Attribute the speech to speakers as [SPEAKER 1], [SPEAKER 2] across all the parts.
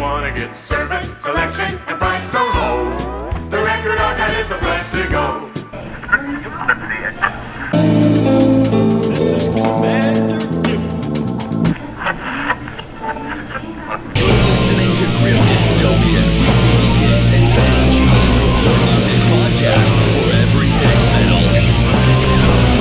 [SPEAKER 1] wanna get service, selection, and price so low. The Record Archive is the place to go.
[SPEAKER 2] This is Commander Newton.
[SPEAKER 3] listening to Grim Dystopia with Freaky Kids and Benny G. Your music podcast for everything metal.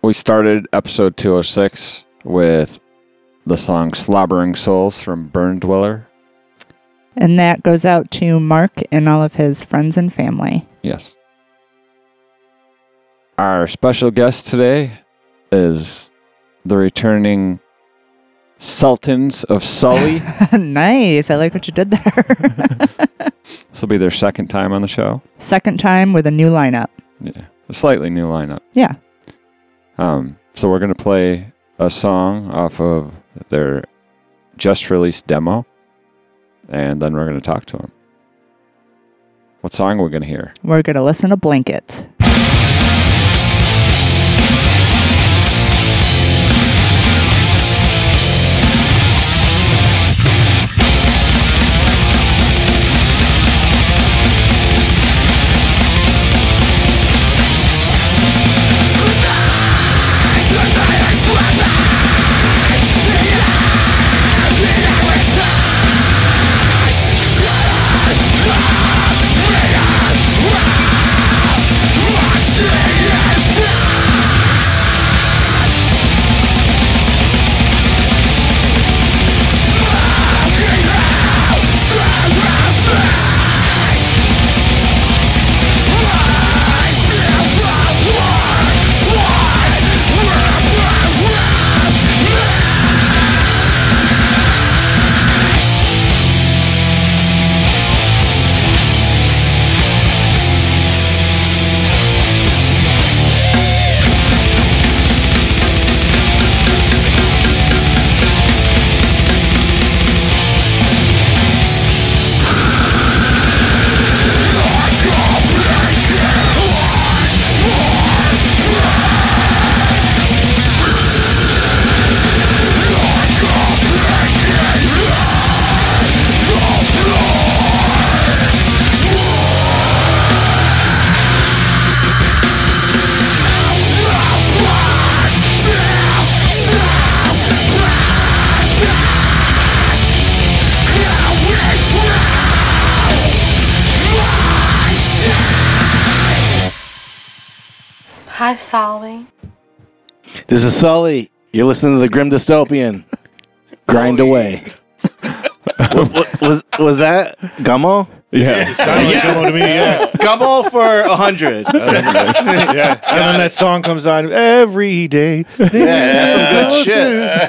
[SPEAKER 4] We started episode 206 with the song Slobbering Souls from Burn Dweller.
[SPEAKER 5] And that goes out to Mark and all of his friends and family.
[SPEAKER 4] Yes. Our special guest today is the returning Sultans of Sully.
[SPEAKER 5] nice. I like what you did there.
[SPEAKER 4] this will be their second time on the show.
[SPEAKER 5] Second time with a new lineup.
[SPEAKER 4] Yeah. A slightly new lineup.
[SPEAKER 5] Yeah.
[SPEAKER 4] Um, so we're going to play a song off of their just released demo, and then we're going to talk to them. What song are we going to hear?
[SPEAKER 5] We're going to listen to Blankets.
[SPEAKER 3] Shut up!
[SPEAKER 6] Hi, Solly.
[SPEAKER 7] This is Sully. You're listening to the Grim Dystopian. Grind away. Wa- wa- was was that Gummo?
[SPEAKER 8] Yeah.
[SPEAKER 9] Sounded like Gummo to me. Yeah,
[SPEAKER 7] Gummo for a hundred.
[SPEAKER 9] yeah. And then that song comes on every day.
[SPEAKER 7] Yeah, that's some good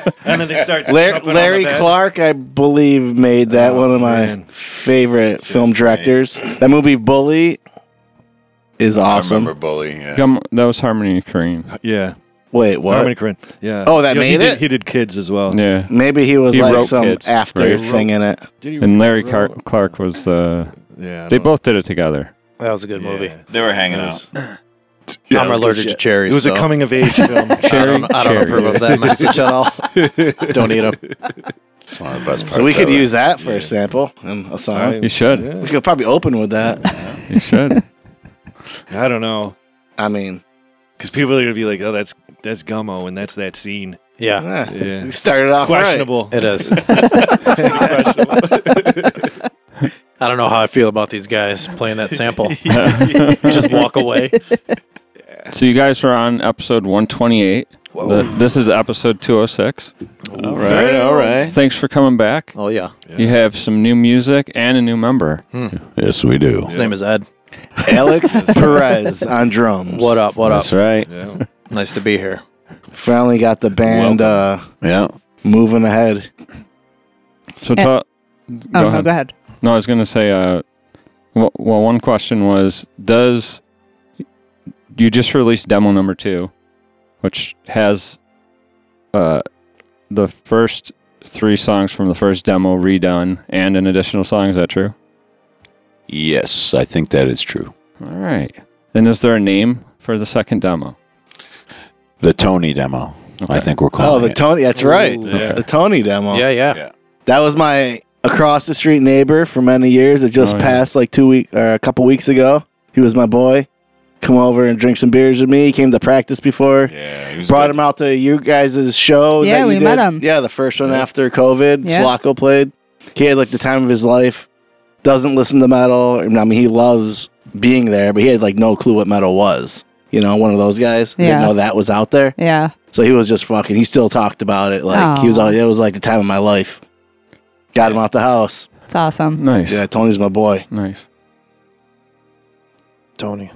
[SPEAKER 7] shit.
[SPEAKER 9] And then they start.
[SPEAKER 7] Larry,
[SPEAKER 9] jumping on
[SPEAKER 7] Larry
[SPEAKER 9] the bed.
[SPEAKER 7] Clark, I believe, made that one of my
[SPEAKER 9] man.
[SPEAKER 7] favorite film directors. That movie Bully is
[SPEAKER 4] I
[SPEAKER 7] awesome.
[SPEAKER 4] remember Bully. Yeah.
[SPEAKER 8] Gum, that was Harmony Kareem.
[SPEAKER 9] Yeah,
[SPEAKER 7] Wait, what?
[SPEAKER 9] Harmony Korine. Yeah.
[SPEAKER 7] Oh, that
[SPEAKER 9] Yeah, he
[SPEAKER 7] made
[SPEAKER 9] did-
[SPEAKER 7] it?
[SPEAKER 9] He did kids as well.
[SPEAKER 8] Yeah.
[SPEAKER 7] Maybe he was
[SPEAKER 8] He
[SPEAKER 7] like
[SPEAKER 8] wrote
[SPEAKER 7] some
[SPEAKER 8] Kids,
[SPEAKER 7] after
[SPEAKER 8] right?
[SPEAKER 7] thing in it.
[SPEAKER 9] Did he
[SPEAKER 8] And Larry
[SPEAKER 9] wrote-
[SPEAKER 8] Car- Clark was the.
[SPEAKER 9] Yeah, I
[SPEAKER 8] They
[SPEAKER 9] don't know.
[SPEAKER 8] both did it together.
[SPEAKER 10] That was a good
[SPEAKER 9] Yeah.
[SPEAKER 10] movie.
[SPEAKER 4] They were hanging
[SPEAKER 9] It
[SPEAKER 4] out.
[SPEAKER 9] was-
[SPEAKER 4] Yeah,
[SPEAKER 10] I'm
[SPEAKER 4] it was
[SPEAKER 10] allergic to
[SPEAKER 9] It
[SPEAKER 10] cherries.
[SPEAKER 9] was a
[SPEAKER 10] so
[SPEAKER 9] coming of age film.
[SPEAKER 10] I
[SPEAKER 8] Cherry,
[SPEAKER 10] don't, I don't
[SPEAKER 8] cherry.
[SPEAKER 10] approve of that message at all. don't eat them.
[SPEAKER 4] It's one of the best parts.
[SPEAKER 7] So we could
[SPEAKER 4] of it.
[SPEAKER 7] use that for a sample and a song.
[SPEAKER 9] I-
[SPEAKER 8] You should.
[SPEAKER 9] Yeah.
[SPEAKER 7] We could probably open with that.
[SPEAKER 8] You should.
[SPEAKER 9] I don't know,
[SPEAKER 7] I mean,
[SPEAKER 9] because people are gonna be like, "Oh, that's that's Gummo, and that's that scene."
[SPEAKER 10] Yeah,
[SPEAKER 7] yeah.
[SPEAKER 9] Yeah.
[SPEAKER 7] we started off questionable.
[SPEAKER 9] Questionable.
[SPEAKER 10] it is. Mm-hmm. I don't know how I feel about these guys playing that sample. Just walk away.
[SPEAKER 8] So you guys are on episode 128. The- this is episode 206.
[SPEAKER 4] All right, all right.
[SPEAKER 8] Thanks for coming back.
[SPEAKER 10] Oh yeah,
[SPEAKER 8] You have some new music and a new member.
[SPEAKER 4] Yes, we do.
[SPEAKER 10] his name is Ed.
[SPEAKER 7] Alex Perez on drums.
[SPEAKER 10] What up? What up?
[SPEAKER 4] That's right.
[SPEAKER 9] Yeah.
[SPEAKER 10] Nice to be here.
[SPEAKER 7] Finally got the band uh,
[SPEAKER 4] Yeah.
[SPEAKER 7] moving ahead.
[SPEAKER 8] So
[SPEAKER 5] Eh.
[SPEAKER 8] tell.
[SPEAKER 5] Oh, no, go ahead.
[SPEAKER 8] No, I was going to say, uh, well, well, one question was Does you just released demo number two, which has uh, the first three songs from the first demo redone and an additional song? Is that true?
[SPEAKER 4] Yes, I think that is true.
[SPEAKER 8] All right. And is there a name for the second demo?
[SPEAKER 4] The Tony demo. I think we're
[SPEAKER 7] Oh,
[SPEAKER 4] calling
[SPEAKER 7] the
[SPEAKER 4] it.
[SPEAKER 7] Tony. That's right.
[SPEAKER 9] yeah.
[SPEAKER 7] The Tony demo.
[SPEAKER 10] Yeah, yeah.
[SPEAKER 4] Yeah.
[SPEAKER 7] That was my across the street neighbor for many years. It just
[SPEAKER 8] Oh, yeah.
[SPEAKER 7] passed like two week or a couple weeks ago. He was my boy. Come over and drink some beers with me. He came to practice before.
[SPEAKER 4] yeah, he was
[SPEAKER 7] Brought
[SPEAKER 4] good.
[SPEAKER 7] him out to you guys' show.
[SPEAKER 5] Yeah,
[SPEAKER 7] that you
[SPEAKER 5] we
[SPEAKER 7] did.
[SPEAKER 5] met him.
[SPEAKER 7] Yeah, the first one after COVID.
[SPEAKER 5] Yeah.
[SPEAKER 7] Slocco played. He had like the time of his life. Doesn't listen to metal. I mean, he loves being there, but he had like no clue what metal was. You know, one of those guys. He Didn't
[SPEAKER 5] Yeah.
[SPEAKER 7] know that was out there.
[SPEAKER 5] Yeah.
[SPEAKER 7] So he was just fucking. He still talked about it. Like he was
[SPEAKER 5] Aw.
[SPEAKER 7] all. It was like the time of my life. Got him out the house.
[SPEAKER 5] It's awesome.
[SPEAKER 8] Nice.
[SPEAKER 7] Yeah, Tony's my boy.
[SPEAKER 8] Nice.
[SPEAKER 10] Tony.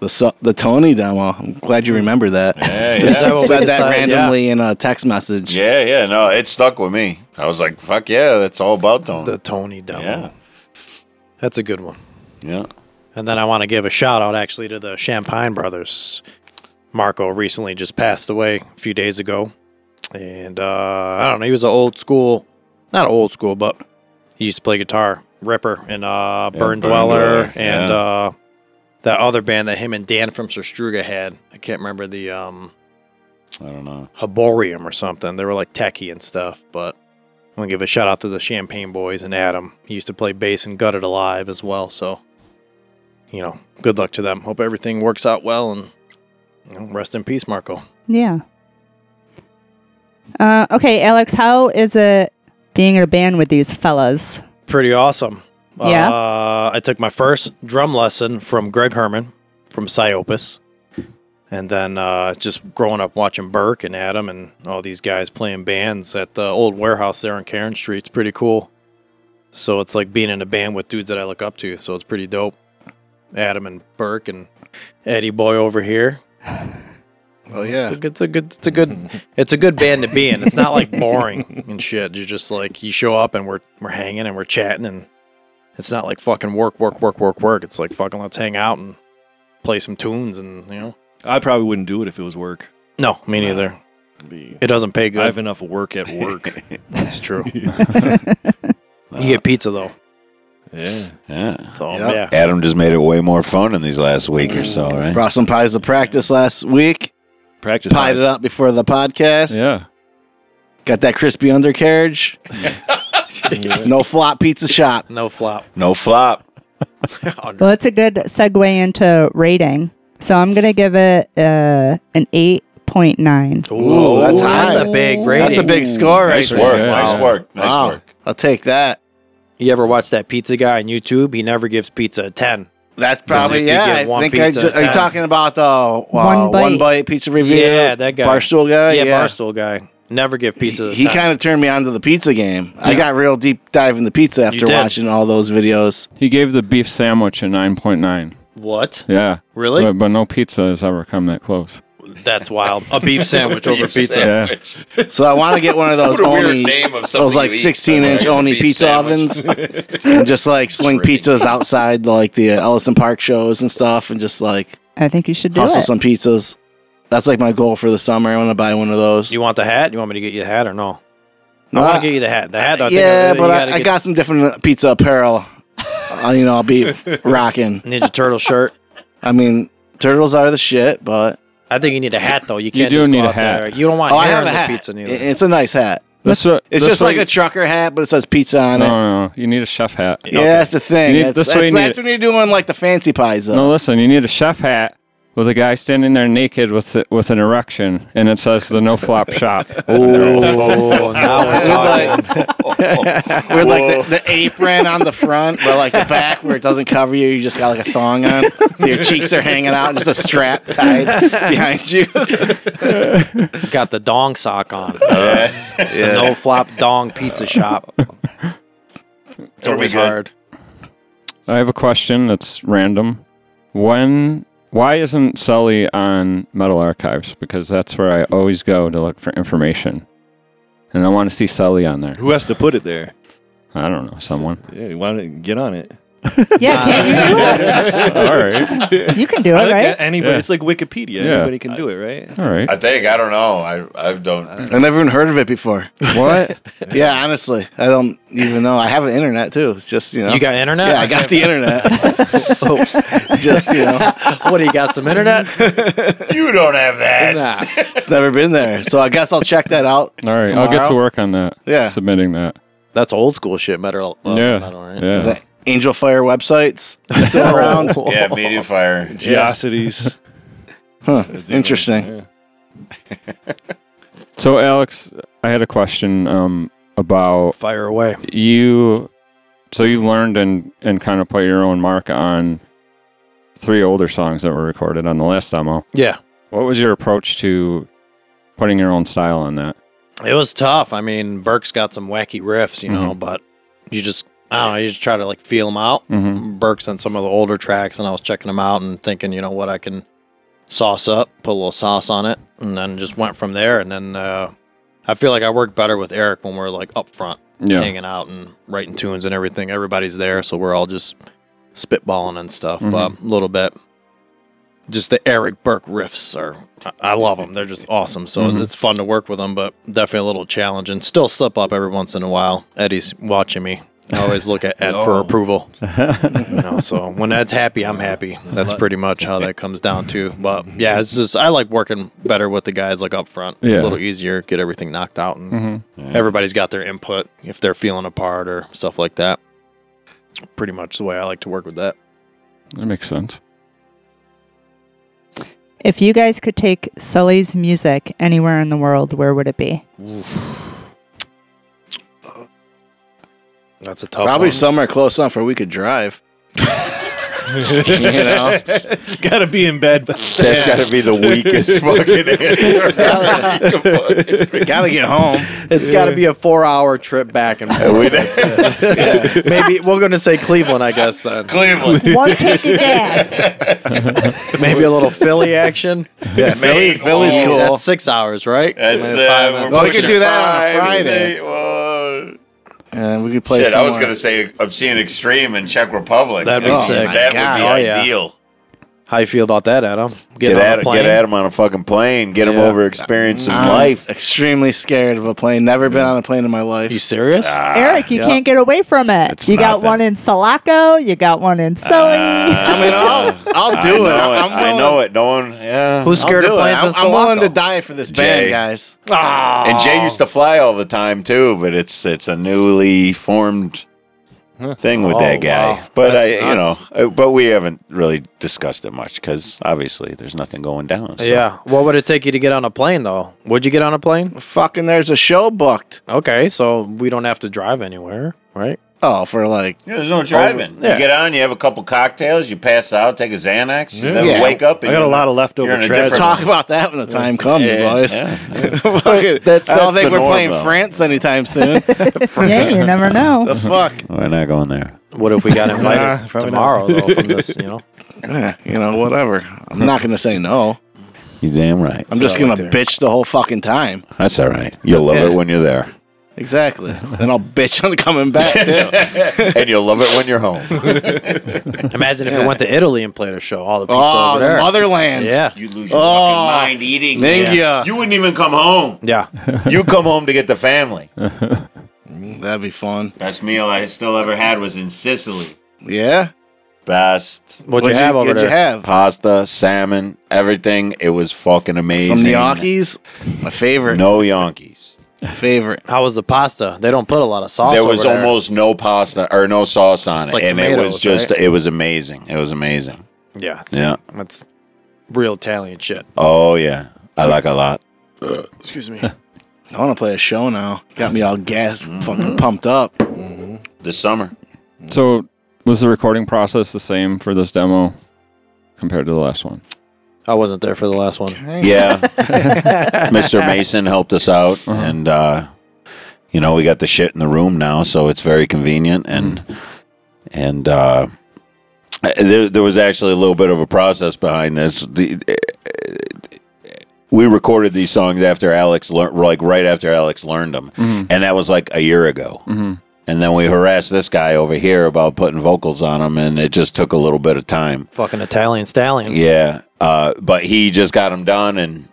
[SPEAKER 7] The su- the Tony demo. I'm glad you remember that.
[SPEAKER 4] Yeah,
[SPEAKER 7] Just
[SPEAKER 4] yeah.
[SPEAKER 10] that what we
[SPEAKER 7] said that
[SPEAKER 10] decided? Yeah.
[SPEAKER 7] randomly in a text message.
[SPEAKER 4] yeah, yeah. No, it stuck with me. I was like, fuck yeah, that's all about Tony.
[SPEAKER 10] The Tony demo.
[SPEAKER 4] yeah,
[SPEAKER 10] That's a good one.
[SPEAKER 4] yeah.
[SPEAKER 10] And then I want to give a shout out actually to the Champagne brothers. Marco recently just passed away a few days ago. And uh, I don't know, he was an old school, not old school, but he used to play guitar, Ripper and uh,
[SPEAKER 4] Yeah,
[SPEAKER 10] Burn
[SPEAKER 4] Burn
[SPEAKER 10] Dweller,
[SPEAKER 4] Dweller,
[SPEAKER 10] and
[SPEAKER 4] yeah.
[SPEAKER 10] uh, that other band that him and Dan from Serstruga had. I can't remember the um,
[SPEAKER 4] I don't know.
[SPEAKER 10] Haborium or something. They were like techie and stuff, but I'm going to give a shout out to the Champagne Boys and Adam. He used to play bass and Gutted Alive as well. So, you know, good luck to them. Hope everything works out well and you know, rest in peace, Marco.
[SPEAKER 5] Yeah. Uh, okay, Alex, how is it being in a band with these fellas?
[SPEAKER 10] Pretty awesome.
[SPEAKER 5] Yeah?
[SPEAKER 10] Uh, I took my first drum lesson from Greg Herman from Psyopus. And then uh, just growing up watching Burke and Adam and all these guys playing bands at the old warehouse there on Karen Street. It's pretty cool. So it's like being in a band with dudes that I look up to. So it's pretty dope. Adam and Burke and Eddie Boy over here.
[SPEAKER 7] Oh
[SPEAKER 10] It's
[SPEAKER 7] yeah.
[SPEAKER 10] a good, it's a good, it's a good, it's a good band to be in. It's not like boring and shit. You're just like you show up and we're we're hanging and we're chatting and it's not like fucking work, work, work, work, work. It's like fucking let's hang out and play some tunes and you know.
[SPEAKER 9] I probably wouldn't do it if it was work.
[SPEAKER 10] No, me neither.
[SPEAKER 9] Be-
[SPEAKER 10] It doesn't pay good.
[SPEAKER 9] I have enough work at work.
[SPEAKER 10] That's true.
[SPEAKER 4] No.
[SPEAKER 10] You get pizza though.
[SPEAKER 9] yeah.
[SPEAKER 4] yeah.
[SPEAKER 10] So
[SPEAKER 7] Yeah.
[SPEAKER 10] yeah.
[SPEAKER 4] Adam just made it way more fun in these last week or so, right?
[SPEAKER 7] Brought some pies to practice last week.
[SPEAKER 9] Practice.
[SPEAKER 7] Pied it
[SPEAKER 9] wise.
[SPEAKER 7] up before the podcast.
[SPEAKER 8] Yeah.
[SPEAKER 7] Got that crispy undercarriage. no flop pizza shop.
[SPEAKER 10] No flop. Oh,
[SPEAKER 4] No flop.
[SPEAKER 5] Well, it's a good segue into rating. So I'm going to give it uh, an 8.9.
[SPEAKER 7] Ooh, that's
[SPEAKER 10] that's
[SPEAKER 7] high.
[SPEAKER 10] a big rating.
[SPEAKER 7] That's a big score right
[SPEAKER 4] Nice
[SPEAKER 7] there.
[SPEAKER 4] work.
[SPEAKER 8] Yeah.
[SPEAKER 4] Nice work. Nice
[SPEAKER 7] Wow.
[SPEAKER 4] work.
[SPEAKER 7] I'll take that.
[SPEAKER 10] You ever watch that pizza guy on YouTube? He never gives pizza a ten.
[SPEAKER 7] That's probably
[SPEAKER 10] if you
[SPEAKER 7] yeah.
[SPEAKER 10] get
[SPEAKER 7] I
[SPEAKER 10] one
[SPEAKER 7] think I
[SPEAKER 10] pizza,
[SPEAKER 7] ju- are you
[SPEAKER 10] it's-
[SPEAKER 7] talking about the uh, one, bite.
[SPEAKER 5] Bite.
[SPEAKER 7] pizza review?
[SPEAKER 10] Yeah, that guy.
[SPEAKER 7] barstool guy.
[SPEAKER 10] yeah, barstool guy. Never give pizza.
[SPEAKER 7] Oh, He, he kind of turned me onto the pizza game. I got real deep dive in the pizza after
[SPEAKER 10] did.
[SPEAKER 7] watching all those videos.
[SPEAKER 8] He gave the beef sandwich a 9.9.
[SPEAKER 10] of what?
[SPEAKER 8] Yeah.
[SPEAKER 10] Really?
[SPEAKER 8] But, but no pizza has ever come that close.
[SPEAKER 10] That's wild. A beef sandwich over
[SPEAKER 4] Beef
[SPEAKER 10] pizza.
[SPEAKER 4] sandwich.
[SPEAKER 7] So I want to get one of those
[SPEAKER 4] What a weird
[SPEAKER 7] Oni,
[SPEAKER 4] name of something
[SPEAKER 7] those like
[SPEAKER 4] you eat.
[SPEAKER 7] 16 inch
[SPEAKER 4] Beef
[SPEAKER 7] Oni pizza
[SPEAKER 4] sandwich.
[SPEAKER 7] ovens, and just like sling pizzas outside like the uh, Ellison Park shows and stuff, and just like
[SPEAKER 5] I think you should do
[SPEAKER 7] hustle
[SPEAKER 5] it.
[SPEAKER 7] some pizzas. That's like my goal for the summer. I want to buy one of those.
[SPEAKER 10] You want the hat? You want me to get you the hat or no?
[SPEAKER 7] No,
[SPEAKER 10] I
[SPEAKER 7] I-
[SPEAKER 10] want to get you the hat. The hat. I think
[SPEAKER 7] Uh, yeah,
[SPEAKER 10] you
[SPEAKER 7] but
[SPEAKER 10] gotta
[SPEAKER 7] I, I
[SPEAKER 10] get
[SPEAKER 7] got some different pizza apparel. uh, you know, I'll be rocking.
[SPEAKER 10] Ninja Turtle shirt.
[SPEAKER 7] I mean, turtles are the shit, but
[SPEAKER 10] I think you need a hat though. You can't
[SPEAKER 8] do
[SPEAKER 10] just go
[SPEAKER 8] need a
[SPEAKER 10] out
[SPEAKER 8] hat.
[SPEAKER 10] there. You don't want
[SPEAKER 7] oh, I
[SPEAKER 10] hair
[SPEAKER 7] have
[SPEAKER 10] on
[SPEAKER 7] a
[SPEAKER 10] the
[SPEAKER 7] hat.
[SPEAKER 10] pizza neither.
[SPEAKER 7] I- It's a nice hat.
[SPEAKER 8] That's what,
[SPEAKER 7] It's
[SPEAKER 8] that's
[SPEAKER 7] just like
[SPEAKER 8] what-
[SPEAKER 7] a trucker hat, but it says pizza on it.
[SPEAKER 8] uh, No, no, no. You need a chef hat.
[SPEAKER 7] yeah, that's the thing.
[SPEAKER 8] You need- that's
[SPEAKER 7] that's that's,
[SPEAKER 8] why you need
[SPEAKER 7] that's when you're doing like the fancy pies, though.
[SPEAKER 8] No, listen. You need a chef hat with a guy standing there naked with with an erection, and it says the No Flop Shop.
[SPEAKER 10] oh, now we're talking.
[SPEAKER 7] With like the, the apron on the front, but like the back where it doesn't cover you, you just got like a thong on. So your cheeks are hanging out, and just a strap tied behind you.
[SPEAKER 10] Got the dong sock on. The no flop dong
[SPEAKER 7] Uh,
[SPEAKER 10] pizza shop. It's
[SPEAKER 4] It'll be
[SPEAKER 10] always
[SPEAKER 4] good.
[SPEAKER 10] hard.
[SPEAKER 8] I have a question that's random. When, why isn't Sully on Metal Archives? Because that's where I always go to look for information, and I want to see Sully on there.
[SPEAKER 2] Who has to put it there?
[SPEAKER 8] I don't know someone.
[SPEAKER 2] Yeah, why don't you get on it?
[SPEAKER 5] Yeah, can't you do
[SPEAKER 8] all right,
[SPEAKER 5] it? You can do
[SPEAKER 2] I
[SPEAKER 5] it,
[SPEAKER 2] think
[SPEAKER 5] right?
[SPEAKER 2] Anybody,
[SPEAKER 8] Yeah.
[SPEAKER 2] it's like Wikipedia.
[SPEAKER 8] Yeah.
[SPEAKER 2] Anybody can do it, right?
[SPEAKER 8] all right.
[SPEAKER 4] I think I don't know. I I don't.
[SPEAKER 7] I never even heard of it before.
[SPEAKER 8] What?
[SPEAKER 7] Yeah, honestly, I don't even know. I have an internet too. It's just you know.
[SPEAKER 10] You got internet?
[SPEAKER 7] yeah, I got the
[SPEAKER 8] Oh.
[SPEAKER 7] internet. just you know,
[SPEAKER 10] what do you got? Some internet?
[SPEAKER 4] You don't have that.
[SPEAKER 10] nah.
[SPEAKER 7] it's never been there, so I guess I'll check that out.
[SPEAKER 8] All right. I'll get to
[SPEAKER 7] Tomorrow?
[SPEAKER 8] work on that.
[SPEAKER 7] Yeah.
[SPEAKER 8] Submitting that.
[SPEAKER 10] That's old school shit. Metal. well,
[SPEAKER 8] yeah.
[SPEAKER 10] metal, right?
[SPEAKER 8] Yeah. Oh.
[SPEAKER 7] The Angel Fire websites still around.
[SPEAKER 4] Yeah, medium fire.
[SPEAKER 2] Geocities.
[SPEAKER 7] Huh, interesting.
[SPEAKER 8] So, Alex, I had a question um, about
[SPEAKER 10] Fire away.
[SPEAKER 8] you. So you learned and and kind of put your own mark on three older songs that were recorded on the last demo.
[SPEAKER 10] Yeah.
[SPEAKER 8] What was your approach to putting your own style on that?
[SPEAKER 10] It was tough. I mean, Burke's got some wacky riffs, you
[SPEAKER 8] Mm-hmm.
[SPEAKER 10] know, but you just, I don't know, you just try to like feel them out.
[SPEAKER 8] Mhm.
[SPEAKER 10] Burke's on some of the older tracks, and I was checking them out and thinking, you know, what I can sauce up, put a little sauce on it, and then just went from there. And then uh, I feel like I work better with Eric when we're like up front, hanging out and writing tunes and everything. Everybody's there, so we're all just spitballing and stuff, but a little bit. Just the Eric Burke riffs are, I I love them. They're just awesome. So it's fun to work with them, but definitely a little challenging. Still slip up every once in a while. Eddie's watching me. I always look at Ed for approval. you know, so when Ed's happy, I'm happy. That's pretty much how that comes down to. But yeah, it's just I like working better with the guys like up front.
[SPEAKER 8] Yeah. Mm-hmm.
[SPEAKER 10] A little easier, get everything knocked out, and everybody's got their input if they're feeling apart or stuff like that. Pretty much the way I like to work with that.
[SPEAKER 8] That makes sense.
[SPEAKER 5] If you guys could take Sully's music anywhere in the world, where would it be?
[SPEAKER 10] That's a tough.
[SPEAKER 7] Probably
[SPEAKER 10] one.
[SPEAKER 7] somewhere close enough where we could drive. you know,
[SPEAKER 2] Gotta be in bed. But
[SPEAKER 4] That's got to be the weakest fucking answer.
[SPEAKER 7] gotta get home.
[SPEAKER 6] It's got to be a four-hour trip back and forth. Maybe we're going to say Cleveland, I guess. Then
[SPEAKER 4] Cleveland.
[SPEAKER 5] One kick of gas.
[SPEAKER 6] maybe a little Philly action.
[SPEAKER 7] Yeah, Philly,
[SPEAKER 4] Maine.
[SPEAKER 7] Philly's
[SPEAKER 4] Oh,
[SPEAKER 7] cool.
[SPEAKER 10] That's six hours, right?
[SPEAKER 4] That's
[SPEAKER 10] Five
[SPEAKER 4] uh,
[SPEAKER 10] hours.
[SPEAKER 4] we're
[SPEAKER 7] Well, we could
[SPEAKER 4] pushing
[SPEAKER 7] do that on a
[SPEAKER 4] five,
[SPEAKER 7] Friday.
[SPEAKER 4] say, whoa.
[SPEAKER 7] and we could play.
[SPEAKER 4] Shit, I was
[SPEAKER 7] somewhere.
[SPEAKER 4] gonna say obscene extreme in Czech Republic.
[SPEAKER 10] That'd be
[SPEAKER 4] Oh,
[SPEAKER 10] sick.
[SPEAKER 4] That
[SPEAKER 10] My
[SPEAKER 4] would be
[SPEAKER 10] God. Oh, yeah.
[SPEAKER 4] ideal.
[SPEAKER 10] How you feel about that, Adam?
[SPEAKER 4] Get,
[SPEAKER 10] on a
[SPEAKER 4] at him,
[SPEAKER 10] plane?
[SPEAKER 4] get at him on a fucking plane. Get him
[SPEAKER 10] Yeah.
[SPEAKER 4] over experiencing
[SPEAKER 7] I'm
[SPEAKER 4] life.
[SPEAKER 7] Extremely scared of a plane. Never been on a plane in my life.
[SPEAKER 10] You serious?
[SPEAKER 5] Eric, you can't get away from it.
[SPEAKER 4] It's
[SPEAKER 5] You got
[SPEAKER 4] nothing.
[SPEAKER 5] one in Sulaco, you got one in Sully.
[SPEAKER 7] I mean, I'll, I'll
[SPEAKER 4] I
[SPEAKER 7] do
[SPEAKER 4] know
[SPEAKER 7] it.
[SPEAKER 4] it.
[SPEAKER 7] I- I'm
[SPEAKER 4] I
[SPEAKER 7] willing.
[SPEAKER 4] know it. No one. Yeah.
[SPEAKER 10] Who's
[SPEAKER 7] I'll
[SPEAKER 10] scared
[SPEAKER 7] do
[SPEAKER 10] of
[SPEAKER 7] it.
[SPEAKER 10] planes? in
[SPEAKER 7] I'm, I'm willing to
[SPEAKER 10] Sulaco?
[SPEAKER 7] die for this
[SPEAKER 4] Jay.
[SPEAKER 7] band, guys.
[SPEAKER 4] and Jay used to fly all the time too, but it's it's a newly formed thing with
[SPEAKER 10] Oh,
[SPEAKER 4] that guy.
[SPEAKER 10] wow.
[SPEAKER 4] But
[SPEAKER 10] That's
[SPEAKER 4] I, you know,
[SPEAKER 10] nuts.
[SPEAKER 4] uh, but we haven't really discussed it much because obviously there's nothing going down. So.
[SPEAKER 10] Yeah. What would it take you to get on a plane, though? Would you get on a plane?
[SPEAKER 7] Fucking, there's a show booked.
[SPEAKER 10] Okay, so we don't have to drive anywhere, right?
[SPEAKER 7] Oh, for like
[SPEAKER 1] Yeah, there's no driving.
[SPEAKER 7] Yeah.
[SPEAKER 1] Oh, You get on, you have a couple cocktails, you pass out, take a Xanax, you then wake up. And
[SPEAKER 7] I got a
[SPEAKER 1] you're-
[SPEAKER 7] lot of leftover
[SPEAKER 1] you're in a
[SPEAKER 7] trash.
[SPEAKER 1] different-
[SPEAKER 7] Talk about that when the time comes,
[SPEAKER 1] Yeah,
[SPEAKER 7] boys.
[SPEAKER 1] yeah.
[SPEAKER 7] Fuck.
[SPEAKER 1] That's-
[SPEAKER 7] I don't
[SPEAKER 1] that's the
[SPEAKER 7] think we're
[SPEAKER 1] norm,
[SPEAKER 7] playing
[SPEAKER 1] though.
[SPEAKER 7] France anytime soon.
[SPEAKER 5] yeah, you never know.
[SPEAKER 7] the fuck?
[SPEAKER 1] We're not going there.
[SPEAKER 10] What if we got invited
[SPEAKER 6] Nah, probably
[SPEAKER 10] tomorrow
[SPEAKER 6] not.
[SPEAKER 10] though from this? You know,
[SPEAKER 7] Eh, you know, whatever. I'm not going to say no.
[SPEAKER 1] You damn right.
[SPEAKER 7] I'm just
[SPEAKER 6] what I
[SPEAKER 7] going to
[SPEAKER 6] like to
[SPEAKER 7] bitch the whole fucking time.
[SPEAKER 1] That's all right. You'll love
[SPEAKER 7] That's
[SPEAKER 1] it
[SPEAKER 7] it.
[SPEAKER 1] when you're there,
[SPEAKER 7] Exactly. then I'll bitch on coming back, too.
[SPEAKER 1] and you'll love it when you're home.
[SPEAKER 10] imagine if we went to Italy and played a show, all the pizza
[SPEAKER 7] oh,
[SPEAKER 10] over
[SPEAKER 7] the
[SPEAKER 10] there.
[SPEAKER 7] motherland.
[SPEAKER 10] yeah,
[SPEAKER 1] You lose your
[SPEAKER 7] Oh,
[SPEAKER 1] fucking mind eating.
[SPEAKER 7] Ningia. Yeah.
[SPEAKER 1] You wouldn't even come home.
[SPEAKER 10] yeah.
[SPEAKER 1] You come home to get the family.
[SPEAKER 7] That'd be fun.
[SPEAKER 1] Best meal I still ever had was in Sicily.
[SPEAKER 7] Yeah?
[SPEAKER 1] Best
[SPEAKER 10] What'd you have over
[SPEAKER 7] what'd
[SPEAKER 10] there?
[SPEAKER 7] you have?
[SPEAKER 1] pasta, salmon, everything. It was fucking amazing.
[SPEAKER 7] Some gnocchis? My favorite.
[SPEAKER 1] No Yankees.
[SPEAKER 7] Favorite.
[SPEAKER 10] How was the pasta? They don't put a lot of sauce.
[SPEAKER 1] there
[SPEAKER 10] over
[SPEAKER 1] was almost no pasta or no sauce on
[SPEAKER 10] It's
[SPEAKER 1] it,
[SPEAKER 10] like
[SPEAKER 1] and it
[SPEAKER 10] tomatoes,
[SPEAKER 1] was just it was amazing. It was amazing.
[SPEAKER 10] yeah, it's-
[SPEAKER 1] Yeah.
[SPEAKER 10] That's real Italian shit.
[SPEAKER 1] Oh yeah, I like a lot.
[SPEAKER 7] I want to play a show now. Got me all gassed,
[SPEAKER 1] Mm-hmm.
[SPEAKER 7] fucking pumped up.
[SPEAKER 1] This summer,
[SPEAKER 8] So, was the recording process the same for this demo compared to the last one?
[SPEAKER 10] I wasn't there for the last one.
[SPEAKER 1] yeah. Mr. Mason helped us out, and uh, you know we got the shit in the room now, so it's very convenient. And and uh, there, there was actually a little bit of a process behind this. The, we recorded these songs after Alex, lear- like right after Alex learned them, and that was like a year ago. And then we harassed this guy over here about putting vocals on him, and it just took a little bit of time.
[SPEAKER 10] Fucking Italian stallion.
[SPEAKER 1] Yeah, uh, but he just got them done, and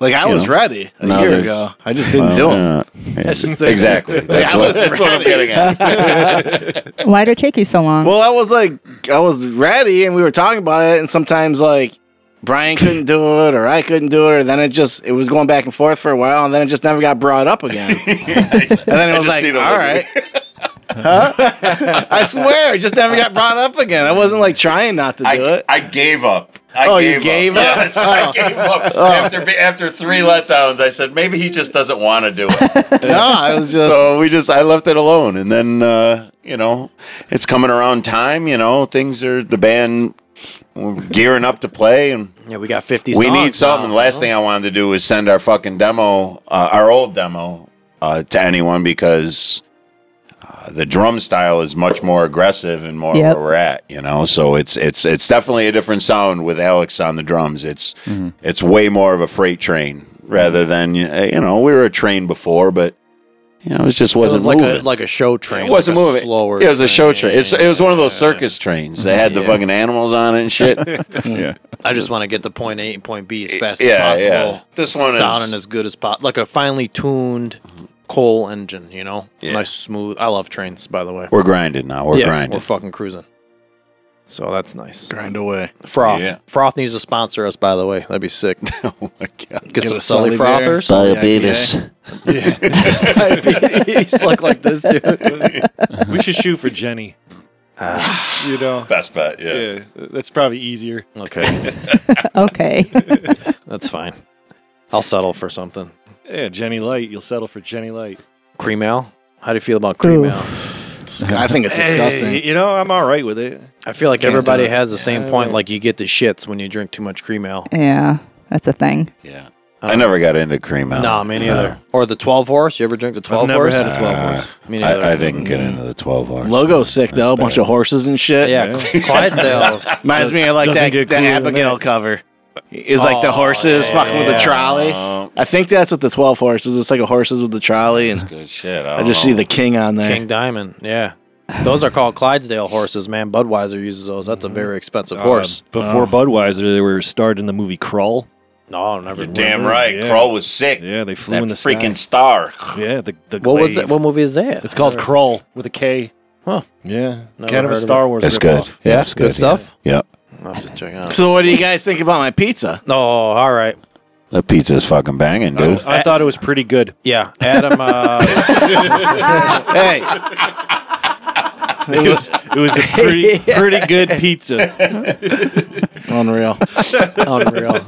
[SPEAKER 7] Like, I
[SPEAKER 1] You
[SPEAKER 7] was
[SPEAKER 1] know?
[SPEAKER 7] ready a
[SPEAKER 1] No,
[SPEAKER 7] year
[SPEAKER 1] there's-
[SPEAKER 7] ago. I just didn't do it.
[SPEAKER 1] do it. uh, exactly. That's,
[SPEAKER 7] I
[SPEAKER 1] what,
[SPEAKER 7] was
[SPEAKER 1] that's what I'm getting at.
[SPEAKER 5] Why'd it take you so long?
[SPEAKER 7] Well, I was like, I was ready, and we were talking about it, and sometimes like Brian couldn't do it, or I couldn't do it, or then it just it was going back and forth for a while, and then it just never got brought up again. and then it was like, all right, huh? I swear, it just never got brought up again. I wasn't like trying not to do
[SPEAKER 1] I,
[SPEAKER 7] it.
[SPEAKER 1] I gave up. I
[SPEAKER 7] Oh, you
[SPEAKER 1] gave
[SPEAKER 7] gave
[SPEAKER 1] up.
[SPEAKER 7] up? Oh.
[SPEAKER 1] Yes, I gave up. After after three letdowns, I said maybe he just doesn't want to do it.
[SPEAKER 7] No, I was just
[SPEAKER 1] so we just I left it alone, and then uh, you know it's coming around time. You know things are the band we're gearing up to play, and
[SPEAKER 10] Yeah, we got fifty.
[SPEAKER 1] we
[SPEAKER 10] songs
[SPEAKER 1] need something.
[SPEAKER 10] now,
[SPEAKER 1] Last
[SPEAKER 10] you know?
[SPEAKER 1] thing I wanted to do was send our fucking demo, uh, our old demo, uh, to anyone because uh, the drum style is much more aggressive and more
[SPEAKER 5] Yep.
[SPEAKER 1] where we're at. You know, so it's it's it's definitely a different sound with Alex on the drums. It's
[SPEAKER 8] Mm-hmm.
[SPEAKER 1] it's way more of a freight train rather than y- you know we were a train before, but you know it just
[SPEAKER 10] it
[SPEAKER 1] wasn't
[SPEAKER 10] was like
[SPEAKER 1] moving.
[SPEAKER 10] a like a show train.
[SPEAKER 1] it wasn't
[SPEAKER 10] like a
[SPEAKER 1] moving.
[SPEAKER 10] Slower.
[SPEAKER 1] it was a show train. It's, it was one of those
[SPEAKER 10] Yeah.
[SPEAKER 1] circus trains.
[SPEAKER 7] Mm-hmm.
[SPEAKER 1] They had the fucking animals on it and shit.
[SPEAKER 8] Mm-hmm. yeah.
[SPEAKER 10] I just want to get to point A and point B as fast
[SPEAKER 1] Yeah,
[SPEAKER 10] as possible.
[SPEAKER 1] yeah. This one is-
[SPEAKER 10] sounding as good as possible, like a finely tuned coal engine. You know,
[SPEAKER 1] Yeah.
[SPEAKER 10] nice smooth. I love trains, by the way.
[SPEAKER 1] We're grinding now. We're
[SPEAKER 10] Yeah,
[SPEAKER 1] grinding.
[SPEAKER 10] We're fucking cruising. So that's nice.
[SPEAKER 7] grind away.
[SPEAKER 10] Froth.
[SPEAKER 1] Yeah.
[SPEAKER 10] Froth needs to sponsor us, by the way. That'd be sick.
[SPEAKER 1] oh my god.
[SPEAKER 10] Get
[SPEAKER 7] Give
[SPEAKER 10] some
[SPEAKER 7] us Sully
[SPEAKER 10] Sully
[SPEAKER 7] beer.
[SPEAKER 10] frothers.
[SPEAKER 1] Diabetes.
[SPEAKER 10] Diabetes look like this dude.
[SPEAKER 6] we should shoot for Jenny. you know,
[SPEAKER 1] Best bet, yeah.
[SPEAKER 6] yeah, that's probably easier.
[SPEAKER 10] Okay,
[SPEAKER 5] okay.
[SPEAKER 10] that's fine. I'll settle for something.
[SPEAKER 6] Yeah, Jenny Light. You'll settle for Jenny Light.
[SPEAKER 10] Cream ale. How do you feel about cream
[SPEAKER 5] Ooh.
[SPEAKER 10] ale?
[SPEAKER 7] I think it's disgusting.
[SPEAKER 6] Hey, you know, I'm all right with it.
[SPEAKER 10] I feel like
[SPEAKER 7] Can't do
[SPEAKER 10] everybody
[SPEAKER 7] it.
[SPEAKER 10] has the same
[SPEAKER 6] Yeah,
[SPEAKER 10] point.
[SPEAKER 6] right.
[SPEAKER 10] Like you get the shits when you drink too much cream ale.
[SPEAKER 5] Yeah, that's a thing.
[SPEAKER 1] Yeah.
[SPEAKER 10] Um,
[SPEAKER 1] I never got into cream ale.
[SPEAKER 10] Nah, me
[SPEAKER 1] No.
[SPEAKER 10] neither. Or the twelve horse. You ever drink the 12
[SPEAKER 6] never
[SPEAKER 10] horse?
[SPEAKER 6] had a 12
[SPEAKER 1] Uh,
[SPEAKER 10] Me neither.
[SPEAKER 1] I, I didn't get into the 12 hours.
[SPEAKER 7] Logo sick though, a bunch of horses and shit.
[SPEAKER 10] yeah, Clydesdales.
[SPEAKER 7] reminds me of like
[SPEAKER 6] Doesn't
[SPEAKER 7] that,
[SPEAKER 6] get
[SPEAKER 7] that
[SPEAKER 6] cooler than
[SPEAKER 7] Abigail
[SPEAKER 6] that.
[SPEAKER 7] cover. It's like
[SPEAKER 10] Oh,
[SPEAKER 7] the horses
[SPEAKER 10] yeah,
[SPEAKER 7] fucking with
[SPEAKER 10] yeah.
[SPEAKER 7] the trolley.
[SPEAKER 1] Oh,
[SPEAKER 7] I think that's what the twelve horses. It's like a horses with the trolley, and
[SPEAKER 1] good shit. I,
[SPEAKER 7] I
[SPEAKER 1] don't
[SPEAKER 7] just
[SPEAKER 1] know.
[SPEAKER 7] see the king on there.
[SPEAKER 10] Oh. King Diamond. Yeah. Those are called Clydesdale horses, man. Budweiser uses those. That's a very expensive horse.
[SPEAKER 6] Uh, before Budweiser, they were starred in the movie Crawl.
[SPEAKER 10] No, never.
[SPEAKER 1] You're damn right.
[SPEAKER 6] Yeah.
[SPEAKER 1] Kroll was sick.
[SPEAKER 6] Yeah, they flew
[SPEAKER 1] That
[SPEAKER 6] in the
[SPEAKER 1] freaking star.
[SPEAKER 6] Sky. Yeah, the the
[SPEAKER 10] What was
[SPEAKER 6] glaive.
[SPEAKER 10] that? What movie is that?
[SPEAKER 6] It's called Crawl with a K.
[SPEAKER 10] Huh.
[SPEAKER 6] Yeah,
[SPEAKER 10] Never
[SPEAKER 6] kind of
[SPEAKER 10] heard
[SPEAKER 6] a
[SPEAKER 10] of
[SPEAKER 6] Star Wars.
[SPEAKER 1] It's good.
[SPEAKER 6] ripoff.
[SPEAKER 1] Yeah, it's good.
[SPEAKER 10] stuff?
[SPEAKER 1] Yeah. Yep.
[SPEAKER 10] I'll have to check it out.
[SPEAKER 7] So, what do you guys think about my pizza?
[SPEAKER 10] Oh, all right.
[SPEAKER 1] The pizza's fucking banging, dude.
[SPEAKER 6] I thought it was pretty good.
[SPEAKER 10] Yeah, Adam. Uh,
[SPEAKER 7] Hey,
[SPEAKER 6] It was it was a pretty pretty good pizza.
[SPEAKER 7] unreal.
[SPEAKER 10] unreal.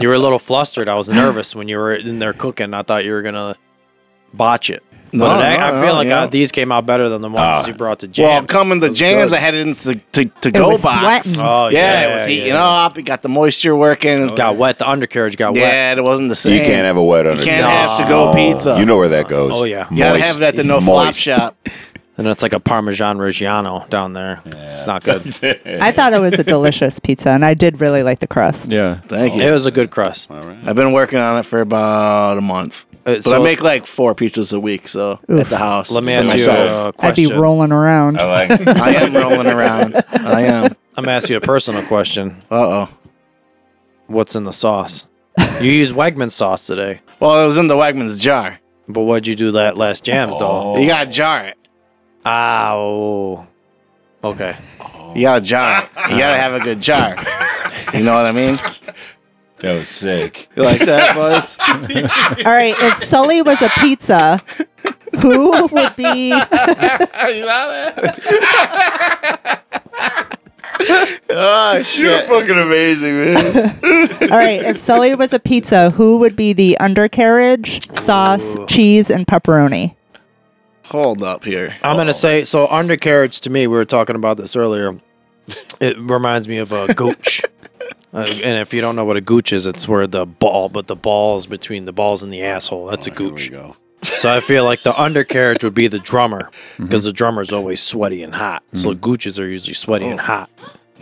[SPEAKER 10] you were a little flustered. I was nervous when you were in there cooking. I thought you were gonna botch it.
[SPEAKER 7] No,
[SPEAKER 10] No, but it-
[SPEAKER 7] no,
[SPEAKER 10] I
[SPEAKER 7] no,
[SPEAKER 10] feel like
[SPEAKER 7] yeah.
[SPEAKER 10] uh, these came out better than the ones
[SPEAKER 7] Ah.
[SPEAKER 10] you brought to
[SPEAKER 7] Well,
[SPEAKER 10] jams.
[SPEAKER 7] coming to
[SPEAKER 10] Those
[SPEAKER 7] jams,
[SPEAKER 10] good.
[SPEAKER 7] I had it in the to, to go
[SPEAKER 10] was
[SPEAKER 7] box.
[SPEAKER 10] sweating. Oh, yeah,
[SPEAKER 7] it was
[SPEAKER 10] yeah,
[SPEAKER 7] heating
[SPEAKER 10] yeah.
[SPEAKER 7] up. It got the moisture working. It
[SPEAKER 10] got wet. The undercarriage got wet.
[SPEAKER 7] Yeah, it wasn't the same.
[SPEAKER 4] You can't have a wet under.
[SPEAKER 7] can't have to go pizza.
[SPEAKER 4] You know where that goes.
[SPEAKER 10] Oh, yeah.
[SPEAKER 7] You gotta have that to no flop
[SPEAKER 4] Moist.
[SPEAKER 7] shop.
[SPEAKER 10] And it's like a Parmesan Reggiano down there. It's not good.
[SPEAKER 5] I thought it was a delicious pizza, and I did really like the crust.
[SPEAKER 8] Yeah.
[SPEAKER 7] Thank
[SPEAKER 10] It
[SPEAKER 7] you.
[SPEAKER 10] was a good crust. Uh,
[SPEAKER 7] I've been working on it for about a month. but
[SPEAKER 10] so-
[SPEAKER 7] I make like four pizzas a week, so at the house.
[SPEAKER 10] Let me
[SPEAKER 7] for
[SPEAKER 10] ask you uh,
[SPEAKER 7] myself.
[SPEAKER 10] a
[SPEAKER 5] I'd be
[SPEAKER 10] question.
[SPEAKER 5] rolling around.
[SPEAKER 7] I am rolling around. I am.
[SPEAKER 10] I'm gonna ask you a personal question.
[SPEAKER 7] Uh oh.
[SPEAKER 10] What's in the sauce? You used Wegman sauce today,
[SPEAKER 7] Well, it was in the Wegman's jar.
[SPEAKER 10] but what'd you do that last
[SPEAKER 7] Oh.
[SPEAKER 10] jams
[SPEAKER 4] Oh.
[SPEAKER 10] though?
[SPEAKER 7] You gotta jar it.
[SPEAKER 10] Ow. Okay.
[SPEAKER 7] You gotta jar it. You gotta have a good jar. You know what I mean?
[SPEAKER 4] That was sick.
[SPEAKER 7] You like that, boys?
[SPEAKER 5] All right, if Sully was a pizza, who would be?
[SPEAKER 4] Ah,
[SPEAKER 7] oh shit!
[SPEAKER 4] You're fucking amazing, man.
[SPEAKER 5] All right, if Sully was a pizza, who would be the undercarriage, sauce, cheese, and pepperoni?
[SPEAKER 7] Hold up here.
[SPEAKER 10] I'm gonna say so undercarriage to me, we were talking about this earlier. It reminds me of a gooch. Uh, and if you don't know what a gooch is, it's where the ball, but the balls between the balls and the asshole. That's a gooch.
[SPEAKER 4] go.
[SPEAKER 10] So I feel like the undercarriage would be the drummer because the drummer's always sweaty and hot. So gooches are usually sweaty and hot.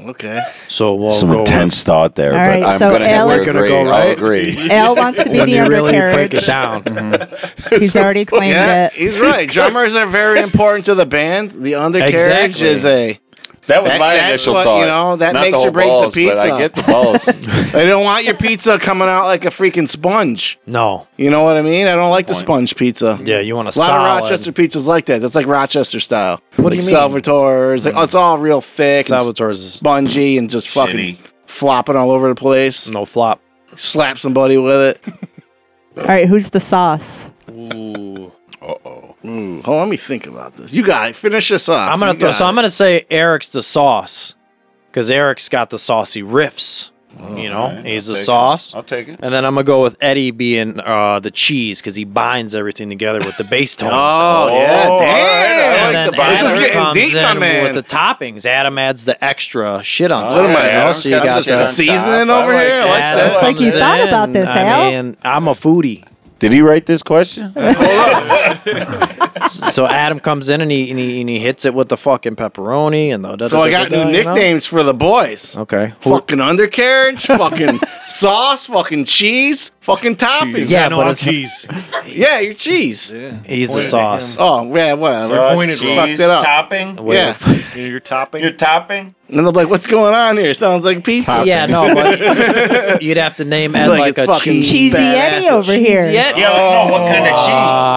[SPEAKER 7] Okay.
[SPEAKER 10] So we'll
[SPEAKER 4] Some
[SPEAKER 10] go
[SPEAKER 4] intense thought there,
[SPEAKER 5] All
[SPEAKER 4] but
[SPEAKER 5] right,
[SPEAKER 4] I'm
[SPEAKER 5] so
[SPEAKER 4] gonna have to
[SPEAKER 5] Alex-
[SPEAKER 4] agree.
[SPEAKER 10] We're gonna go,
[SPEAKER 4] I
[SPEAKER 10] right?
[SPEAKER 4] agree.
[SPEAKER 5] Al wants to be
[SPEAKER 10] When
[SPEAKER 5] the
[SPEAKER 10] you really break it
[SPEAKER 5] undercarriage.
[SPEAKER 10] down,
[SPEAKER 5] He's already claimed
[SPEAKER 7] Yeah,
[SPEAKER 5] it.
[SPEAKER 7] he's right. Drummers are very important to the band. The undercarriage
[SPEAKER 10] Exactly.
[SPEAKER 7] is a.
[SPEAKER 4] That was
[SPEAKER 7] That-
[SPEAKER 4] my
[SPEAKER 7] that's
[SPEAKER 4] initial
[SPEAKER 7] what,
[SPEAKER 4] thought.
[SPEAKER 7] you know, that
[SPEAKER 4] Not
[SPEAKER 7] makes
[SPEAKER 4] the whole
[SPEAKER 7] or breaks a
[SPEAKER 4] balls, but
[SPEAKER 7] pizza.
[SPEAKER 4] I get the balls.
[SPEAKER 7] They don't want your pizza coming out like a freaking sponge.
[SPEAKER 10] no,
[SPEAKER 7] You know what I mean? I don't like the sponge pizza.
[SPEAKER 10] yeah, you want
[SPEAKER 7] A
[SPEAKER 10] to
[SPEAKER 7] lot
[SPEAKER 10] solid.
[SPEAKER 7] of Rochester pizzas like that. That's like Rochester style. What like
[SPEAKER 10] do you mean?
[SPEAKER 7] Salvatore's. Like, oh, it's all real thick and
[SPEAKER 10] Salvatore's is
[SPEAKER 7] spongy and just fucking
[SPEAKER 4] Shitty.
[SPEAKER 7] flopping all over the place.
[SPEAKER 10] no flop.
[SPEAKER 7] Slap somebody with it.
[SPEAKER 5] All right, who's the sauce?
[SPEAKER 7] Ooh, hold on, let me think about this. You got it. Finish this off.
[SPEAKER 10] I'm gonna
[SPEAKER 7] You
[SPEAKER 10] throw,
[SPEAKER 7] got
[SPEAKER 10] so I'm
[SPEAKER 7] it.
[SPEAKER 10] gonna say Eric's the sauce because Eric's got the saucy riffs. you know, he's the sauce.
[SPEAKER 4] I'll take it.
[SPEAKER 10] And then I'm gonna go with Eddie being uh, the cheese because he binds everything together with the bass tone.
[SPEAKER 7] Oh,
[SPEAKER 4] all
[SPEAKER 7] yeah,
[SPEAKER 4] right,
[SPEAKER 7] damn.
[SPEAKER 4] I
[SPEAKER 10] and
[SPEAKER 4] like the
[SPEAKER 10] then
[SPEAKER 4] bottom.
[SPEAKER 7] This is
[SPEAKER 10] Adam
[SPEAKER 7] getting
[SPEAKER 10] comes
[SPEAKER 7] deep,
[SPEAKER 10] in
[SPEAKER 7] my man.
[SPEAKER 10] With the toppings, Adam adds the extra shit on top.
[SPEAKER 4] All right,
[SPEAKER 10] you know,
[SPEAKER 4] Adam's
[SPEAKER 10] so you got
[SPEAKER 4] shit
[SPEAKER 10] the
[SPEAKER 4] on
[SPEAKER 7] seasoning
[SPEAKER 4] top. I
[SPEAKER 7] over here. I like
[SPEAKER 4] that.
[SPEAKER 7] that.
[SPEAKER 10] Adam
[SPEAKER 5] It's like you
[SPEAKER 10] comes
[SPEAKER 5] thought about
[SPEAKER 10] in.
[SPEAKER 5] this,
[SPEAKER 10] I
[SPEAKER 5] Al.
[SPEAKER 10] mean, I'm a foodie.
[SPEAKER 4] Did he write this question?
[SPEAKER 10] So Adam comes in and he, and he and he hits it with the fucking pepperoni and the. da-
[SPEAKER 7] So
[SPEAKER 10] da-
[SPEAKER 7] I
[SPEAKER 10] da-
[SPEAKER 7] got
[SPEAKER 10] da-
[SPEAKER 7] new
[SPEAKER 10] da, you know?
[SPEAKER 7] nicknames for the boys.
[SPEAKER 10] Okay.
[SPEAKER 7] Fucking undercarriage, fucking sauce, fucking cheese, fucking toppings.
[SPEAKER 10] Yeah, but
[SPEAKER 9] I'm
[SPEAKER 10] it's-
[SPEAKER 9] cheese.
[SPEAKER 7] Yeah, your cheese.
[SPEAKER 10] he's the sauce.
[SPEAKER 7] Oh, yeah, whatever.
[SPEAKER 9] Sorry. Pointed wrong.
[SPEAKER 4] cheese,
[SPEAKER 7] Fucked it up.
[SPEAKER 4] topping.
[SPEAKER 7] Yeah.
[SPEAKER 9] You're topping.
[SPEAKER 4] Your topping.
[SPEAKER 7] And I'm like, what's going on here? Sounds like pizza.
[SPEAKER 10] Yeah, no, but you'd have to name Ed like,
[SPEAKER 7] Like a
[SPEAKER 10] a
[SPEAKER 7] fucking
[SPEAKER 10] cheese.
[SPEAKER 5] Cheesy Eddie over here.
[SPEAKER 4] Yeah, but no, what kind of cheese?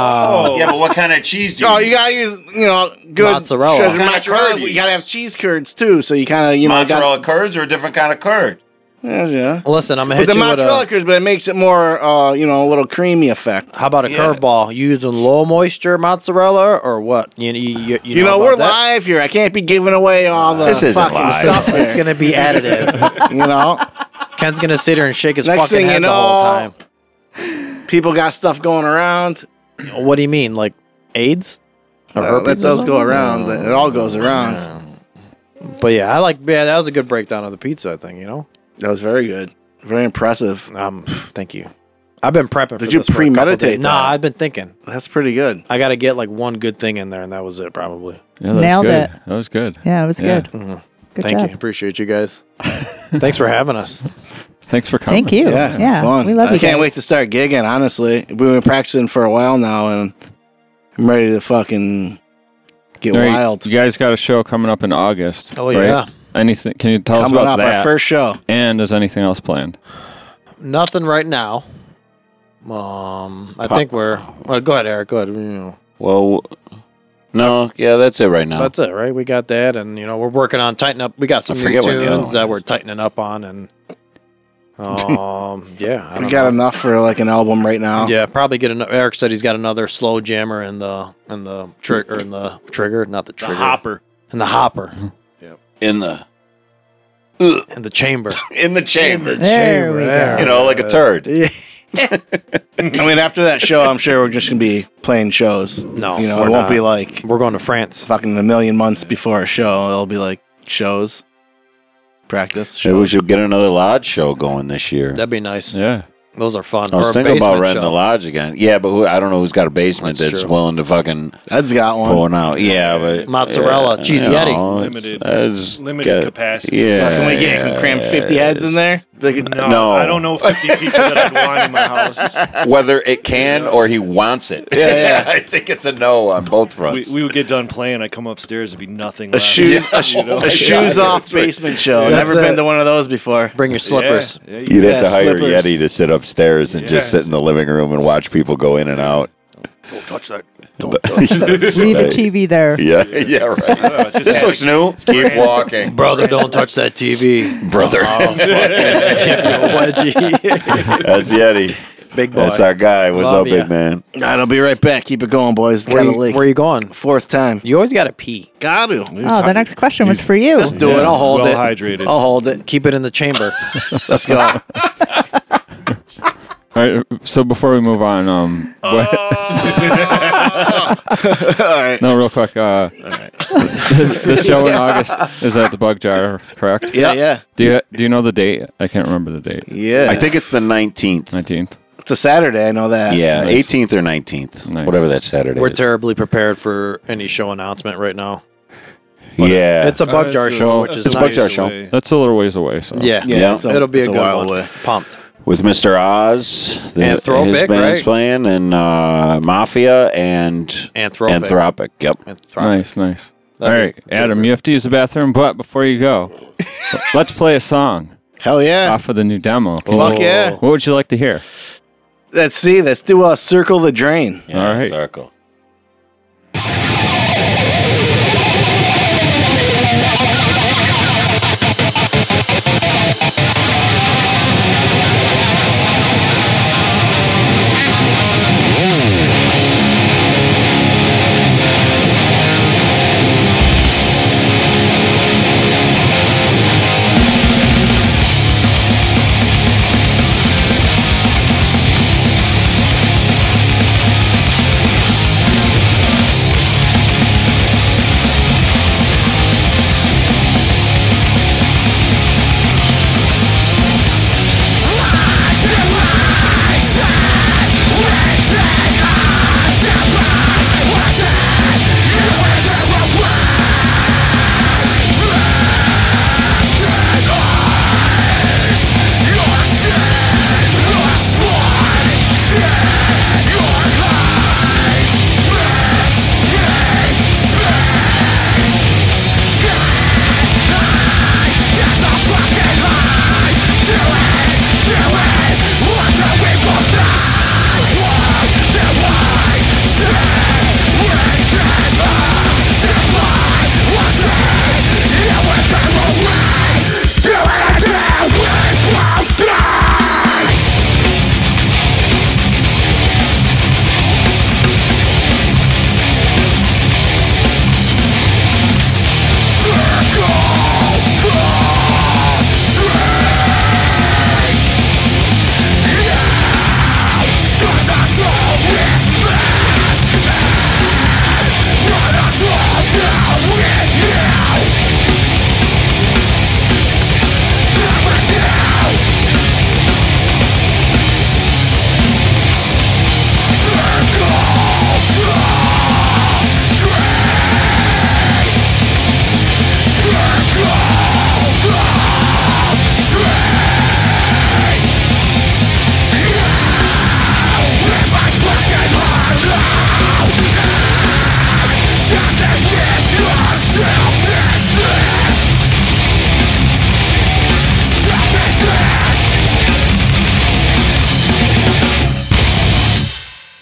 [SPEAKER 4] Yeah, but what kind of cheese do you?
[SPEAKER 7] Oh, you gotta use, you know, good
[SPEAKER 10] Mozzarella.
[SPEAKER 7] shredded
[SPEAKER 4] What kind of curd
[SPEAKER 7] mozzarella.
[SPEAKER 4] do you
[SPEAKER 7] You gotta have cheese curds too, so you kind of, you know,
[SPEAKER 4] mozzarella curds or a different kind of curd?
[SPEAKER 7] Got, yeah, yeah.
[SPEAKER 10] Listen, I'm gonna
[SPEAKER 7] But
[SPEAKER 10] hit
[SPEAKER 7] the
[SPEAKER 10] you with
[SPEAKER 7] mozzarella
[SPEAKER 10] a.
[SPEAKER 7] curds, but it makes it more, uh, you know, a little creamy effect.
[SPEAKER 10] How about a
[SPEAKER 4] Yeah.
[SPEAKER 10] curveball? You using low moisture mozzarella or what? You, you, you,
[SPEAKER 7] You, know, we're
[SPEAKER 10] lying.
[SPEAKER 7] live here. I can't be giving away all the
[SPEAKER 4] This isn't
[SPEAKER 7] fucking
[SPEAKER 4] live.
[SPEAKER 7] stuff.
[SPEAKER 10] It's
[SPEAKER 7] There,
[SPEAKER 10] gonna be additive.
[SPEAKER 7] you know,
[SPEAKER 10] Ken's gonna sit here and shake his
[SPEAKER 7] Next
[SPEAKER 10] fucking
[SPEAKER 7] thing you
[SPEAKER 10] head the whole
[SPEAKER 7] know-
[SPEAKER 10] time.
[SPEAKER 7] people got stuff going around.
[SPEAKER 10] What do you mean, like AIDS? Or
[SPEAKER 7] Uh,
[SPEAKER 10] herpes
[SPEAKER 7] that
[SPEAKER 10] or
[SPEAKER 7] does
[SPEAKER 10] something?
[SPEAKER 7] go around. It all goes around.
[SPEAKER 10] Mm. But yeah, I like. Yeah, that was a good breakdown of the pizza. I think you know.
[SPEAKER 7] That was very good. Very impressive.
[SPEAKER 10] Um, thank you. I've been prepping. for
[SPEAKER 7] Did you
[SPEAKER 10] this for a couple
[SPEAKER 7] premeditate
[SPEAKER 10] days. Nah,
[SPEAKER 7] that?
[SPEAKER 10] I've been thinking.
[SPEAKER 7] That's pretty good.
[SPEAKER 10] I got to get like one good thing in there, and that was it, probably.
[SPEAKER 8] Yeah, that was
[SPEAKER 5] Nailed
[SPEAKER 8] good.
[SPEAKER 5] it.
[SPEAKER 8] That was good.
[SPEAKER 5] Yeah, it was
[SPEAKER 8] Yeah.
[SPEAKER 5] good.
[SPEAKER 10] Mhm.
[SPEAKER 5] Good
[SPEAKER 10] Thank
[SPEAKER 5] job.
[SPEAKER 10] you. Appreciate you guys. Thanks for having us.
[SPEAKER 8] Thanks for coming.
[SPEAKER 5] Thank you.
[SPEAKER 7] Yeah,
[SPEAKER 5] Yeah,
[SPEAKER 7] it's fun.
[SPEAKER 5] we love
[SPEAKER 7] I
[SPEAKER 5] you.
[SPEAKER 7] can't
[SPEAKER 5] guys.
[SPEAKER 7] wait to start gigging. Honestly, we've been practicing for a while now, and I'm ready to fucking get
[SPEAKER 8] All right,
[SPEAKER 7] wild.
[SPEAKER 8] You guys got a show coming up in August.
[SPEAKER 10] Oh,
[SPEAKER 8] right?
[SPEAKER 10] yeah.
[SPEAKER 8] Anything? Can you tell
[SPEAKER 7] Coming
[SPEAKER 8] us about
[SPEAKER 7] up,
[SPEAKER 8] that?
[SPEAKER 7] our first show.
[SPEAKER 8] and is anything else planned?
[SPEAKER 10] Nothing right now. Um, I
[SPEAKER 4] Pop-
[SPEAKER 10] think we're. Well, go ahead, Eric. Go ahead. You know,
[SPEAKER 4] Well, no, yeah, that's it right now.
[SPEAKER 10] That's it, right? We got that, and you know we're working on tightening up. We got some new
[SPEAKER 4] forget what the other
[SPEAKER 10] tunes
[SPEAKER 4] one
[SPEAKER 10] that
[SPEAKER 4] is.
[SPEAKER 10] we're tightening up on, and um, yeah, I
[SPEAKER 7] We
[SPEAKER 10] don't
[SPEAKER 7] got
[SPEAKER 10] know.
[SPEAKER 7] enough for like an album right now.
[SPEAKER 10] Yeah, probably get another. Eric said he's got another slow jammer in the in the trigger in the trigger, not the trigger,
[SPEAKER 9] Hopper.
[SPEAKER 10] in the hopper,
[SPEAKER 4] in the
[SPEAKER 10] in the chamber.
[SPEAKER 4] in the chamber.
[SPEAKER 5] There we go.
[SPEAKER 4] You know, like a turd.
[SPEAKER 7] I mean, after that show, I'm sure we're just gonna be playing shows.
[SPEAKER 10] No,
[SPEAKER 7] you know,
[SPEAKER 10] we're
[SPEAKER 7] it won't
[SPEAKER 10] Oh, not.
[SPEAKER 7] be like
[SPEAKER 10] we're going to France.
[SPEAKER 7] Fucking a million months before a show, it'll be like shows, practice.
[SPEAKER 4] Maybe we
[SPEAKER 7] Shows.
[SPEAKER 4] should get another lodge show going this year.
[SPEAKER 10] That'd be nice.
[SPEAKER 8] Yeah.
[SPEAKER 10] Those are fun.
[SPEAKER 4] I was
[SPEAKER 10] Or a
[SPEAKER 4] thinking about
[SPEAKER 10] basement
[SPEAKER 4] renting
[SPEAKER 10] show.
[SPEAKER 4] the lodge again. Yeah, but who, I don't know who's got a basement
[SPEAKER 10] That's
[SPEAKER 4] that's,
[SPEAKER 10] true.
[SPEAKER 4] willing to fucking
[SPEAKER 7] Ed's got one.
[SPEAKER 4] pull one out. Yeah, but
[SPEAKER 10] Mozzarella,
[SPEAKER 4] yeah,
[SPEAKER 10] cheese
[SPEAKER 4] you
[SPEAKER 10] yeti.
[SPEAKER 4] know, it's-
[SPEAKER 2] Limited-
[SPEAKER 4] it's
[SPEAKER 2] limited
[SPEAKER 4] got-
[SPEAKER 2] capacity.
[SPEAKER 4] Yeah,
[SPEAKER 7] Well, can we get
[SPEAKER 4] yeah,
[SPEAKER 7] can we cram
[SPEAKER 4] yeah,
[SPEAKER 7] 50 heads in
[SPEAKER 4] it's-
[SPEAKER 7] there? Like,
[SPEAKER 2] No,
[SPEAKER 4] No.
[SPEAKER 2] I don't know 50 people that I'd want in my house.
[SPEAKER 4] Whether it can or he wants it.
[SPEAKER 7] yeah.
[SPEAKER 4] I think it's a no on both
[SPEAKER 2] We,
[SPEAKER 4] fronts.
[SPEAKER 2] we would get done playing. I come upstairs, it'd be nothing.
[SPEAKER 7] A
[SPEAKER 2] left.
[SPEAKER 7] shoes,
[SPEAKER 2] Yeah,
[SPEAKER 7] a, sh-
[SPEAKER 2] you know?
[SPEAKER 7] a shoes off basement show.
[SPEAKER 6] That's
[SPEAKER 7] Never been
[SPEAKER 6] a-
[SPEAKER 7] to one of those before.
[SPEAKER 10] Bring your
[SPEAKER 2] Yeah,
[SPEAKER 10] slippers.
[SPEAKER 2] yeah, you-
[SPEAKER 4] You'd have to
[SPEAKER 7] Yeah,
[SPEAKER 4] hire
[SPEAKER 7] slippers.
[SPEAKER 4] Yeti to sit upstairs and just
[SPEAKER 2] Yeah.
[SPEAKER 4] sit in the living room and watch people go in and out.
[SPEAKER 2] Don't touch that.
[SPEAKER 4] But-
[SPEAKER 5] Leave the TV there.
[SPEAKER 4] yeah, yeah, right.
[SPEAKER 2] Oh, it's just
[SPEAKER 4] This looks new. Keep walking,
[SPEAKER 10] Brother, don't touch that TV.
[SPEAKER 4] brother. That's Yeti.
[SPEAKER 7] Big boy.
[SPEAKER 4] That's our guy. What's
[SPEAKER 10] Love
[SPEAKER 4] up, big
[SPEAKER 10] ya.
[SPEAKER 4] man?
[SPEAKER 7] All right, I'll be right back. Keep it going, boys.
[SPEAKER 10] Where
[SPEAKER 7] Got a
[SPEAKER 10] you,
[SPEAKER 7] leak.
[SPEAKER 10] where you going?
[SPEAKER 7] Fourth time.
[SPEAKER 10] You always got to pee.
[SPEAKER 7] Got to.
[SPEAKER 5] Oh, the next question was for you.
[SPEAKER 7] Let's do
[SPEAKER 2] Yeah,
[SPEAKER 7] it. I'll
[SPEAKER 2] he's
[SPEAKER 7] hold
[SPEAKER 2] well
[SPEAKER 7] it.
[SPEAKER 2] hydrated.
[SPEAKER 7] I'll hold it.
[SPEAKER 10] Keep it in the chamber.
[SPEAKER 7] Let's go.
[SPEAKER 8] All right. So before we move on, um, what-
[SPEAKER 7] Uh, All right.
[SPEAKER 8] no, real quick. Uh, the show in August is at the Bug Jar, correct?
[SPEAKER 7] Yeah, yeah,
[SPEAKER 8] Do you do you know the date? I can't remember the date.
[SPEAKER 7] yeah.
[SPEAKER 4] I think it's the nineteenth.
[SPEAKER 8] Nineteenth.
[SPEAKER 7] it's a Saturday. I know that.
[SPEAKER 4] Yeah,
[SPEAKER 8] Nice.
[SPEAKER 4] 18th or 19th,
[SPEAKER 8] Nice.
[SPEAKER 4] whatever that Saturday
[SPEAKER 10] We're
[SPEAKER 4] is.
[SPEAKER 10] terribly prepared for any show announcement right now.
[SPEAKER 4] yeah,
[SPEAKER 10] It's a bug jar show, which is
[SPEAKER 4] It's a bug
[SPEAKER 10] nice.
[SPEAKER 4] jar show.
[SPEAKER 8] That's a little ways away. So
[SPEAKER 10] Yeah.
[SPEAKER 7] Yeah,
[SPEAKER 4] Yeah.
[SPEAKER 7] It's a,
[SPEAKER 10] It'll be
[SPEAKER 7] it's
[SPEAKER 10] a good
[SPEAKER 7] wild
[SPEAKER 10] one.
[SPEAKER 7] way.
[SPEAKER 10] Pumped.
[SPEAKER 4] with Mr. Oz, the,
[SPEAKER 10] Anthropic,
[SPEAKER 4] his band's
[SPEAKER 10] right?
[SPEAKER 4] playing, and uh, Mafia and
[SPEAKER 10] Anthropic.
[SPEAKER 4] Anthropic. Yep.
[SPEAKER 8] Nice, nice. All right, Adam, you have to use the bathroom, but before you go, let's play a song
[SPEAKER 7] Hell yeah.
[SPEAKER 8] off of the new demo. Can you-
[SPEAKER 7] Fuck yeah.
[SPEAKER 8] What would you like to hear?
[SPEAKER 7] Let's see. Let's do a circle the drain.
[SPEAKER 8] Yeah, All right.
[SPEAKER 4] Circle.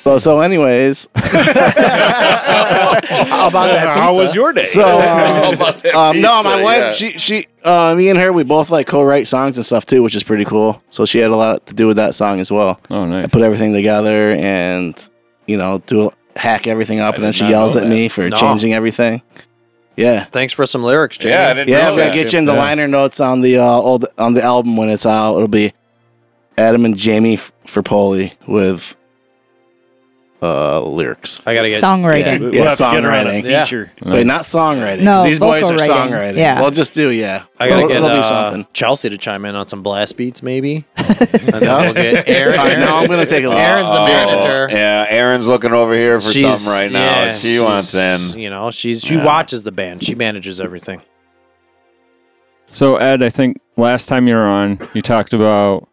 [SPEAKER 7] So, so anyways, how about that?
[SPEAKER 2] How
[SPEAKER 7] pizza?
[SPEAKER 2] was your day?
[SPEAKER 7] So, um,
[SPEAKER 4] about that
[SPEAKER 7] um, no, my
[SPEAKER 4] pizza,
[SPEAKER 7] wife,
[SPEAKER 4] yeah.
[SPEAKER 7] she, she, uh, me and her, we both like co-write songs and stuff too, which is pretty cool. So she had a lot to do with that song as well.
[SPEAKER 8] Oh,
[SPEAKER 7] I
[SPEAKER 8] nice.
[SPEAKER 7] put everything together and, you know, do hack everything up, and then
[SPEAKER 4] did
[SPEAKER 7] she
[SPEAKER 4] not
[SPEAKER 7] yells
[SPEAKER 4] know
[SPEAKER 7] at
[SPEAKER 4] that.
[SPEAKER 7] me for
[SPEAKER 10] No.
[SPEAKER 7] changing everything. Yeah,
[SPEAKER 10] Thanks for some lyrics, Jamie.
[SPEAKER 4] Yeah, I didn't
[SPEAKER 7] yeah,
[SPEAKER 4] know
[SPEAKER 7] I'm gonna
[SPEAKER 4] that.
[SPEAKER 7] get you in the
[SPEAKER 8] Yeah.
[SPEAKER 7] liner notes on the uh, old on the album when it's out. It'll be Adam and Jamie for Polly with uh, lyrics.
[SPEAKER 10] I gotta
[SPEAKER 5] get- Songwriting.
[SPEAKER 7] Yeah,
[SPEAKER 5] We'll
[SPEAKER 7] yeah,
[SPEAKER 10] have to get her on a
[SPEAKER 7] songwriting.
[SPEAKER 10] feature.
[SPEAKER 7] Yeah. Wait, not songwriting. 'cause
[SPEAKER 5] No,
[SPEAKER 7] these boys are
[SPEAKER 5] vocal writing,
[SPEAKER 7] songwriting.
[SPEAKER 5] yeah.
[SPEAKER 7] Well, just do yeah.
[SPEAKER 10] I gotta
[SPEAKER 7] It'll-
[SPEAKER 10] get
[SPEAKER 7] it'll be
[SPEAKER 10] uh,
[SPEAKER 7] something.
[SPEAKER 10] Chelsea to chime in on some blast beats, maybe. And then we'll get Aaron.
[SPEAKER 7] All right, now I'm gonna take a look. Oh.
[SPEAKER 1] Aaron's a manager.
[SPEAKER 4] Oh, Yeah, Aaron's looking over here for
[SPEAKER 10] She's-
[SPEAKER 4] something right now.
[SPEAKER 10] yeah,
[SPEAKER 4] she wants
[SPEAKER 10] she's-
[SPEAKER 4] in.
[SPEAKER 10] You know, she's she
[SPEAKER 4] Yeah.
[SPEAKER 10] watches the band. She manages everything.
[SPEAKER 8] So Ed, I think last time you were on, you talked about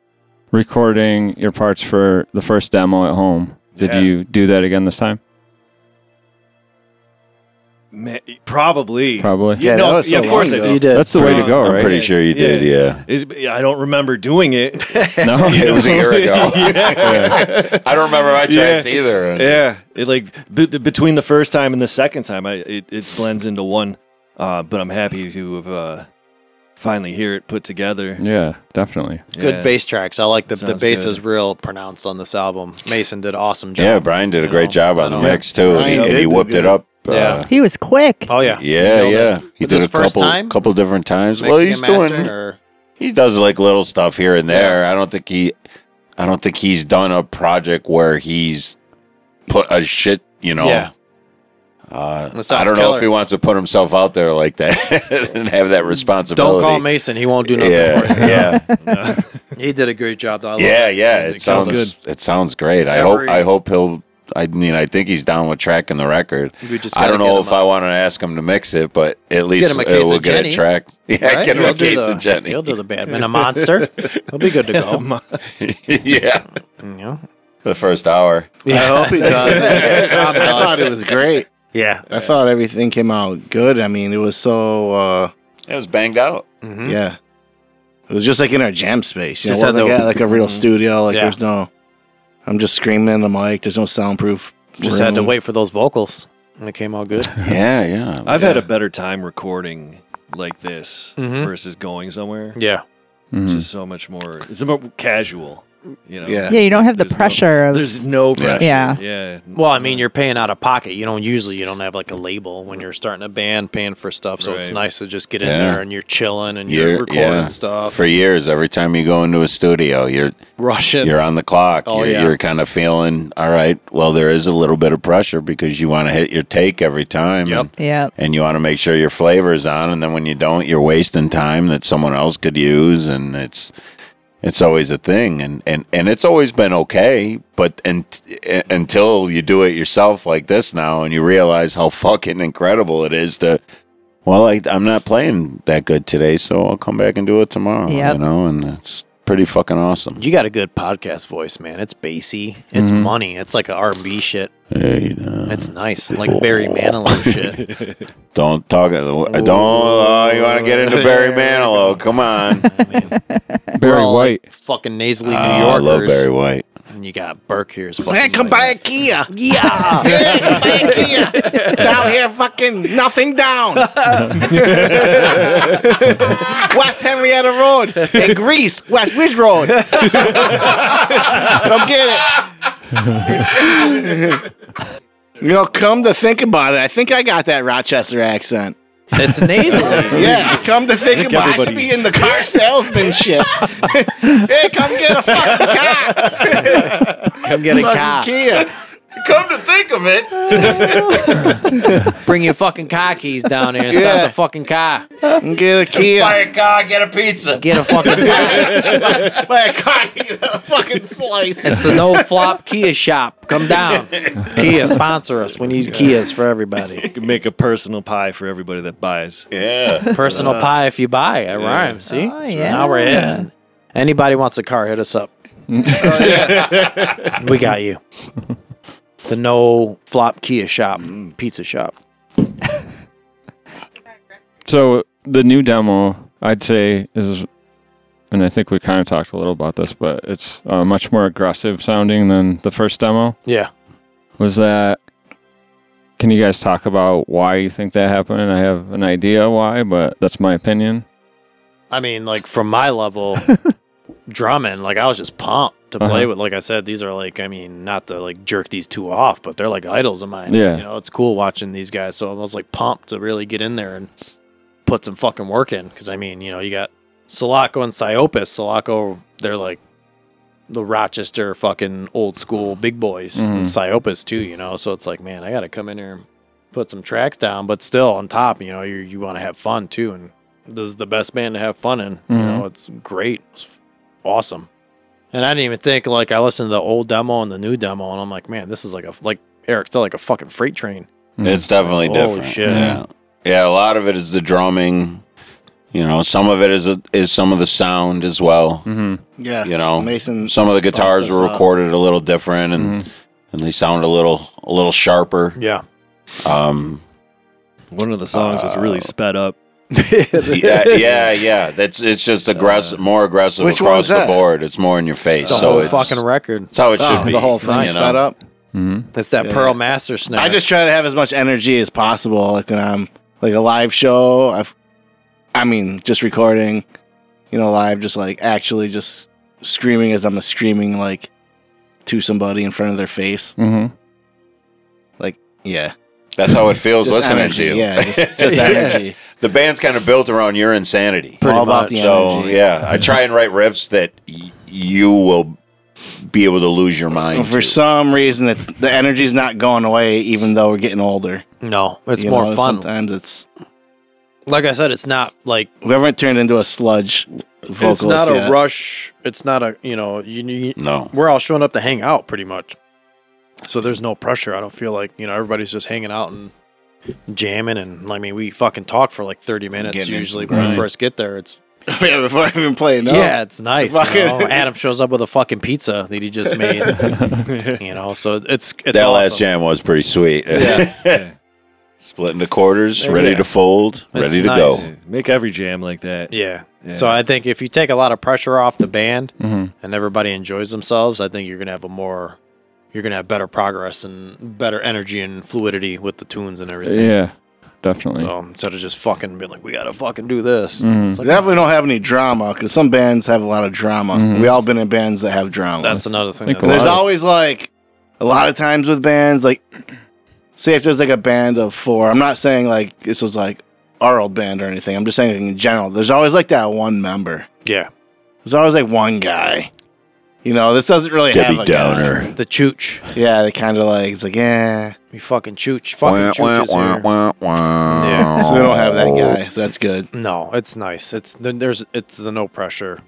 [SPEAKER 8] recording your parts for the first demo at home. Did
[SPEAKER 2] Yeah.
[SPEAKER 8] you do that again this time?
[SPEAKER 2] Ma- probably.
[SPEAKER 8] Probably.
[SPEAKER 2] Yeah, no, yeah of course I did.
[SPEAKER 8] That's the way to go,
[SPEAKER 4] I'm
[SPEAKER 8] right?
[SPEAKER 4] pretty sure you did, yeah.
[SPEAKER 2] Is- I don't remember doing it.
[SPEAKER 8] No?
[SPEAKER 4] It was a year ago.
[SPEAKER 2] yeah.
[SPEAKER 4] I don't remember my tracks either.
[SPEAKER 2] Yeah, it like b- between the first time and the second time, I it, it blends into one. Uh, but I'm happy to have uh, finally hear it put together.
[SPEAKER 8] Yeah, definitely.
[SPEAKER 10] Good
[SPEAKER 2] Yeah.
[SPEAKER 10] bass tracks. I like the the
[SPEAKER 2] Sounds
[SPEAKER 10] bass
[SPEAKER 2] good.
[SPEAKER 10] is real pronounced on this album. Mason did awesome job.
[SPEAKER 4] Yeah, Brian did a
[SPEAKER 10] you
[SPEAKER 4] great
[SPEAKER 10] know.
[SPEAKER 4] job on the
[SPEAKER 10] Yeah.
[SPEAKER 4] mix too. and he,
[SPEAKER 10] Brian
[SPEAKER 4] and
[SPEAKER 10] did
[SPEAKER 4] he
[SPEAKER 10] do
[SPEAKER 4] whipped it
[SPEAKER 10] good.
[SPEAKER 4] up. uh,
[SPEAKER 10] Yeah.
[SPEAKER 5] He was quick.
[SPEAKER 10] Oh yeah.
[SPEAKER 4] yeah,
[SPEAKER 10] Nailed
[SPEAKER 4] yeah.
[SPEAKER 10] it.
[SPEAKER 4] He
[SPEAKER 10] Was
[SPEAKER 4] did
[SPEAKER 10] his
[SPEAKER 4] a
[SPEAKER 10] first
[SPEAKER 4] couple
[SPEAKER 10] time
[SPEAKER 4] couple different times.
[SPEAKER 10] mixing
[SPEAKER 4] well,
[SPEAKER 10] and
[SPEAKER 4] he's
[SPEAKER 10] mastering,
[SPEAKER 4] doing
[SPEAKER 10] or-
[SPEAKER 4] he does like little stuff here and there. I don't think he I don't think he's done a project where he's put a shit, you know.
[SPEAKER 10] Yeah.
[SPEAKER 4] Uh,
[SPEAKER 10] That sounds
[SPEAKER 4] I don't know
[SPEAKER 10] killer.
[SPEAKER 4] if he wants to put himself out there like that and have that responsibility.
[SPEAKER 10] Don't call Mason. He won't do nothing
[SPEAKER 4] Yeah,
[SPEAKER 10] for you.
[SPEAKER 4] yeah,
[SPEAKER 10] He did a great job. though. I love
[SPEAKER 4] yeah,
[SPEAKER 10] it.
[SPEAKER 4] yeah. It, sounds good. It sounds great. I hope.
[SPEAKER 10] Every-
[SPEAKER 4] I hope he'll. I mean, I think he's down with tracking the record.
[SPEAKER 10] We just
[SPEAKER 4] I don't
[SPEAKER 10] gotta get
[SPEAKER 4] know
[SPEAKER 10] him
[SPEAKER 4] if I want to ask him to mix it, but at
[SPEAKER 10] him
[SPEAKER 4] least
[SPEAKER 10] a
[SPEAKER 4] it
[SPEAKER 10] case
[SPEAKER 4] will
[SPEAKER 10] of
[SPEAKER 4] get
[SPEAKER 10] Jenny,
[SPEAKER 4] it tracked. Yeah,
[SPEAKER 10] right?
[SPEAKER 4] get him
[SPEAKER 10] He'll
[SPEAKER 4] a
[SPEAKER 10] do
[SPEAKER 4] case
[SPEAKER 10] the-
[SPEAKER 4] of Jenny.
[SPEAKER 10] He'll do the Batman a monster. He'll be good to go.
[SPEAKER 4] yeah,
[SPEAKER 10] You know?
[SPEAKER 4] the first hour.
[SPEAKER 7] I hope he does. I thought it was great.
[SPEAKER 10] Yeah.
[SPEAKER 7] I thought everything came out good. I mean, it was so uh,
[SPEAKER 4] It was banged out.
[SPEAKER 10] Mm-hmm.
[SPEAKER 7] yeah. It was just like in our jam space. You know, it
[SPEAKER 10] Hmm? Just had
[SPEAKER 7] wasn't
[SPEAKER 10] the- Mm-hmm.
[SPEAKER 7] got, like a real studio. Like
[SPEAKER 10] Yeah.
[SPEAKER 7] there's no, I'm just screaming in the mic. There's no soundproof.
[SPEAKER 10] Just had to
[SPEAKER 7] room.
[SPEAKER 10] wait for those vocals, and it came out good.
[SPEAKER 4] Yeah, yeah.
[SPEAKER 2] I've had a better time recording like this
[SPEAKER 10] Mhm.
[SPEAKER 2] versus going somewhere.
[SPEAKER 10] Yeah.
[SPEAKER 8] Mm-hmm.
[SPEAKER 10] Hmm.
[SPEAKER 2] It's just so much more. It's more casual. You know.
[SPEAKER 7] Yeah.
[SPEAKER 5] Yeah, you don't have the
[SPEAKER 2] There's no-
[SPEAKER 5] pressure of.
[SPEAKER 2] There's no
[SPEAKER 4] Yeah.
[SPEAKER 2] pressure.
[SPEAKER 5] Yeah.
[SPEAKER 2] Yeah.
[SPEAKER 10] Well, I mean, you're paying out of pocket. You don't usually you don't have like a
[SPEAKER 4] Mm.
[SPEAKER 10] label when you're starting a band, paying for stuff. So it's
[SPEAKER 2] Right.
[SPEAKER 10] nice to just get in
[SPEAKER 4] Yeah.
[SPEAKER 10] there and you're chilling and you're,
[SPEAKER 4] You're-
[SPEAKER 10] recording
[SPEAKER 4] yeah.
[SPEAKER 10] stuff.
[SPEAKER 4] For years, every time you go into a studio, you're
[SPEAKER 10] Russian.
[SPEAKER 4] you're on the clock.
[SPEAKER 10] Oh,
[SPEAKER 4] you're,
[SPEAKER 10] yeah.
[SPEAKER 4] you're kind of feeling all right. Well, there is a little bit of pressure because you want to hit your take every time.
[SPEAKER 10] Yep.
[SPEAKER 4] and-
[SPEAKER 5] yeah.
[SPEAKER 4] and you want to make sure your flavor's on and then when you don't you're wasting time that someone else could use and it's it's always a thing and and and it's always been okay but and until you do it yourself like this now and you realize how fucking incredible it is to well I, i'm not playing that good today so i'll come back and do it tomorrow
[SPEAKER 5] Yep.
[SPEAKER 4] you know and it's pretty fucking awesome Mm-hmm.
[SPEAKER 10] You got a good podcast voice, man. It's bassy. It's
[SPEAKER 8] Mhm.
[SPEAKER 10] money. It's like a R&B shit.
[SPEAKER 4] Hey, uh,
[SPEAKER 10] It's nice. Like Barry Manilow shit.
[SPEAKER 4] don't talk don't
[SPEAKER 7] uh,
[SPEAKER 4] oh you want to get into barry manilow come on
[SPEAKER 10] I mean, we're
[SPEAKER 8] Barry
[SPEAKER 10] all, like,
[SPEAKER 8] White.
[SPEAKER 10] fucking nasally New
[SPEAKER 4] Ah, i
[SPEAKER 10] Yorkers.
[SPEAKER 4] love barry white
[SPEAKER 10] And you got Burke here's fucking.
[SPEAKER 7] Man, come
[SPEAKER 10] like-
[SPEAKER 7] buy a Kia. Yeah. come buy a Kia. Down here, fucking nothing down. West Henrietta Road in Greece, West Ridge Road. come get it. You know, come to think about it, I think I got that Rochester accent.
[SPEAKER 10] It's nasally.
[SPEAKER 7] Yeah, come to think about it, I should
[SPEAKER 2] everybody-
[SPEAKER 7] be in the car salesmanship. hey, come get a fucking car.
[SPEAKER 10] Come get a car.
[SPEAKER 7] Kia.
[SPEAKER 4] Come to think of it,
[SPEAKER 10] Bring your fucking car keys down here and start
[SPEAKER 7] Yeah.
[SPEAKER 10] the fucking car.
[SPEAKER 7] Get a Kia.
[SPEAKER 4] buy a car, get a pizza.
[SPEAKER 10] Get a fucking car.
[SPEAKER 7] by a car, you get a fucking slice.
[SPEAKER 10] It's the no flop Kia shop. Come down. Kia, sponsor us. We need Kias for everybody.
[SPEAKER 2] Can make a personal pie for everybody that buys.
[SPEAKER 4] Yeah.
[SPEAKER 10] Personal pie if you buy. It rhymes. See?
[SPEAKER 5] Oh,
[SPEAKER 10] So
[SPEAKER 5] yeah.
[SPEAKER 10] Now we're in. Anybody wants a car, hit us up. we got you. The no flop Kia shop, mm, pizza shop.
[SPEAKER 8] So the new demo, I'd say, is, and I think we kind of talked a little about this, but it's uh, much more aggressive sounding than the first demo.
[SPEAKER 10] Yeah.
[SPEAKER 8] Was that? Can you guys talk about why you think that happened? I have an idea why, but that's my opinion.
[SPEAKER 10] I mean, like from my level, drumming, like I was just pumped to play
[SPEAKER 8] Uh-huh.
[SPEAKER 10] with. Like I said, these are like, I mean, not to like jerk these two off, but they're like idols of mine.
[SPEAKER 8] Yeah.
[SPEAKER 10] You know, it's cool watching these guys. So I was like pumped to really get in there and put some fucking work in. Cause I mean, you know, you got Sulaco and Psyopis. Sulaco, they're like the Rochester fucking old school big boys
[SPEAKER 2] Mhm.
[SPEAKER 10] and
[SPEAKER 8] Mm-hmm.
[SPEAKER 10] Psyopus too, you know. So it's like, man, I got to come in here and put some tracks down, but still on top, you know, you you want to have fun too, and this is the best band to have fun in. You know, it's great, it's f- awesome. And I didn't even think like I listened to the old demo and the new demo, and I'm like, man, this is like a like Eric said, like a fucking freight train.
[SPEAKER 8] Mm-hmm. Mm.
[SPEAKER 4] It's definitely
[SPEAKER 10] Holy
[SPEAKER 4] different.
[SPEAKER 10] shit.
[SPEAKER 4] Yeah. Yeah, a lot of it is the drumming. You know, some of it is is some of the sound as well.
[SPEAKER 8] Mm-hmm.
[SPEAKER 7] Yeah.
[SPEAKER 4] You know,
[SPEAKER 7] Mason
[SPEAKER 4] Some of the
[SPEAKER 7] brought
[SPEAKER 4] guitars
[SPEAKER 7] this
[SPEAKER 4] were
[SPEAKER 7] up.
[SPEAKER 4] recorded a little different, and
[SPEAKER 8] Mm-hmm.
[SPEAKER 4] and they sound a little a little sharper.
[SPEAKER 10] Yeah.
[SPEAKER 4] Um.
[SPEAKER 2] One of the songs was really
[SPEAKER 10] Uh.
[SPEAKER 2] sped up.
[SPEAKER 4] yeah, yeah, yeah. That's it's just
[SPEAKER 7] Uh,
[SPEAKER 4] aggressive, more aggressive
[SPEAKER 10] Which
[SPEAKER 4] across
[SPEAKER 10] one's
[SPEAKER 4] the
[SPEAKER 10] that?
[SPEAKER 4] board. It's more in your face.
[SPEAKER 10] The
[SPEAKER 4] so
[SPEAKER 10] whole
[SPEAKER 4] it's,
[SPEAKER 10] fucking record.
[SPEAKER 4] That's how it should be.
[SPEAKER 7] Oh, The whole thing
[SPEAKER 4] you know?
[SPEAKER 7] set up.
[SPEAKER 8] Mm-hmm.
[SPEAKER 10] It's that
[SPEAKER 7] Yeah.
[SPEAKER 10] Pearl Master snare.
[SPEAKER 7] I just try to have as much energy as possible. Like when I'm like a live show, I've, I mean, just recording, you know, live, just like actually just screaming as I'm screaming like to somebody in front of their face.
[SPEAKER 8] Mm-hmm.
[SPEAKER 7] Like, yeah.
[SPEAKER 4] That's how it feels
[SPEAKER 7] Just
[SPEAKER 4] listening
[SPEAKER 7] energy,
[SPEAKER 4] to you.
[SPEAKER 7] yeah, just- just energy.
[SPEAKER 4] The band's kind of built around your insanity.
[SPEAKER 7] Pretty All about much. the
[SPEAKER 4] so
[SPEAKER 7] energy.
[SPEAKER 4] yeah, I try and write riffs that y- you will be able to lose your mind.
[SPEAKER 7] for some reason, it's the energy's not going away, even though we're getting older.
[SPEAKER 10] no, it's
[SPEAKER 7] You
[SPEAKER 10] more
[SPEAKER 7] know,
[SPEAKER 10] fun.
[SPEAKER 7] Sometimes it's
[SPEAKER 10] Like I said, it's not like
[SPEAKER 7] we haven't turned into a sludge vocalist
[SPEAKER 10] it's not
[SPEAKER 7] yet.
[SPEAKER 10] a rush. It's not a you know you, you
[SPEAKER 4] No.
[SPEAKER 10] We're all showing up to hang out pretty much, so there's no pressure. I don't feel like you know everybody's just hanging out and jamming and I mean we fucking talk for like thirty minutes
[SPEAKER 4] Getting into
[SPEAKER 10] usually
[SPEAKER 4] the
[SPEAKER 10] when we
[SPEAKER 4] grind.
[SPEAKER 10] first get there. It's
[SPEAKER 7] yeah, before I even play. No.
[SPEAKER 10] yeah, it's nice. you
[SPEAKER 7] Fucking-
[SPEAKER 10] know? Adam shows up with a fucking pizza that he just made. you know, so it's it's
[SPEAKER 4] that
[SPEAKER 10] awesome.
[SPEAKER 4] last jam was pretty sweet.
[SPEAKER 2] Yeah.
[SPEAKER 4] Split into quarters,
[SPEAKER 10] Yeah.
[SPEAKER 4] ready to fold,
[SPEAKER 10] It's
[SPEAKER 4] ready to
[SPEAKER 10] nice.
[SPEAKER 4] go.
[SPEAKER 2] Make every jam like that.
[SPEAKER 10] Yeah.
[SPEAKER 2] Yeah.
[SPEAKER 10] So I think if you take a lot of pressure off the band
[SPEAKER 8] Mhm.
[SPEAKER 10] and everybody enjoys themselves, I think you're gonna have a more you're gonna have better progress and better energy and fluidity with the tunes and everything.
[SPEAKER 8] Yeah, definitely.
[SPEAKER 10] So instead of just fucking being like, we gotta fucking do this.
[SPEAKER 8] Mhm.
[SPEAKER 4] Mm-hmm.
[SPEAKER 10] It's
[SPEAKER 7] We
[SPEAKER 10] like,
[SPEAKER 7] definitely don't have any drama because some bands have a lot of drama. We all been in bands that have drama.
[SPEAKER 10] Mm-hmm. that's another thing.
[SPEAKER 8] Think
[SPEAKER 10] that's-
[SPEAKER 8] a
[SPEAKER 7] There's
[SPEAKER 8] lot of-
[SPEAKER 7] always like a lot of times with bands, like say if there's like a band of four. I'm not saying like this was like our old band or anything. I'm just saying in general, there's always like that one member.
[SPEAKER 10] yeah.
[SPEAKER 7] There's always like one guy. You know, this doesn't really have
[SPEAKER 4] Debbie
[SPEAKER 7] a guy.
[SPEAKER 4] Downer.
[SPEAKER 10] The chooch.
[SPEAKER 7] Yeah, they kind of like it's like "Eh." yeah.
[SPEAKER 10] We fucking chooch. Fucking chooch is here. Yeah.
[SPEAKER 7] So we don't have that guy. So that's good.
[SPEAKER 10] No, it's nice. It's then there's it's the no pressure.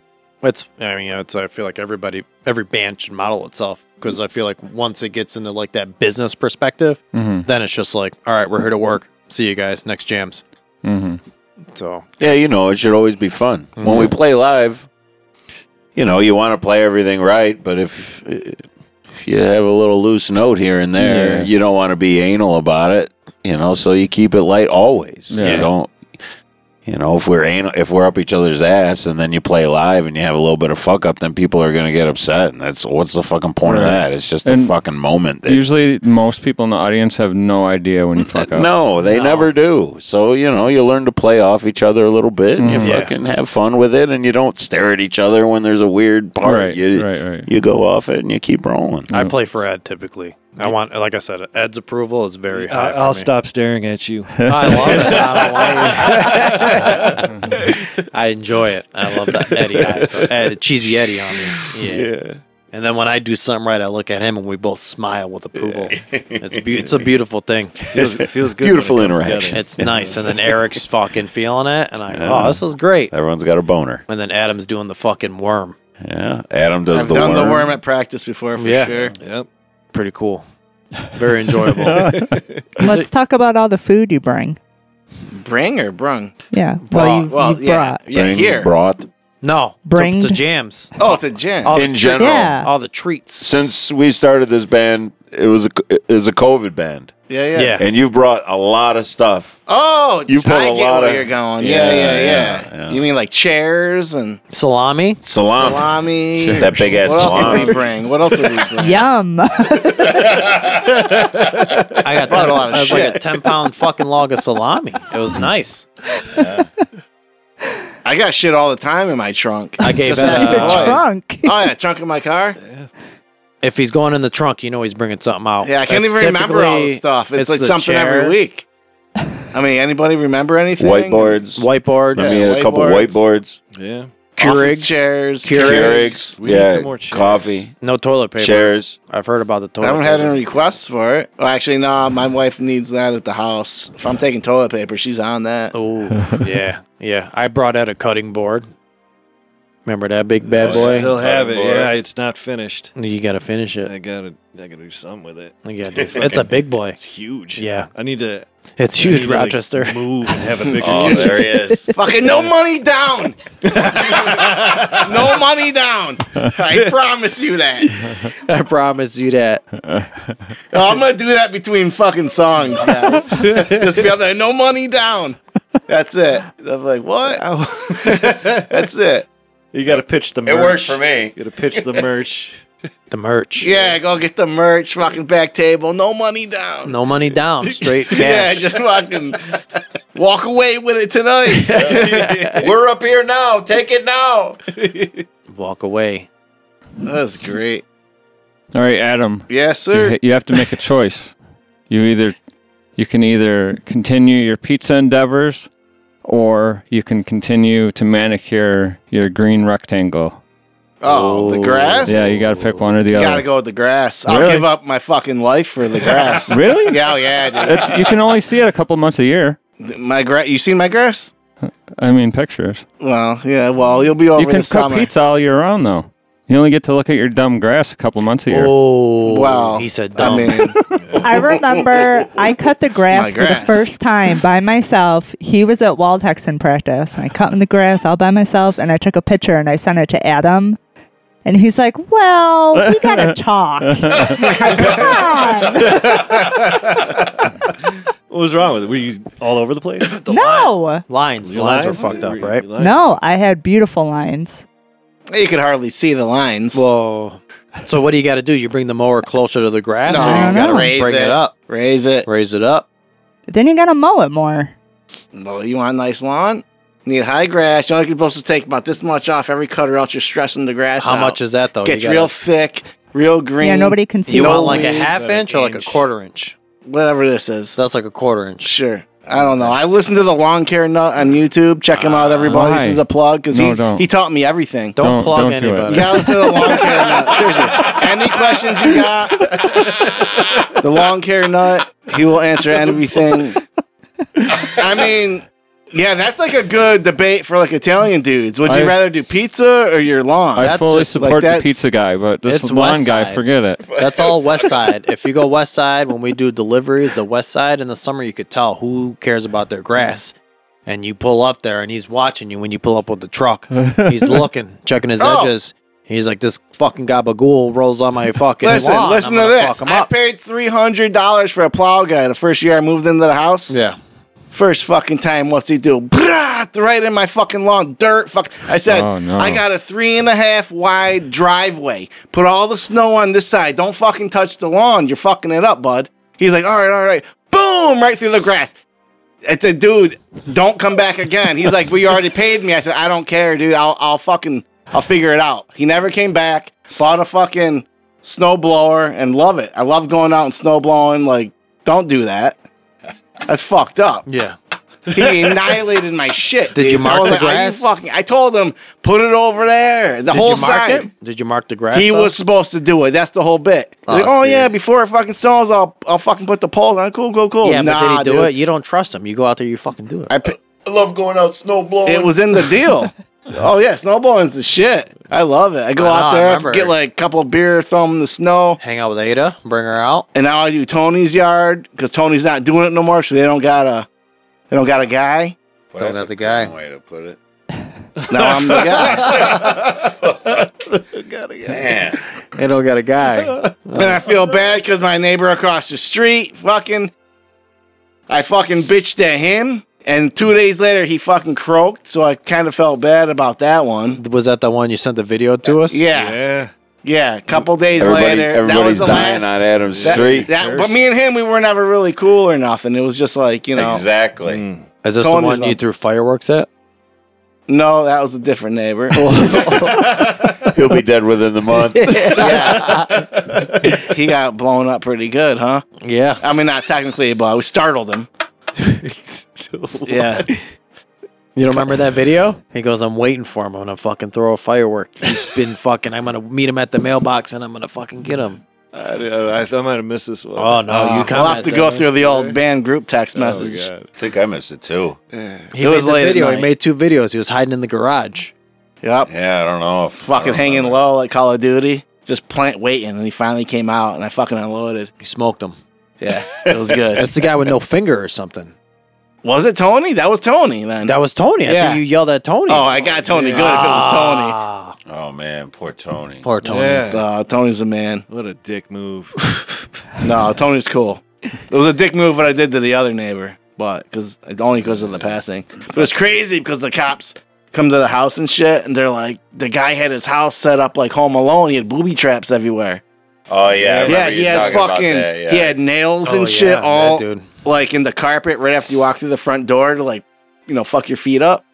[SPEAKER 10] It's I mean it's I feel like everybody every band should model itself because I feel like once it gets into like that business perspective,
[SPEAKER 8] Mhm.
[SPEAKER 10] then it's just like all right, we're here to work. See you guys next jams.
[SPEAKER 8] Mm-hmm.
[SPEAKER 10] So Mm-hmm.
[SPEAKER 4] Yeah, you know, it should always be fun. When we play live, you know, you want to play everything right, but if if you have a little loose note here and there,
[SPEAKER 8] Yeah.
[SPEAKER 4] you don't want to be anal about it, you know, so you keep it light always.
[SPEAKER 8] Yeah.
[SPEAKER 4] You don't you know, if we're anal, if we're up each other's ass and then you play live and you have a little bit of fuck up, then people are going to get upset. And that's what's the fucking point of
[SPEAKER 8] Right.
[SPEAKER 4] that? It's just a
[SPEAKER 8] And
[SPEAKER 4] fucking moment. That,
[SPEAKER 8] Usually, most people in the audience have no idea when you fuck up.
[SPEAKER 4] no, they
[SPEAKER 10] No.
[SPEAKER 4] never do. So you know, you learn to play off each other a little bit, and
[SPEAKER 8] Mhm.
[SPEAKER 4] you
[SPEAKER 10] Yeah.
[SPEAKER 4] fucking have fun with it, and you don't stare at each other when there's a weird part.
[SPEAKER 8] Right,
[SPEAKER 4] you,
[SPEAKER 8] right, right.
[SPEAKER 4] You go off it and you keep rolling.
[SPEAKER 10] I play for Ed typically. I want like I said, Ed's approval is very high.
[SPEAKER 2] I,
[SPEAKER 10] for
[SPEAKER 2] I'll
[SPEAKER 10] me.
[SPEAKER 2] stop staring at you.
[SPEAKER 10] I love it. I, don't want- I enjoy it. I love that Eddie, eye. So, Ed, cheesy Eddie on me. Yeah. And then when I do something right, I look at him and we both smile with approval. It's be- it's a beautiful thing.
[SPEAKER 2] feels, it feels good. when it
[SPEAKER 4] Beautiful
[SPEAKER 2] comes
[SPEAKER 4] interaction.
[SPEAKER 10] It's nice. And then Eric's fucking feeling it, and I oh this is great.
[SPEAKER 4] Everyone's got a boner.
[SPEAKER 10] And then Adam's doing the fucking worm.
[SPEAKER 4] Yeah, Adam does
[SPEAKER 7] I've
[SPEAKER 4] the,
[SPEAKER 7] done
[SPEAKER 4] worm.
[SPEAKER 7] the worm at practice before for
[SPEAKER 10] Yeah.
[SPEAKER 7] sure.
[SPEAKER 2] together. Yep.
[SPEAKER 10] Pretty cool. Very enjoyable.
[SPEAKER 5] Let's talk about all the food you bring.
[SPEAKER 7] Bring or brung?
[SPEAKER 5] Yeah. Well, you,
[SPEAKER 7] well,
[SPEAKER 5] you
[SPEAKER 7] yeah,
[SPEAKER 5] brought.
[SPEAKER 7] yeah,
[SPEAKER 4] Bring
[SPEAKER 7] here.
[SPEAKER 4] brought
[SPEAKER 10] no,
[SPEAKER 5] Bring-
[SPEAKER 10] to, to jams.
[SPEAKER 7] Oh, it's a jam.
[SPEAKER 10] All the
[SPEAKER 4] in
[SPEAKER 10] treat-
[SPEAKER 4] general.
[SPEAKER 5] Yeah.
[SPEAKER 10] all the treats
[SPEAKER 4] Since we started this band, it was a it was a COVID band,
[SPEAKER 7] yeah, yeah,
[SPEAKER 10] yeah.
[SPEAKER 4] and you've brought a lot of stuff.
[SPEAKER 7] Oh,
[SPEAKER 4] You put
[SPEAKER 7] I
[SPEAKER 4] a
[SPEAKER 7] get
[SPEAKER 4] lot
[SPEAKER 7] where
[SPEAKER 4] of-
[SPEAKER 7] you're going. Yeah
[SPEAKER 4] Yeah,
[SPEAKER 7] yeah yeah,
[SPEAKER 4] yeah, yeah.
[SPEAKER 7] You mean like chairs and
[SPEAKER 10] salami.
[SPEAKER 4] Salami.
[SPEAKER 7] salami?
[SPEAKER 4] Sure. That big-ass
[SPEAKER 7] What else did
[SPEAKER 4] salami.
[SPEAKER 7] we bring? What else did we bring?
[SPEAKER 5] Yum.
[SPEAKER 10] I got
[SPEAKER 7] Bought a
[SPEAKER 10] 10
[SPEAKER 7] lot of
[SPEAKER 10] I was like a
[SPEAKER 7] shit.
[SPEAKER 10] ten pound fucking log of salami. It was nice.
[SPEAKER 7] I got shit all the time in my trunk.
[SPEAKER 10] I gave
[SPEAKER 7] Just
[SPEAKER 10] it
[SPEAKER 7] ask
[SPEAKER 10] a-
[SPEAKER 7] the
[SPEAKER 10] Your
[SPEAKER 7] boys.
[SPEAKER 5] trunk.
[SPEAKER 7] Oh yeah, trunk in my car.
[SPEAKER 10] If he's going in the trunk, you know he's bringing something out.
[SPEAKER 7] Yeah, I can't
[SPEAKER 10] That's
[SPEAKER 7] even remember all
[SPEAKER 10] typically-
[SPEAKER 7] the stuff. It's, like
[SPEAKER 10] the
[SPEAKER 7] something
[SPEAKER 10] chair,
[SPEAKER 7] every week. I mean, anybody remember anything?
[SPEAKER 4] Whiteboards.
[SPEAKER 10] Whiteboard.
[SPEAKER 4] I mean, a couple
[SPEAKER 7] Whiteboards.
[SPEAKER 4] whiteboards.
[SPEAKER 2] Yeah.
[SPEAKER 7] Office chairs,
[SPEAKER 4] Keurigs, yeah, coffee.
[SPEAKER 10] No toilet paper.
[SPEAKER 4] Chairs.
[SPEAKER 10] I've heard about the
[SPEAKER 7] I
[SPEAKER 10] toilet.
[SPEAKER 7] haven't had
[SPEAKER 10] paper.
[SPEAKER 7] any requests for it. Well, actually, no. My wife needs that at the house. If I'm taking toilet paper, she's on that.
[SPEAKER 10] Oh, yeah, yeah. I brought out a cutting board. Remember that big bad
[SPEAKER 2] I
[SPEAKER 10] boy?
[SPEAKER 2] still have it.
[SPEAKER 10] Cutting
[SPEAKER 2] Yeah,
[SPEAKER 10] board.
[SPEAKER 2] it's not finished.
[SPEAKER 10] You gotta finish it.
[SPEAKER 2] I gotta, I gotta do something with it.
[SPEAKER 10] You gotta do something. It's a big boy.
[SPEAKER 2] It's huge.
[SPEAKER 10] Yeah.
[SPEAKER 2] I need to.
[SPEAKER 10] It's
[SPEAKER 2] I
[SPEAKER 10] huge,
[SPEAKER 2] need to, like,
[SPEAKER 10] Rochester.
[SPEAKER 2] move and have a big.
[SPEAKER 4] Oh, there he is.
[SPEAKER 7] Fucking no money down. no money down. I promise you that.
[SPEAKER 6] I promise you that.
[SPEAKER 7] Oh, I'm gonna do that between fucking songs, guys. Just be up there, no money down. That's it. I'm like, what? That's it.
[SPEAKER 2] You gotta pitch the.
[SPEAKER 4] It
[SPEAKER 2] merch.
[SPEAKER 4] worked for me.
[SPEAKER 2] You gotta pitch the merch.
[SPEAKER 10] The merch.
[SPEAKER 7] Yeah, go get the merch, fucking back table, no money down.
[SPEAKER 10] No money down, straight
[SPEAKER 7] Yeah,
[SPEAKER 10] cash.
[SPEAKER 7] just fucking walk away with it tonight.
[SPEAKER 4] We're up here now. Take it now.
[SPEAKER 10] Walk away.
[SPEAKER 7] That's great.
[SPEAKER 8] All right, Adam.
[SPEAKER 7] Yes,
[SPEAKER 8] You,
[SPEAKER 7] sir.
[SPEAKER 8] ha- you have to make a choice. You either you can either continue your pizza endeavors or you can continue to manicure your green rectangle.
[SPEAKER 7] Oh, the grass.
[SPEAKER 8] Yeah, you got to pick one or the
[SPEAKER 7] You
[SPEAKER 8] other.
[SPEAKER 7] gotta go with the grass. I'll
[SPEAKER 8] Really?
[SPEAKER 7] give up my fucking life for the grass.
[SPEAKER 8] Really?
[SPEAKER 7] Yeah, oh, yeah,
[SPEAKER 8] It's, you can only see it a couple months a year.
[SPEAKER 7] dude. My grass. You seen my grass?
[SPEAKER 8] I mean, pictures.
[SPEAKER 7] Well, yeah. Well, you'll be over
[SPEAKER 8] you can
[SPEAKER 7] this
[SPEAKER 8] cook
[SPEAKER 7] summer.
[SPEAKER 8] pizza all year round, though. You only get to look at your dumb grass a couple months a year.
[SPEAKER 10] Oh,
[SPEAKER 7] Wow.
[SPEAKER 10] He said,
[SPEAKER 7] I
[SPEAKER 10] dumb.
[SPEAKER 7] mean,
[SPEAKER 5] I remember I cut the
[SPEAKER 7] my
[SPEAKER 5] grass, for
[SPEAKER 7] grass.
[SPEAKER 5] the first time by myself. He was at Wald Hexen practice. and I cut in the grass all by myself and I took a picture and I sent it to Adam. And he's like, Well, we gotta talk. Come on.
[SPEAKER 2] What was wrong with it? Were you all over the place? The
[SPEAKER 5] No.
[SPEAKER 10] lines. The lines are fucked up, right?
[SPEAKER 5] No, I had beautiful lines.
[SPEAKER 7] you could hardly see the lines.
[SPEAKER 10] Whoa. So what do you got to do? You bring the mower closer to the grass,
[SPEAKER 7] No,
[SPEAKER 10] or
[SPEAKER 5] I
[SPEAKER 10] you got to
[SPEAKER 5] don't
[SPEAKER 7] know.
[SPEAKER 10] bring
[SPEAKER 7] Raise
[SPEAKER 10] it
[SPEAKER 7] it.
[SPEAKER 10] up,
[SPEAKER 7] Raise it.
[SPEAKER 10] raise it up.
[SPEAKER 5] Then you gotta mow it more.
[SPEAKER 7] Well, you want a nice lawn? Need high grass. You're only supposed to take about this much off every cut, or else you're stressing the grass.
[SPEAKER 10] How
[SPEAKER 7] out.
[SPEAKER 10] much is that though?
[SPEAKER 7] Gets
[SPEAKER 10] You gotta-
[SPEAKER 7] real thick, real green.
[SPEAKER 5] Yeah, nobody can see
[SPEAKER 10] You
[SPEAKER 5] it.
[SPEAKER 10] want like a
[SPEAKER 7] weeds.
[SPEAKER 10] half inch or like a quarter inch?
[SPEAKER 7] whatever this is.
[SPEAKER 10] So that's like a quarter inch.
[SPEAKER 7] Sure. I don't know. I listen to the lawn care nut on YouTube. Check him out, everybody. This
[SPEAKER 8] Why?
[SPEAKER 7] is a plug because
[SPEAKER 8] No,
[SPEAKER 7] he,
[SPEAKER 8] don't.
[SPEAKER 7] he taught me everything.
[SPEAKER 10] Don't,
[SPEAKER 8] Don't-
[SPEAKER 10] plug
[SPEAKER 8] don't do it.
[SPEAKER 10] anybody.
[SPEAKER 7] You gotta listen to the lawn care nut. Seriously. Any questions you got? The lawn care nut. He will answer everything. I mean, yeah, that's like a good debate for like Italian dudes. Would you
[SPEAKER 8] I-
[SPEAKER 7] rather do pizza or your lawn?
[SPEAKER 8] I
[SPEAKER 10] That's
[SPEAKER 8] fully
[SPEAKER 10] just-
[SPEAKER 7] like,
[SPEAKER 8] support the
[SPEAKER 7] that's-
[SPEAKER 8] pizza guy, but this
[SPEAKER 10] It's
[SPEAKER 8] lawn
[SPEAKER 10] West
[SPEAKER 8] guy,
[SPEAKER 10] Side.
[SPEAKER 8] forget it.
[SPEAKER 10] That's all West Side. If you go West Side, when we do deliveries, the West Side in the summer, you could tell who cares about their grass. And you pull up there, and he's watching you when you pull up with the truck. He's looking, checking his
[SPEAKER 7] Oh.
[SPEAKER 10] edges. He's like, "This fucking gabagool rolls on my fucking
[SPEAKER 7] Listen,
[SPEAKER 10] lawn.
[SPEAKER 7] listen
[SPEAKER 10] I'm
[SPEAKER 7] to
[SPEAKER 10] gonna
[SPEAKER 7] this.
[SPEAKER 10] fuck him
[SPEAKER 7] I
[SPEAKER 10] up."
[SPEAKER 7] paid three hundred dollars for a plow guy the first year I moved into the house.
[SPEAKER 10] yeah,
[SPEAKER 7] First fucking time, what's he do? Brah, right in my fucking lawn, dirt. Fuck. I said,
[SPEAKER 8] Oh, no.
[SPEAKER 7] I got a three and a half wide driveway. Put all the snow on this side. Don't fucking touch the lawn. You're fucking it up, bud. He's like, all right, all right. Boom, right through the grass. It's a dude. Don't come back again. He's like, well, you already paid me. I said, I don't care, dude. I'll, I'll fucking, I'll figure it out. He never came back. Bought a fucking snow blower and love it. I love going out and snow blowing. Like, don't do that. That's fucked up.
[SPEAKER 10] yeah.
[SPEAKER 7] He annihilated my shit.
[SPEAKER 10] Did
[SPEAKER 7] dude.
[SPEAKER 10] you mark
[SPEAKER 7] I was
[SPEAKER 10] the
[SPEAKER 7] like, "Are you
[SPEAKER 10] grass?"
[SPEAKER 7] fucking, I told him, put it over there. The
[SPEAKER 10] Did
[SPEAKER 7] whole
[SPEAKER 10] you mark
[SPEAKER 7] side.
[SPEAKER 10] it? Did you mark the grass?
[SPEAKER 7] He
[SPEAKER 10] though?
[SPEAKER 7] was supposed to do it. That's the whole bit. He's
[SPEAKER 10] Oh,
[SPEAKER 7] like, oh
[SPEAKER 10] see.
[SPEAKER 7] yeah, before it fucking snows, I'll I'll fucking put the pole on. Cool, cool, cool.
[SPEAKER 10] Yeah, but did
[SPEAKER 7] Nah,
[SPEAKER 10] he do
[SPEAKER 7] dude.
[SPEAKER 10] it? You don't trust him. You go out there, you fucking do it.
[SPEAKER 7] I pi-
[SPEAKER 4] I love going out snow blowing.
[SPEAKER 7] it was in the deal. oh yeah, snowballing's the shit. I love it. I go
[SPEAKER 10] I know, I
[SPEAKER 7] out there,
[SPEAKER 10] remember.
[SPEAKER 7] get like a couple of beer, throw 'em in the snow,
[SPEAKER 10] Hang out with Ada, bring her out.
[SPEAKER 7] and now I do Tony's yard because Tony's not doing it no more, so they don't got a they don't got a guy.
[SPEAKER 4] Well,
[SPEAKER 10] Don't
[SPEAKER 4] that's
[SPEAKER 10] have the
[SPEAKER 4] a
[SPEAKER 10] guy.
[SPEAKER 4] good Way to put it.
[SPEAKER 7] Now I'm the guy.
[SPEAKER 4] Man,
[SPEAKER 6] They don't got a guy.
[SPEAKER 7] And I feel bad because my neighbor across the street fucking. I fucking bitched at him. And two days later, he fucking croaked. So I kind of felt bad about that one.
[SPEAKER 10] Was that the one you sent the video to us?
[SPEAKER 7] Yeah.
[SPEAKER 9] Yeah.
[SPEAKER 7] Yeah. A couple days
[SPEAKER 4] everybody,
[SPEAKER 7] later. That was
[SPEAKER 4] everybody's
[SPEAKER 7] the
[SPEAKER 4] dying
[SPEAKER 7] last.
[SPEAKER 4] on Adams
[SPEAKER 7] that-
[SPEAKER 4] Street.
[SPEAKER 7] that- but me and him, we were never really cool or nothing. It was just like, you know.
[SPEAKER 4] Exactly.
[SPEAKER 7] Mm.
[SPEAKER 10] Is this
[SPEAKER 7] Tony's
[SPEAKER 10] the one you
[SPEAKER 7] one.
[SPEAKER 10] threw fireworks at?
[SPEAKER 7] No, that was a different neighbor.
[SPEAKER 4] He'll be dead within the month.
[SPEAKER 7] he got blown up pretty good, huh?
[SPEAKER 10] Yeah.
[SPEAKER 7] I mean, not technically, but we startled him. yeah.
[SPEAKER 6] You don't remember that video? He goes, I'm waiting for him. I'm gonna fucking throw a firework. He's been fucking. I'm gonna meet him at the mailbox and I'm gonna fucking get him.
[SPEAKER 2] I, I, I might have missed this one.
[SPEAKER 6] Oh, no, you
[SPEAKER 7] I'll Uh, have
[SPEAKER 6] comment Oh,
[SPEAKER 7] to go
[SPEAKER 6] that.
[SPEAKER 7] through the old band group text message.
[SPEAKER 4] I think I missed it too.
[SPEAKER 6] He
[SPEAKER 7] It was
[SPEAKER 6] made the
[SPEAKER 7] late at
[SPEAKER 6] video. He
[SPEAKER 7] night.
[SPEAKER 6] made two videos. He was hiding in the garage.
[SPEAKER 7] Yep.
[SPEAKER 4] Yeah, I don't know. If, I
[SPEAKER 7] Fucking
[SPEAKER 4] don't
[SPEAKER 7] hanging
[SPEAKER 4] know.
[SPEAKER 7] low like Call of Duty. Just plant waiting, and he finally came out, and I fucking unloaded.
[SPEAKER 6] He smoked them.
[SPEAKER 7] Yeah, it was good.
[SPEAKER 6] That's the guy with no finger or something.
[SPEAKER 7] was it Tony? That was Tony then.
[SPEAKER 6] That was Tony. I
[SPEAKER 7] Yeah.
[SPEAKER 6] think you yelled at Tony.
[SPEAKER 7] oh, I got Tony good if it was
[SPEAKER 6] Ah,
[SPEAKER 4] Oh man, poor Tony.
[SPEAKER 6] poor Tony.
[SPEAKER 7] Tony. Uh, Tony's a man.
[SPEAKER 2] What a dick move.
[SPEAKER 7] No, Tony's cool. It was a dick move what I did to the other neighbor, but because only because of the passing. But it's crazy because the cops come to the house and shit, and they're like, the guy had his house set up like Home Alone. He had booby traps everywhere.
[SPEAKER 4] Oh yeah, I remember
[SPEAKER 7] Yeah,
[SPEAKER 4] you
[SPEAKER 7] he has
[SPEAKER 4] talking about
[SPEAKER 7] fucking
[SPEAKER 4] that, yeah.
[SPEAKER 7] he had nails
[SPEAKER 6] Oh,
[SPEAKER 7] and shit
[SPEAKER 6] yeah, that
[SPEAKER 7] all
[SPEAKER 6] dude.
[SPEAKER 7] like in the carpet right after you walk through the front door to like you know fuck your feet up.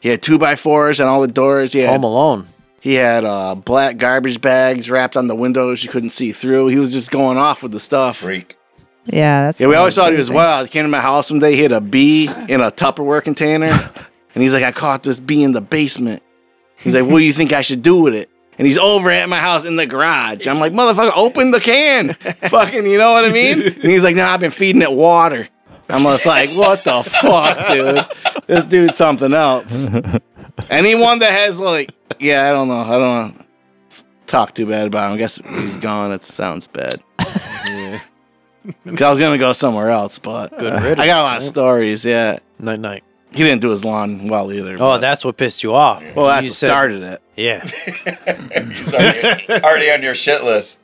[SPEAKER 7] He had two by fours and all the doors. He had
[SPEAKER 6] Home Alone.
[SPEAKER 7] he had uh, black garbage bags wrapped on the windows you couldn't see through. He was just going off with the stuff.
[SPEAKER 4] freak.
[SPEAKER 5] Yeah, that's
[SPEAKER 7] Yeah, we always thought he was wild. He came to my house one day, he had a bee in a Tupperware container. and he's like, I caught this bee in the basement. He's like, What do you think I should do with it? And he's over at my house in the garage. I'm like, Motherfucker, open the can. Fucking, you know what I mean? And he's like, Nah, I've been feeding it water. I'm just like, What the fuck, dude? This dude's something else. Anyone that has, like, yeah, I don't know. I don't wanna Talk too bad about him. I guess he's gone. That sounds bad. 'Cause I was gonna go somewhere else, but
[SPEAKER 10] Good riddance.
[SPEAKER 7] I got a lot of stories. Yeah,
[SPEAKER 10] Night night.
[SPEAKER 7] he didn't do his lawn well either.
[SPEAKER 10] Oh,
[SPEAKER 7] but-
[SPEAKER 10] that's what pissed you off.
[SPEAKER 7] well, that
[SPEAKER 10] You said-
[SPEAKER 7] started it.
[SPEAKER 10] Yeah,
[SPEAKER 4] He's already, already on your shit list.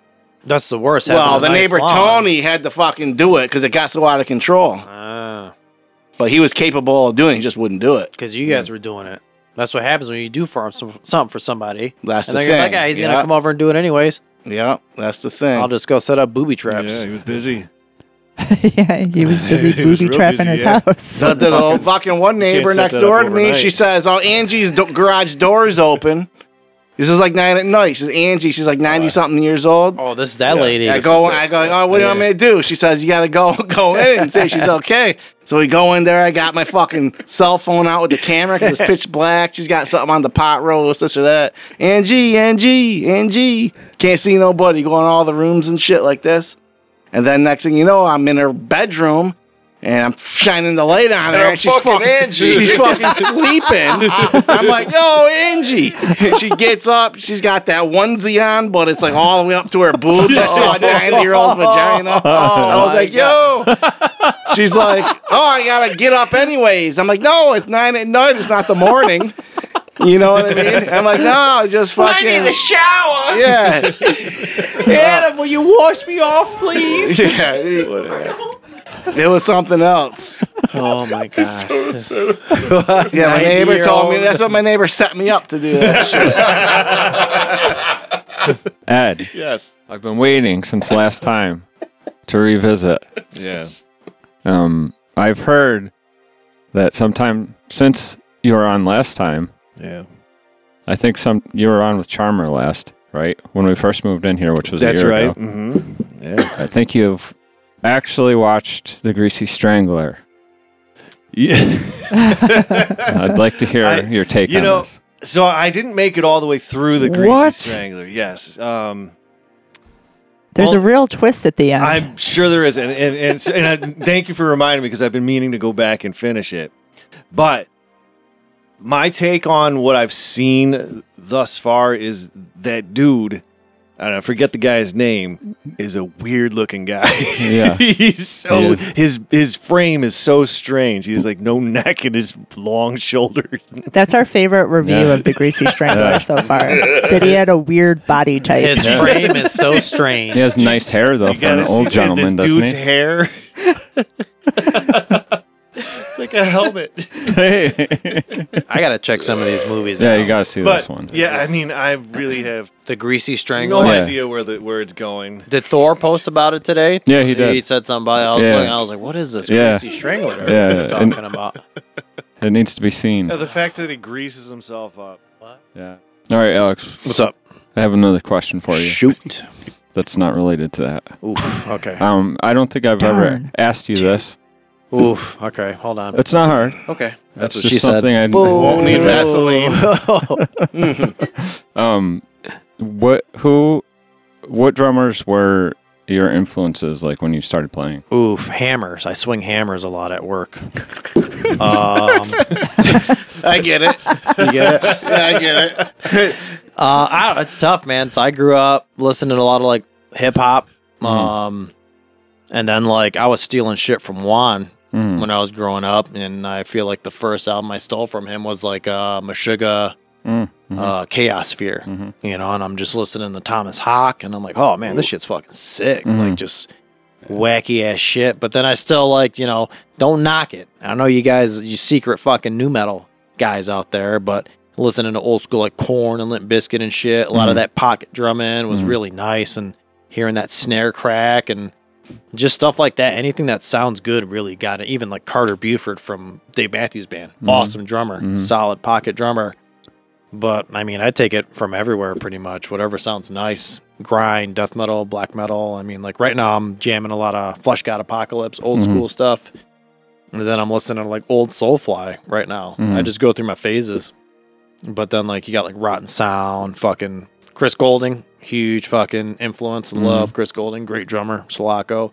[SPEAKER 10] that's the worst. having
[SPEAKER 7] Well,
[SPEAKER 10] a
[SPEAKER 7] the
[SPEAKER 10] nice
[SPEAKER 7] neighbor
[SPEAKER 10] lawn.
[SPEAKER 7] Tony had to fucking do it because it got so out of control.
[SPEAKER 10] Ah,
[SPEAKER 7] But he was capable of doing; it, he just wouldn't do it.
[SPEAKER 10] because you guys were doing it. That's what happens when you do farm some, something for somebody.
[SPEAKER 7] That's
[SPEAKER 10] and
[SPEAKER 7] the
[SPEAKER 10] then
[SPEAKER 7] thing.
[SPEAKER 10] you're like, yeah, he's
[SPEAKER 7] Yeah.
[SPEAKER 10] gonna come over and do it anyways.
[SPEAKER 7] Yeah, that's the thing.
[SPEAKER 10] I'll just go set up booby traps.
[SPEAKER 2] yeah, he was busy.
[SPEAKER 5] yeah, he was busy
[SPEAKER 2] He was
[SPEAKER 5] booby
[SPEAKER 2] real
[SPEAKER 5] trapping
[SPEAKER 2] busy,
[SPEAKER 5] his
[SPEAKER 2] yeah.
[SPEAKER 5] house.
[SPEAKER 7] So the little fucking one neighbor
[SPEAKER 2] set
[SPEAKER 7] next
[SPEAKER 2] that
[SPEAKER 7] door
[SPEAKER 2] up
[SPEAKER 7] to me,
[SPEAKER 2] overnight.
[SPEAKER 7] she says, "Oh, Angie's do- garage door is open." This is like nine at night. She says, "Angie, she's like ninety something years old."
[SPEAKER 10] Oh, this is that lady.
[SPEAKER 7] I go, I go, oh, what do you want me to do? She says, you got to go, go in and say she's okay. So we go in there. I got my fucking cell phone out with the camera because it's pitch black. She's got something on the pot roast, this or that. Angie, Angie, Angie. Can't see nobody. Go in all the rooms and shit like this. And then next thing you know, I'm in her bedroom and I'm shining the light on her. And she's fucking, Angie. She's fucking sleeping. I'm like, yo, Angie. And she gets up. She's got that onesie on, but it's like all the way up to her boobs. I saw a 90 year old vagina. I was like, yo. She's like, oh, I got to get up anyways. I'm like, no, it's nine at night. It's not the morning. You know what I mean? I'm like, no, just fucking. I need a shower. Yeah. Adam, will you wash me off, please? yeah. It was something else.
[SPEAKER 6] Oh my god.
[SPEAKER 7] Yeah, my neighbor told me that's what my neighbor set me up to do. That shit.
[SPEAKER 8] Ed,
[SPEAKER 2] Yes.
[SPEAKER 8] I've been waiting since last time to revisit.
[SPEAKER 2] Yeah.
[SPEAKER 8] Um, I've heard that sometime since you were on last time,
[SPEAKER 2] Yeah.
[SPEAKER 8] I think some you were on with Charmer last, right? When we first moved in here, which was a
[SPEAKER 2] That's
[SPEAKER 8] year
[SPEAKER 2] right.
[SPEAKER 8] ago.
[SPEAKER 2] Mm-hmm. Yeah.
[SPEAKER 8] I think you've actually watched The Greasy Strangler.
[SPEAKER 2] yeah.
[SPEAKER 8] I'd like to hear
[SPEAKER 2] I-
[SPEAKER 8] your take
[SPEAKER 2] you
[SPEAKER 8] on
[SPEAKER 2] know,
[SPEAKER 8] this.
[SPEAKER 2] So I didn't make it all the way through the Greasy
[SPEAKER 5] What?
[SPEAKER 2] Strangler. Yes. Um,
[SPEAKER 5] There's a
[SPEAKER 2] Well,
[SPEAKER 5] real twist at the end.
[SPEAKER 2] I'm sure there is, and and and, so- and I, thank you for reminding me because I've been meaning to go back and finish it. But my take on what I've seen thus far is that dude, and I forget the guy's name, is a weird looking guy.
[SPEAKER 8] Yeah.
[SPEAKER 2] he's
[SPEAKER 8] He
[SPEAKER 2] so
[SPEAKER 8] is.
[SPEAKER 2] his his frame is so strange. He's like no neck and his long shoulders.
[SPEAKER 5] That's our favorite review
[SPEAKER 8] Yeah.
[SPEAKER 5] of the Greasy Strangler so far. That he had a weird body type.
[SPEAKER 10] His frame is so strange.
[SPEAKER 8] He has nice hair though for an
[SPEAKER 2] gotta
[SPEAKER 8] old
[SPEAKER 2] see that-
[SPEAKER 8] gentleman,
[SPEAKER 2] this
[SPEAKER 8] doesn't
[SPEAKER 2] dude's
[SPEAKER 8] he?
[SPEAKER 2] hair. it's like a helmet.
[SPEAKER 10] I gotta check some of these movies.
[SPEAKER 8] yeah,
[SPEAKER 10] out.
[SPEAKER 8] you gotta see
[SPEAKER 2] But
[SPEAKER 8] this one.
[SPEAKER 2] yeah, I mean, I really have
[SPEAKER 10] the Greasy
[SPEAKER 2] no
[SPEAKER 10] Strangler.
[SPEAKER 8] Yeah.
[SPEAKER 2] idea where the where it's going.
[SPEAKER 10] Did Thor post about it today?
[SPEAKER 8] Yeah, he did.
[SPEAKER 10] He said something about it. I was,
[SPEAKER 8] Yeah.
[SPEAKER 10] like, I was like, what is this
[SPEAKER 8] Yeah.
[SPEAKER 10] Greasy Strangler
[SPEAKER 8] Yeah,
[SPEAKER 10] he's
[SPEAKER 8] and-
[SPEAKER 10] talking about?
[SPEAKER 8] It needs to be seen.
[SPEAKER 2] the fact that he greases himself up.
[SPEAKER 8] Yeah. All right, Alex.
[SPEAKER 10] What's up?
[SPEAKER 8] I have another question for you.
[SPEAKER 10] Shoot.
[SPEAKER 8] That's not related to that.
[SPEAKER 10] Oof, okay.
[SPEAKER 8] Um, I don't think I've ever
[SPEAKER 5] Darn.
[SPEAKER 8] asked you this.
[SPEAKER 10] Oof. Okay, hold on.
[SPEAKER 8] It's not hard.
[SPEAKER 10] Okay.
[SPEAKER 8] That's, just something I
[SPEAKER 10] Won't need
[SPEAKER 8] Vaseline. um, what? Who? What drummers were your influences like when you started playing?
[SPEAKER 6] Oof, hammers. I swing hammers a lot at work. um,
[SPEAKER 7] I get it.
[SPEAKER 10] You get it?
[SPEAKER 7] Yeah, I get it.
[SPEAKER 10] Uh, I don't, it's tough, man. So I grew up listening to a lot of like hip hop, um, and then like I was stealing shit from Juan
[SPEAKER 8] Mm.
[SPEAKER 10] when I was growing up, and I feel like the first album I stole from him was like uh, Meshuggah,
[SPEAKER 8] Mm,
[SPEAKER 10] uh, Chaos Sphere,
[SPEAKER 8] mhm.
[SPEAKER 10] you know. And I'm just listening to Thomas Hawk, and I'm like, oh man, this shit's fucking sick, like just wacky ass shit. But then I still like, you know, don't knock it. I know you guys, you secret fucking new metal guys out there, but listening to old school like Corn and Limp Biscuit and shit, a lot of that pocket drumming was really nice, and hearing that snare crack and just stuff like that. Anything that sounds good really got it. Even like Carter Buford from Dave Matthews Band, awesome drummer, solid pocket drummer. But I mean, I take it from everywhere pretty much. Whatever sounds nice, grind, death metal, black metal. I mean, like right now I'm jamming a lot of Flush God Apocalypse, old school stuff. And then I'm listening to like old Soulfly right now. I just go through my phases. But then like you got like Rotten Sound, fucking Chris Golding, huge fucking influence. Love Chris Golding, great drummer, Sulaco.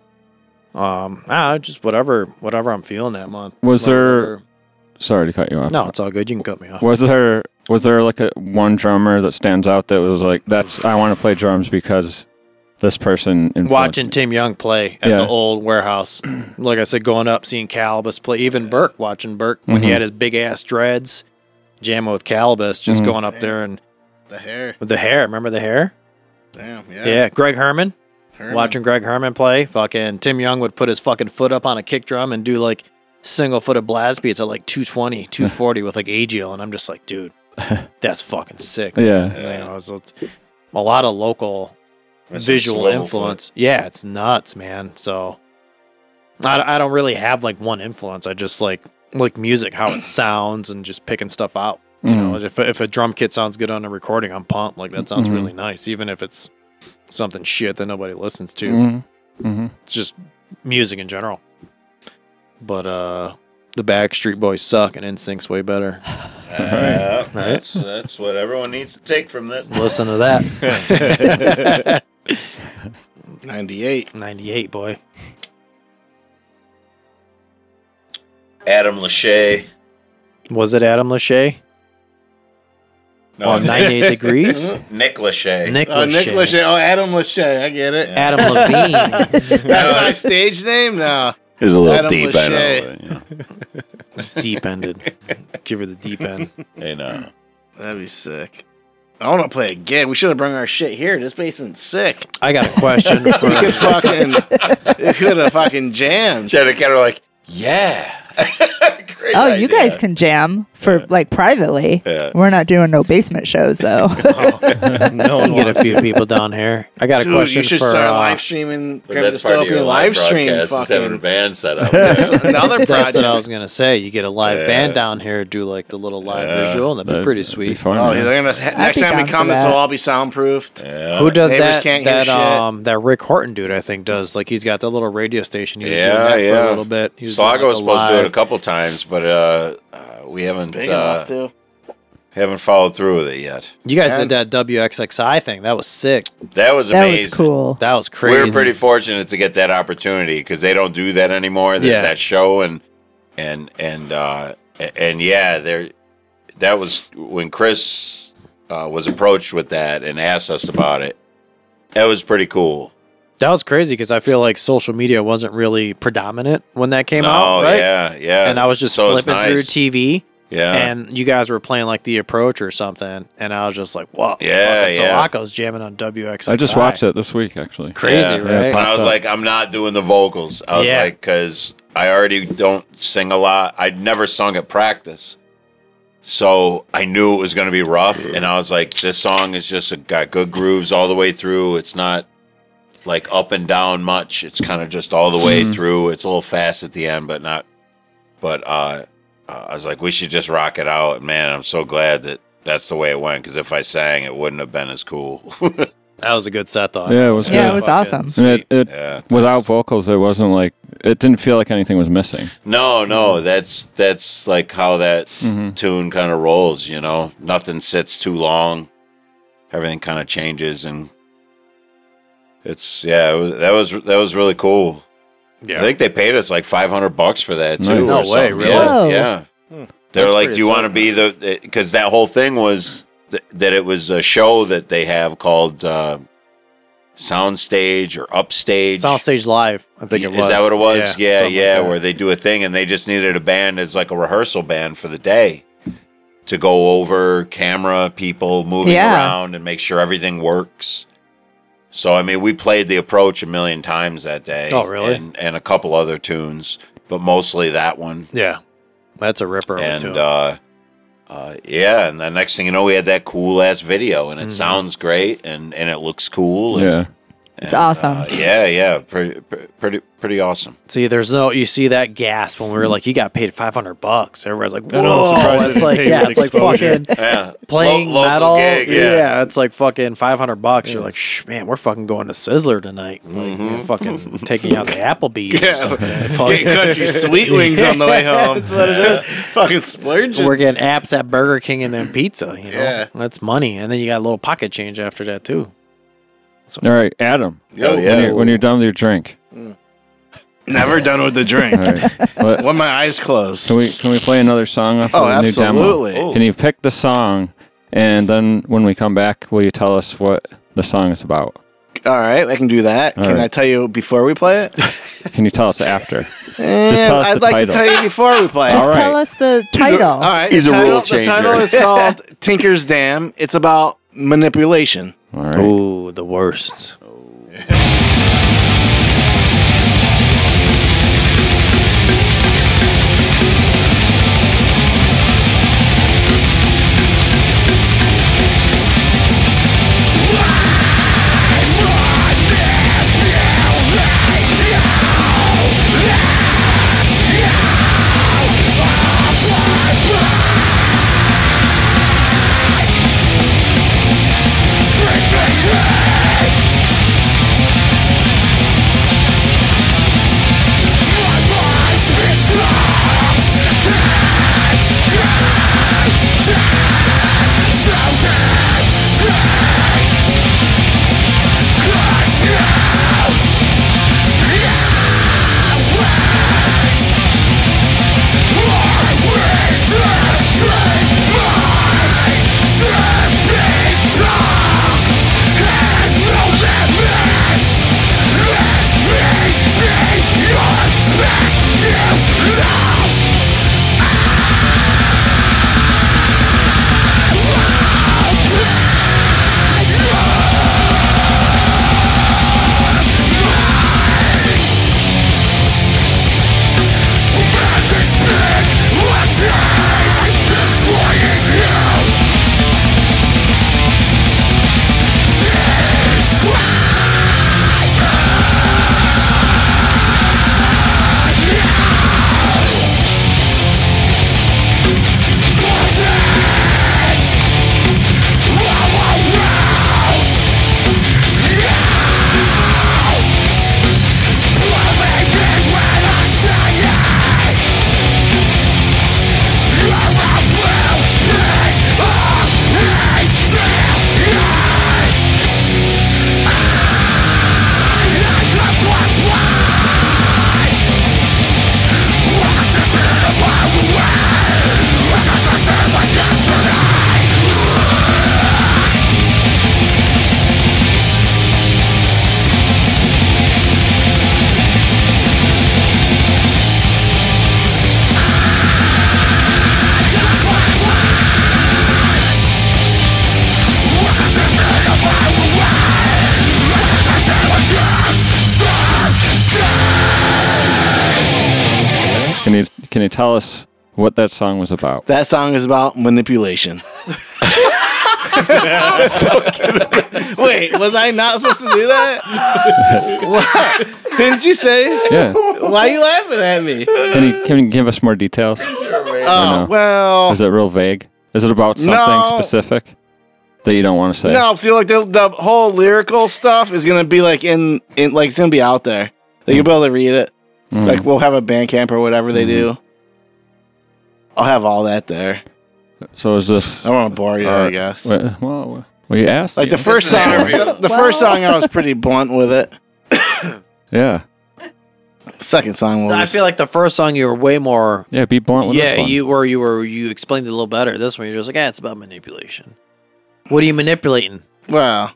[SPEAKER 10] Um, ah, just whatever, whatever I'm feeling that month.
[SPEAKER 8] Was
[SPEAKER 10] Whatever-
[SPEAKER 8] Sorry to cut you off.
[SPEAKER 10] No, it's all good. You can cut me off.
[SPEAKER 8] Was there was there like a one drummer that stands out that was like that's I want to play drums because this person influenced
[SPEAKER 10] watching
[SPEAKER 8] me?
[SPEAKER 10] Tim Young play at
[SPEAKER 8] Yeah.
[SPEAKER 10] the old warehouse. like I said, going up, seeing Calibus play, even Burke, watching Burke when he
[SPEAKER 8] Mhm.
[SPEAKER 10] had his big ass dreads, jamming with Calibus, just
[SPEAKER 8] Mhm.
[SPEAKER 10] going up there and
[SPEAKER 7] The hair.
[SPEAKER 10] with the hair. Remember the hair?
[SPEAKER 7] Damn.
[SPEAKER 10] Yeah.
[SPEAKER 7] Yeah.
[SPEAKER 10] Greg Herman,
[SPEAKER 7] Herman.
[SPEAKER 10] watching Greg Herman play. Fucking Tim Young would put his fucking foot up on a kick drum and do like single footed blast beats at like 220, 240 with like AGL. And I'm just like, dude, that's fucking sick.
[SPEAKER 8] Yeah.
[SPEAKER 10] You know, so it's a lot of local
[SPEAKER 4] That's
[SPEAKER 10] visual
[SPEAKER 4] a slow
[SPEAKER 10] influence. Yeah, it's nuts, man. So I, I don't really have like one influence. I just like like music, how it sounds, and just picking stuff out. You
[SPEAKER 8] Mm-hmm.
[SPEAKER 10] know, if if a drum kit sounds good on a recording, I'm pumped. Like that sounds
[SPEAKER 8] Mhm.
[SPEAKER 10] really nice, even if it's something shit that nobody listens to.
[SPEAKER 8] hmm
[SPEAKER 10] It's just music in general. But uh the Backstreet Boys suck and Instincts way better.
[SPEAKER 4] Yeah, that's that's what everyone needs to take from this.
[SPEAKER 10] Listen to that.
[SPEAKER 7] 98.
[SPEAKER 10] 98 boy.
[SPEAKER 4] Adam Lachey.
[SPEAKER 10] Was it Adam Lachey?
[SPEAKER 4] No, Uh,
[SPEAKER 10] on 98 degrees.
[SPEAKER 4] Nick Lachey.
[SPEAKER 10] Nick
[SPEAKER 7] Oh, Mm-hmm. Nick
[SPEAKER 10] Lachey.
[SPEAKER 7] Lachey. Oh, Adam Lachey. I get it.
[SPEAKER 10] Adam Levine.
[SPEAKER 7] That's my stage name now.
[SPEAKER 4] is a little
[SPEAKER 7] Adam
[SPEAKER 4] deep. I know.
[SPEAKER 7] Lachey.
[SPEAKER 4] but, you know.
[SPEAKER 10] deep ended. Give her the deep end.
[SPEAKER 4] Hey, no.
[SPEAKER 7] That'd be sick. I want to play a gig. We should have brought our shit here. This basement's sick.
[SPEAKER 10] I got a question
[SPEAKER 7] We
[SPEAKER 10] for
[SPEAKER 7] could fucking, we could have fucking jammed.
[SPEAKER 4] Jenna Ketter like, yeah. Great
[SPEAKER 5] Oh, you
[SPEAKER 4] idea.
[SPEAKER 5] guys can jam for like privately.
[SPEAKER 4] Yeah.
[SPEAKER 5] We're not doing no basement shows though.
[SPEAKER 6] no
[SPEAKER 10] I
[SPEAKER 6] one
[SPEAKER 10] can get a
[SPEAKER 6] wants
[SPEAKER 10] few people down here. I got a
[SPEAKER 7] Dude,
[SPEAKER 10] question
[SPEAKER 7] you should
[SPEAKER 10] for
[SPEAKER 7] start
[SPEAKER 10] uh,
[SPEAKER 7] live streaming.
[SPEAKER 4] But
[SPEAKER 7] Grim
[SPEAKER 4] that's part of your
[SPEAKER 7] Dystopian
[SPEAKER 4] live
[SPEAKER 7] live stream.
[SPEAKER 4] broadcast is having a
[SPEAKER 7] Fucking
[SPEAKER 4] band set up.
[SPEAKER 7] another
[SPEAKER 10] That's
[SPEAKER 7] project.
[SPEAKER 10] what I was gonna say. You get a live
[SPEAKER 4] Yeah.
[SPEAKER 10] band down here, do like the little live
[SPEAKER 4] Yeah.
[SPEAKER 10] visual, and that'd,
[SPEAKER 8] That'd
[SPEAKER 10] be pretty
[SPEAKER 8] be
[SPEAKER 10] sweet.
[SPEAKER 8] fun,
[SPEAKER 7] Oh,
[SPEAKER 8] yeah.
[SPEAKER 7] they're gonna. next
[SPEAKER 5] be
[SPEAKER 7] time
[SPEAKER 5] down
[SPEAKER 7] we
[SPEAKER 5] for
[SPEAKER 7] come, this
[SPEAKER 5] that.
[SPEAKER 7] will all be soundproofed.
[SPEAKER 4] Yeah.
[SPEAKER 10] Who does
[SPEAKER 7] Neighbors
[SPEAKER 10] that?
[SPEAKER 7] can't hear
[SPEAKER 10] that
[SPEAKER 7] shit.
[SPEAKER 10] um, that Rick Horton dude, I think, does. Like he's got that little radio station. He was doing
[SPEAKER 4] Yeah,
[SPEAKER 10] that for
[SPEAKER 4] yeah.
[SPEAKER 10] a little bit. He was doing,
[SPEAKER 4] Slago
[SPEAKER 10] like,
[SPEAKER 4] was
[SPEAKER 10] a
[SPEAKER 4] supposed to do it a
[SPEAKER 10] live-
[SPEAKER 4] couple times, but uh, uh, we haven't
[SPEAKER 7] Big
[SPEAKER 4] uh,
[SPEAKER 7] enough to.
[SPEAKER 4] haven't followed through with it yet.
[SPEAKER 10] You guys
[SPEAKER 7] And-
[SPEAKER 10] did that WXXI thing. That was sick.
[SPEAKER 4] That was
[SPEAKER 5] that
[SPEAKER 4] amazing.
[SPEAKER 5] was cool.
[SPEAKER 10] That was
[SPEAKER 4] We
[SPEAKER 10] crazy.
[SPEAKER 4] were pretty fortunate to get that opportunity because they don't do that anymore. That,
[SPEAKER 10] Yeah.
[SPEAKER 4] that show and and and uh, a- and yeah, there. That was when Chris uh, was approached with that and asked us about it. That was pretty cool.
[SPEAKER 10] That was crazy because I feel like social media wasn't really predominant when that came
[SPEAKER 4] no,
[SPEAKER 10] out, right?
[SPEAKER 4] yeah, yeah.
[SPEAKER 10] And I was just
[SPEAKER 4] So it's
[SPEAKER 10] flipping
[SPEAKER 4] nice.
[SPEAKER 10] through TV,
[SPEAKER 4] yeah.
[SPEAKER 10] and you guys were playing like the approach or something, and I was just like, "Whoa,
[SPEAKER 4] Yeah,
[SPEAKER 10] fucking
[SPEAKER 4] yeah.
[SPEAKER 10] Sulaco's jamming on WXXI."
[SPEAKER 8] I just watched it this week actually.
[SPEAKER 10] Crazy,
[SPEAKER 4] Yeah.
[SPEAKER 10] right?
[SPEAKER 8] Yeah,
[SPEAKER 4] And I was like, I'm not doing the vocals. I was
[SPEAKER 10] Yeah.
[SPEAKER 4] like, because I already don't sing a lot. I'd never sung at practice. So I knew it was going to be rough. And I was like, this song is just a, got good grooves all the way through. It's not like up and down much. It's kind of just all the way
[SPEAKER 5] Mm.
[SPEAKER 4] through. It's a little fast at the end, but not. But uh, uh, I was like, we should just rock it out. And man, I'm so glad that that's the way it went because if I sang, it wouldn't have been as cool.
[SPEAKER 10] That was a good set though.
[SPEAKER 8] Yeah, it was
[SPEAKER 5] Yeah, it
[SPEAKER 8] good.
[SPEAKER 5] was awesome.
[SPEAKER 8] And it, it,
[SPEAKER 4] Yeah.
[SPEAKER 8] without vocals, it wasn't like it didn't feel like anything was missing.
[SPEAKER 4] No, no, that's that's like how that
[SPEAKER 8] Mhm.
[SPEAKER 4] tune kind of rolls. You know, nothing sits too long. Everything kind of changes, and it's yeah. It was, that was that was really cool. I think they paid us like five hundred bucks for that too.
[SPEAKER 8] No
[SPEAKER 4] or
[SPEAKER 10] way,
[SPEAKER 4] something.
[SPEAKER 10] really?
[SPEAKER 4] Yeah,
[SPEAKER 5] Whoa.
[SPEAKER 4] yeah. They're
[SPEAKER 10] That's
[SPEAKER 4] like,
[SPEAKER 10] pretty
[SPEAKER 4] do you want to be the? Because that whole thing was th- that it was a show that they have called uh, Soundstage or Upstage.
[SPEAKER 10] It's on stage live. I think it
[SPEAKER 4] Is
[SPEAKER 10] was.
[SPEAKER 4] that what it was? Yeah, yeah,
[SPEAKER 10] something like that.
[SPEAKER 4] where they do a thing and they just needed a band as like a rehearsal band for the day to go over camera people moving
[SPEAKER 5] Yeah.
[SPEAKER 4] around and make sure everything works. So I mean, we played the approach a million times that day.
[SPEAKER 10] Oh, really?
[SPEAKER 4] And, and a couple other tunes, but mostly that one.
[SPEAKER 10] Yeah, that's a ripper. of a
[SPEAKER 4] and
[SPEAKER 10] tune.
[SPEAKER 4] uh, uh, yeah, and the next thing you know, we had that cool ass video,
[SPEAKER 10] Mm-hmm.
[SPEAKER 4] and it sounds great, and and it looks cool. and-
[SPEAKER 8] Yeah,
[SPEAKER 5] It's awesome.
[SPEAKER 4] uh, yeah, yeah, pretty pretty pretty awesome.
[SPEAKER 10] see, there's no. You see that gasp when we were like, "You got paid 500 bucks." Everybody's like,
[SPEAKER 6] I know, I'm
[SPEAKER 10] "Whoa!"
[SPEAKER 6] surprised they
[SPEAKER 10] Oh, it's
[SPEAKER 6] didn't
[SPEAKER 10] like,
[SPEAKER 6] pay
[SPEAKER 10] yeah,
[SPEAKER 6] with
[SPEAKER 10] it's like
[SPEAKER 6] exposure.
[SPEAKER 10] fucking
[SPEAKER 4] Yeah,
[SPEAKER 10] playing
[SPEAKER 4] Lo- local
[SPEAKER 10] metal.
[SPEAKER 4] gig,
[SPEAKER 10] yeah. it's like fucking 500 bucks. You're like, Shh, man, we're fucking going to Sizzler tonight. Like,
[SPEAKER 4] Mm-hmm.
[SPEAKER 10] you're fucking taking out the Applebee's. Or something. Fucking-
[SPEAKER 7] Getting country sweet wings on the way home. That's what it is. Fucking splurging.
[SPEAKER 10] We're getting apps at Burger King and then pizza. You know,
[SPEAKER 7] Yeah.
[SPEAKER 10] that's money, and then you got a little pocket change after that too.
[SPEAKER 8] all right, Adam.
[SPEAKER 4] Oh, yeah.
[SPEAKER 8] When you're, when you're done with your drink,
[SPEAKER 7] Never done with the drink.
[SPEAKER 8] all right. What-
[SPEAKER 7] When my eyes closed.
[SPEAKER 8] can we can we play another song off
[SPEAKER 7] Oh,
[SPEAKER 8] of the new
[SPEAKER 7] absolutely.
[SPEAKER 8] demo?
[SPEAKER 7] Oh.
[SPEAKER 8] Can you pick the song, and then when we come back, will you tell us what the song is about?
[SPEAKER 7] All right, I can do that.
[SPEAKER 8] All
[SPEAKER 7] can
[SPEAKER 8] right.
[SPEAKER 7] I tell you before we play it?
[SPEAKER 8] Can you tell us after?
[SPEAKER 7] And
[SPEAKER 8] tell us
[SPEAKER 7] I'd
[SPEAKER 8] the
[SPEAKER 7] like
[SPEAKER 8] title.
[SPEAKER 7] to tell you before we play it.
[SPEAKER 5] Just
[SPEAKER 8] All right.
[SPEAKER 5] tell us the title.
[SPEAKER 7] All right.
[SPEAKER 4] He's
[SPEAKER 7] the
[SPEAKER 4] a
[SPEAKER 7] title,
[SPEAKER 4] rule
[SPEAKER 7] The title
[SPEAKER 4] changer.
[SPEAKER 7] is called Tinker's Dam. It's about manipulation.
[SPEAKER 8] All right.
[SPEAKER 10] Ooh, the worst.
[SPEAKER 8] Can you can you tell us what that song was about?
[SPEAKER 7] That song is about manipulation. Wait, was I not supposed to do that? what? Didn't you say?
[SPEAKER 8] Yeah.
[SPEAKER 7] Why are you laughing at me?
[SPEAKER 8] Can you can you give us more details?
[SPEAKER 7] Oh,
[SPEAKER 8] no.
[SPEAKER 7] well.
[SPEAKER 8] Is it real vague? Is it about something
[SPEAKER 7] Oh. No.
[SPEAKER 8] specific? that you don't want to say.
[SPEAKER 7] No, see, like the, the whole lyrical stuff is gonna be like in, in like it's gonna be out there. Like you'll be able to read it.
[SPEAKER 8] Mm. Mm-hmm.
[SPEAKER 7] Like we'll have a band camp or whatever they do. I'll have all that there.
[SPEAKER 8] So is this?
[SPEAKER 7] I don't want to bore you. I
[SPEAKER 8] Alright.
[SPEAKER 7] guess.
[SPEAKER 8] Well, well, well, you asked.
[SPEAKER 7] like
[SPEAKER 8] you.
[SPEAKER 7] the first song, the, the first song, I was pretty blunt with it.
[SPEAKER 8] yeah,
[SPEAKER 7] Second song was.
[SPEAKER 6] I feel like the first song you were way more.
[SPEAKER 8] yeah. Be blunt with
[SPEAKER 6] yeah,
[SPEAKER 8] this one.
[SPEAKER 6] you were you were you explained it a little better. This one you're just like, ah, it's about manipulation. What are you manipulating?
[SPEAKER 7] well,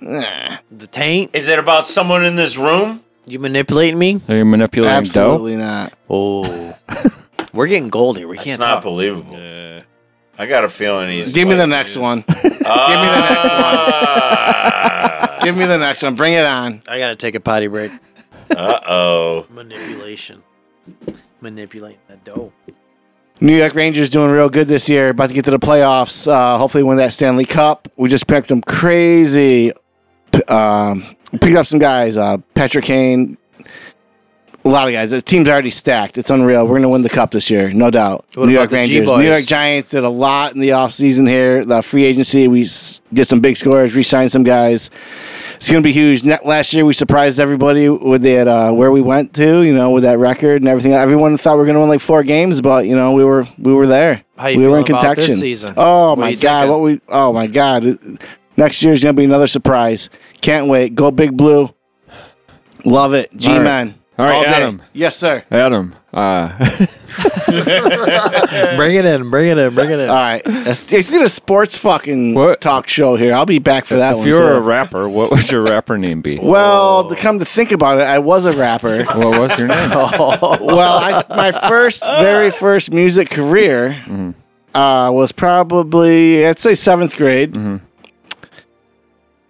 [SPEAKER 7] eh,
[SPEAKER 6] The taint?
[SPEAKER 11] Is it about someone in this room?
[SPEAKER 6] You manipulating me?
[SPEAKER 8] Are you manipulating dough?
[SPEAKER 7] absolutely not.
[SPEAKER 6] Oh, we're getting gold here. We
[SPEAKER 4] That's
[SPEAKER 6] can't
[SPEAKER 4] not
[SPEAKER 6] talk.
[SPEAKER 4] believable. I got a feeling he's.
[SPEAKER 7] Give me the
[SPEAKER 4] like-
[SPEAKER 7] next one.
[SPEAKER 4] Ah.
[SPEAKER 7] Give me the next one. Bring it on.
[SPEAKER 6] I gotta take a potty break.
[SPEAKER 4] Uh oh.
[SPEAKER 6] Manipulation, manipulating that dough.
[SPEAKER 7] New York Rangers doing real good this year. About to get to the playoffs. Uh, hopefully, win that Stanley Cup. We just picked them crazy. P- um, picked up some guys. Uh, Patrick Kane. A lot of guys. The team's already stacked. It's unreal. We're going to win the cup this year, no doubt.
[SPEAKER 6] What
[SPEAKER 7] New
[SPEAKER 6] about
[SPEAKER 7] York
[SPEAKER 6] the
[SPEAKER 7] Rangers.
[SPEAKER 6] G-Boys?
[SPEAKER 7] New York Giants did a lot in the offseason here. The free agency, we s- did some big scores, re signed some guys. It's going to be huge. Net, last year, we surprised everybody with that uh, where we went to, you know, with that record and everything. Everyone thought we were going to win like four games, but you know, we were we were there.
[SPEAKER 6] How you
[SPEAKER 7] we were in
[SPEAKER 6] feeling about this
[SPEAKER 7] contention.
[SPEAKER 6] season?
[SPEAKER 7] Oh
[SPEAKER 6] What
[SPEAKER 7] my
[SPEAKER 6] you
[SPEAKER 7] god,
[SPEAKER 6] thinking?
[SPEAKER 7] what we? Oh my god, next year's going to be another surprise. Can't wait. Go big blue. Love it, G man.
[SPEAKER 8] All right,
[SPEAKER 7] day.
[SPEAKER 8] Adam.
[SPEAKER 7] Yes, sir.
[SPEAKER 8] Adam. Uh,
[SPEAKER 6] Bring it in. Bring it in. Bring it in.
[SPEAKER 7] All right, That's- it's been a sports fucking
[SPEAKER 8] What?
[SPEAKER 7] talk show here. I'll be back for that
[SPEAKER 8] if
[SPEAKER 7] one.
[SPEAKER 8] you
[SPEAKER 7] too.
[SPEAKER 8] were a rapper, what would your rapper name be? what
[SPEAKER 7] well, to come to think about it, I was a rapper.
[SPEAKER 8] was your name?
[SPEAKER 7] Oh. well, I, my first, very first music career
[SPEAKER 8] Mm-hmm.
[SPEAKER 7] uh, was probably, I'd say, seventh grade.
[SPEAKER 8] Mhm.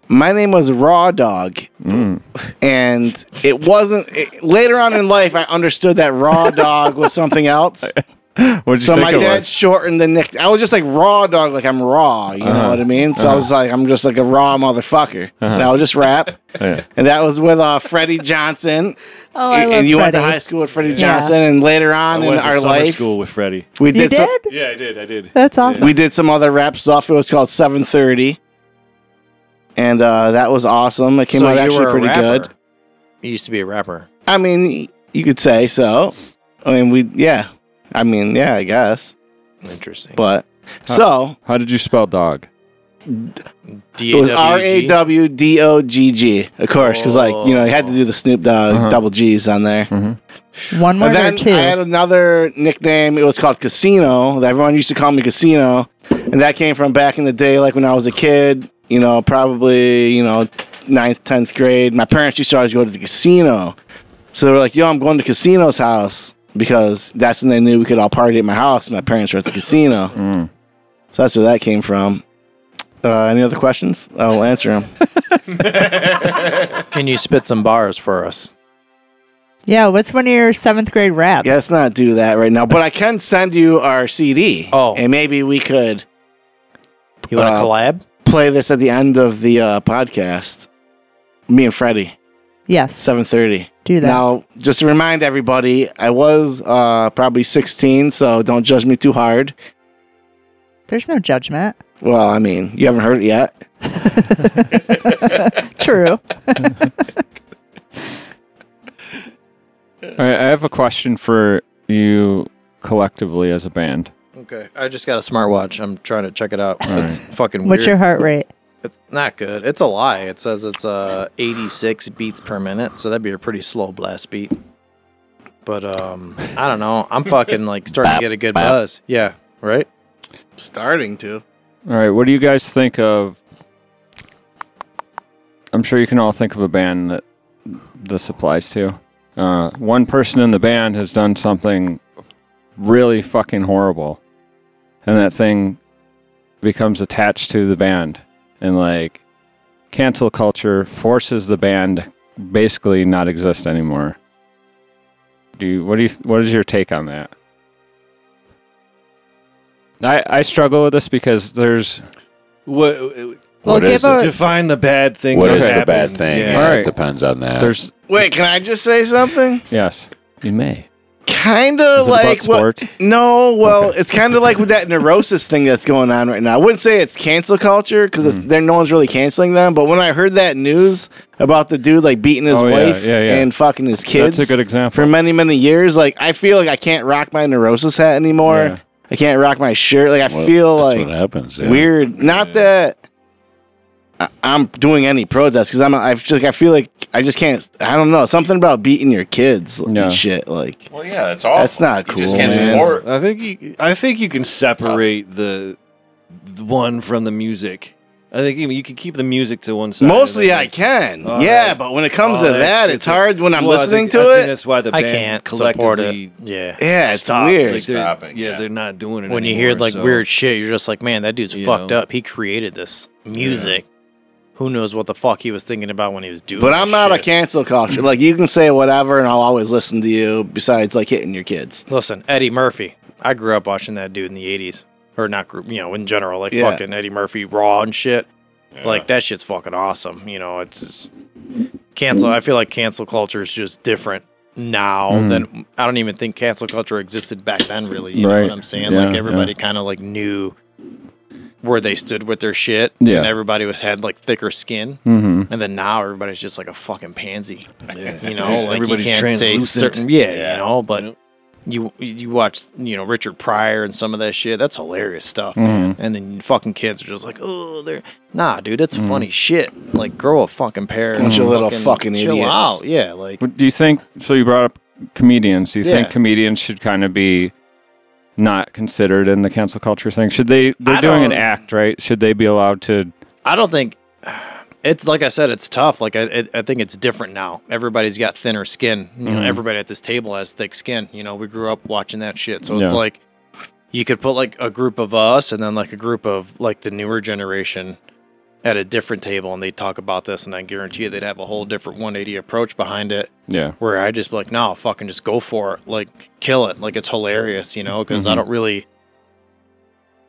[SPEAKER 7] My name was Raw Dog,
[SPEAKER 8] Mm.
[SPEAKER 7] and it wasn't. It, later on in life, I understood that Raw Dog was something else.
[SPEAKER 8] What'd you
[SPEAKER 7] So
[SPEAKER 8] think
[SPEAKER 7] my
[SPEAKER 8] it
[SPEAKER 7] dad
[SPEAKER 8] was?
[SPEAKER 7] shortened the nick. I was just like Raw Dog, like I'm raw. You know
[SPEAKER 8] Uh-huh.
[SPEAKER 7] what I mean? So I was like, I'm just like a raw motherfucker. And I
[SPEAKER 8] Uh-huh.
[SPEAKER 7] was just rap,
[SPEAKER 8] Yeah.
[SPEAKER 7] and that was with uh, Freddie Johnson.
[SPEAKER 5] Oh, I
[SPEAKER 7] and
[SPEAKER 5] love
[SPEAKER 7] you went to
[SPEAKER 5] Freddie.
[SPEAKER 7] high school with Freddie
[SPEAKER 5] Yeah.
[SPEAKER 7] Johnson, and later on in
[SPEAKER 2] went to
[SPEAKER 7] our
[SPEAKER 2] summer
[SPEAKER 7] life,
[SPEAKER 2] school with Freddie.
[SPEAKER 7] we
[SPEAKER 5] You
[SPEAKER 7] did, some,
[SPEAKER 5] did?
[SPEAKER 2] Yeah, I did. I did.
[SPEAKER 5] That's awesome.
[SPEAKER 7] we did some other rap stuff. It was called Seven Thirty, and uh, that was awesome. It came
[SPEAKER 6] So
[SPEAKER 7] out
[SPEAKER 6] you
[SPEAKER 7] actually
[SPEAKER 6] were a
[SPEAKER 7] pretty
[SPEAKER 6] rapper.
[SPEAKER 7] good.
[SPEAKER 6] You used to be a rapper.
[SPEAKER 7] I mean, you could say so. I mean, we yeah. I mean, yeah, I guess.
[SPEAKER 6] Interesting.
[SPEAKER 7] But
[SPEAKER 8] Huh.
[SPEAKER 7] so
[SPEAKER 8] How did you spell dog?
[SPEAKER 6] D
[SPEAKER 7] it
[SPEAKER 10] E
[SPEAKER 7] was R A W D O G G, of course, because like you know, you had to do the Snoop Dogg
[SPEAKER 8] Uh-huh.
[SPEAKER 7] double G's on there.
[SPEAKER 5] One more
[SPEAKER 7] And
[SPEAKER 5] or
[SPEAKER 7] then
[SPEAKER 5] two.
[SPEAKER 7] I had another nickname. It was called Casino. that Everyone used to call me Casino, and that came from back in the day, like when I was a kid. You know, probably you know ninth, tenth grade. My parents used to always go to the casino, so they were like, "Yo, I'm going to Casino's house." Because that's when they knew we could all party at my house. My parents were at the casino,
[SPEAKER 8] Mm.
[SPEAKER 7] so that's where that came from. Uh, any other questions? I'll answer them.
[SPEAKER 6] Can you spit some bars for us?
[SPEAKER 5] yeah, what's one of your seventh grade raps?
[SPEAKER 7] Yeah, let's not do that right now. But I can send you our CD.
[SPEAKER 6] Oh.
[SPEAKER 7] and maybe we could
[SPEAKER 6] You want to
[SPEAKER 7] Uh,
[SPEAKER 6] collab?
[SPEAKER 7] play this at the end of the uh, podcast. Me and Freddie,
[SPEAKER 5] Yes,
[SPEAKER 7] seven thirty.
[SPEAKER 5] do that.
[SPEAKER 7] Now, just to remind everybody, I was uh, probably sixteen, so don't judge me too hard.
[SPEAKER 5] There's no judgment.
[SPEAKER 7] Well, I mean, you haven't heard it yet.
[SPEAKER 5] True.
[SPEAKER 8] All right, I have a question for you collectively as a band.
[SPEAKER 6] Okay. I just got a smartwatch. I'm trying to check it out. It's fucking weird.
[SPEAKER 5] What's your heart rate?
[SPEAKER 6] It's not good. It's a lie. It says it's uh 86 beats per minute, so that'd be a pretty slow blast beat. But um, I don't know. I'm fucking like starting to get a good buzz. Yeah. Right.
[SPEAKER 7] Starting to.
[SPEAKER 8] All right, what do you guys think of? I'm sure you can all think of a band that this applies to. Uh, one person in the band has done something really fucking horrible, and that thing becomes attached to the band, and like cancel culture forces the band to basically not exist anymore. Do you, what do you what is your take on that? I, I struggle with this because there's
[SPEAKER 6] uh,
[SPEAKER 2] What,
[SPEAKER 5] Well,
[SPEAKER 4] What is
[SPEAKER 5] give
[SPEAKER 4] it?
[SPEAKER 5] a
[SPEAKER 2] define the bad thing.
[SPEAKER 4] What
[SPEAKER 2] that's
[SPEAKER 4] is the
[SPEAKER 2] happened.
[SPEAKER 4] bad thing?
[SPEAKER 2] Yeah.
[SPEAKER 4] Yeah,
[SPEAKER 8] All right.
[SPEAKER 4] It depends on that.
[SPEAKER 8] There's
[SPEAKER 7] Wait, can I just say something?
[SPEAKER 8] yes. You may.
[SPEAKER 7] kind
[SPEAKER 8] Is
[SPEAKER 7] of
[SPEAKER 8] it about
[SPEAKER 7] like what?
[SPEAKER 8] sport?
[SPEAKER 7] No, well,
[SPEAKER 8] Okay.
[SPEAKER 7] it's kind of like with that neurosis thing that's going on right now. I wouldn't say it's cancel culture because
[SPEAKER 8] Mm.
[SPEAKER 7] there no one's really canceling them. But when I heard that news about the dude like beating his
[SPEAKER 8] Oh, yeah,
[SPEAKER 7] wife
[SPEAKER 8] yeah, yeah.
[SPEAKER 7] and fucking his kids,
[SPEAKER 8] That's a good example.
[SPEAKER 7] for many many years, like I feel like I can't rock my neurosis hat anymore.
[SPEAKER 8] Yeah.
[SPEAKER 7] I can't rock my shirt. Like I
[SPEAKER 4] Well,
[SPEAKER 7] feel
[SPEAKER 4] that's
[SPEAKER 7] like
[SPEAKER 4] what happens. yeah.
[SPEAKER 7] weird. Not that I, I'm doing any protest because I'm. I just I feel like I just can't. I don't know something about beating your kids like,
[SPEAKER 8] Yeah.
[SPEAKER 7] and shit. Like
[SPEAKER 4] Well, yeah, it's awful.
[SPEAKER 7] That's not
[SPEAKER 4] You just
[SPEAKER 7] cool,
[SPEAKER 4] can't
[SPEAKER 7] man.
[SPEAKER 4] support.
[SPEAKER 2] I think you, I think you can separate the, the one from the music. I think you, you can keep the music to one side.
[SPEAKER 7] mostly
[SPEAKER 2] Like,
[SPEAKER 7] I can.
[SPEAKER 2] Oh,
[SPEAKER 7] yeah,
[SPEAKER 2] that-
[SPEAKER 7] but when it comes
[SPEAKER 2] oh,
[SPEAKER 7] to
[SPEAKER 2] that's-
[SPEAKER 7] that, it's hard when I'm
[SPEAKER 2] Well, I
[SPEAKER 7] listening
[SPEAKER 2] think- I
[SPEAKER 7] to
[SPEAKER 2] think
[SPEAKER 7] it.
[SPEAKER 2] That's why the
[SPEAKER 6] I
[SPEAKER 2] band
[SPEAKER 6] can't support
[SPEAKER 2] collectively.
[SPEAKER 6] it. Yeah.
[SPEAKER 7] Yeah, it's
[SPEAKER 2] stopped.
[SPEAKER 7] weird.
[SPEAKER 2] Like, they're-
[SPEAKER 4] Stop it,
[SPEAKER 2] Yeah,
[SPEAKER 4] yeah.
[SPEAKER 2] they're not doing it.
[SPEAKER 6] When you
[SPEAKER 2] anymore,
[SPEAKER 6] hear like
[SPEAKER 2] so-
[SPEAKER 6] weird shit, you're just like, man, that dude's
[SPEAKER 2] You
[SPEAKER 6] fucked
[SPEAKER 2] know.
[SPEAKER 6] up. He created this music. Who knows what the fuck he was thinking about when he was doing
[SPEAKER 7] but
[SPEAKER 6] this
[SPEAKER 7] I'm not a
[SPEAKER 6] shit.
[SPEAKER 7] cancel culture. Like you can say whatever, and I'll always listen to you. Besides, like hitting your kids.
[SPEAKER 6] Listen, Eddie Murphy. I grew up watching that dude in the 80s. Or not group, you know, in general, like
[SPEAKER 7] Yeah.
[SPEAKER 6] fucking Eddie Murphy Raw and shit. Like that shit's fucking awesome. You know, it's just cancel. I feel like cancel culture is just different now
[SPEAKER 8] Hmm.
[SPEAKER 6] than I don't even think cancel culture existed back then, really. You know
[SPEAKER 8] Right.
[SPEAKER 6] what I'm saying?
[SPEAKER 8] Yeah,
[SPEAKER 6] like
[SPEAKER 8] yeah.
[SPEAKER 6] everybody kind of like knew where they stood with their shit.
[SPEAKER 8] Yeah.
[SPEAKER 6] And everybody was had like thicker skin.
[SPEAKER 8] Mm-hmm.
[SPEAKER 6] And then now everybody's just like a fucking pansy. You know, like
[SPEAKER 2] Everybody's
[SPEAKER 6] you can't say
[SPEAKER 2] translucent.
[SPEAKER 6] certain, yeah, you know, but you you watch you know Richard Pryor and some of that shit. That's hilarious stuff, man. And then fucking kids are just like, oh, they're nah, dude. That's funny shit. Like, grow a fucking pair. and
[SPEAKER 2] Mm.
[SPEAKER 7] Bunch of little fucking
[SPEAKER 6] chill
[SPEAKER 7] idiots.
[SPEAKER 6] out. Yeah, like
[SPEAKER 8] But do you think? So you brought up comedians. Do you think
[SPEAKER 6] Yeah.
[SPEAKER 8] comedians should kind of be not considered in the cancel culture thing? Should they? They're
[SPEAKER 6] I
[SPEAKER 8] doing an
[SPEAKER 6] don't-
[SPEAKER 8] act, right? Should they be allowed to?
[SPEAKER 6] I don't think it's like I said, it's tough. Like I, I- I think it's different now. Everybody's got thinner skin. You know, everybody at this table has thick skin. You know, we grew up watching that shit, so it's
[SPEAKER 8] Yeah.
[SPEAKER 6] like you could put like a group of us and then like a group of like the newer generation at a different table, and they would talk about this, and I guarantee you they'd have a whole different 180 approach behind it
[SPEAKER 8] Yeah.
[SPEAKER 6] where I just be like, no, fucking just go for it. Like, kill it. Like, it's hilarious, you know, because I
[SPEAKER 2] Mm-hmm.
[SPEAKER 6] don't really,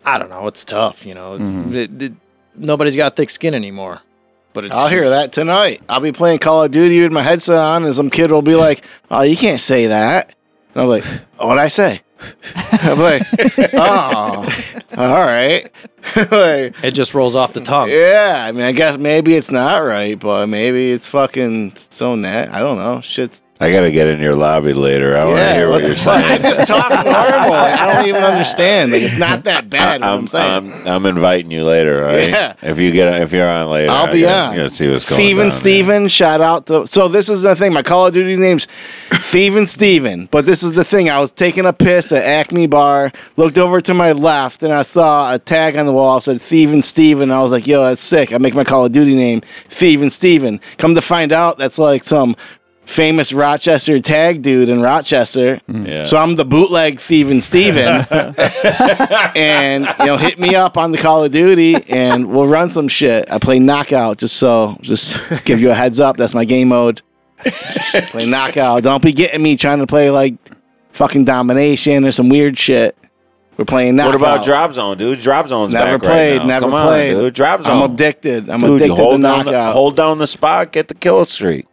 [SPEAKER 6] I don't know. It's tough, you know.
[SPEAKER 2] Mm-hmm.
[SPEAKER 6] It- it- nobody's got thick skin anymore. But it's
[SPEAKER 7] I'll hear that tonight. I'll be playing Call of Duty with my headset on, and some kid will be like, "Oh, you can't say that." And I'm like, "What'd I say?" I'm like, "Oh, all right." like,
[SPEAKER 6] It just rolls off the tongue.
[SPEAKER 7] yeah, I mean, I guess maybe it's not right, but maybe it's fucking so net. I don't know. Shit's
[SPEAKER 4] I got to get in your lobby later. I want to
[SPEAKER 7] Yeah,
[SPEAKER 4] hear what
[SPEAKER 7] what the
[SPEAKER 4] you're
[SPEAKER 7] fuck? I
[SPEAKER 4] saying.
[SPEAKER 7] just talk normal. Like, I don't even understand. Like, it's not that bad. what I'm,
[SPEAKER 4] I'm,
[SPEAKER 7] saying.
[SPEAKER 4] I'm, I'm inviting you later, all right?
[SPEAKER 7] Yeah.
[SPEAKER 4] If you get if you're on later,
[SPEAKER 7] I'll be
[SPEAKER 4] gotta,
[SPEAKER 7] on.
[SPEAKER 4] gotta see what's going
[SPEAKER 7] Thieving
[SPEAKER 4] on.
[SPEAKER 7] Steven, shout out to. So this is the thing. My Call of Duty name's Thieving Steven, but this is the thing. I was taking a piss at Acme Bar, looked over to my left, and I saw a tag on the wall said Thieving Steven. I was like, yo, that's sick. I make my Call of Duty name Thieving Steven. Come to find out, that's like some famous Rochester tag dude in Rochester.
[SPEAKER 4] Yeah.
[SPEAKER 7] So I'm the bootleg Thieving Steven. and you know, hit me up on the Call of Duty, and we'll run some shit. I play knockout, just so just give you a heads up. That's my game mode. play knockout. Don't be getting me trying to play like fucking domination or some weird shit. We're playing knockout.
[SPEAKER 4] What about Drop Zone, dude? Drop Zone's
[SPEAKER 7] Never
[SPEAKER 4] back
[SPEAKER 7] played.
[SPEAKER 4] right now.
[SPEAKER 7] never
[SPEAKER 4] Come
[SPEAKER 7] played.
[SPEAKER 4] on, dude. Drop Zone.
[SPEAKER 7] I'm addicted. I'm
[SPEAKER 4] Dude, you
[SPEAKER 7] addicted to
[SPEAKER 4] hold down
[SPEAKER 7] knockout.
[SPEAKER 4] the- hold down the spot, get the kill streak.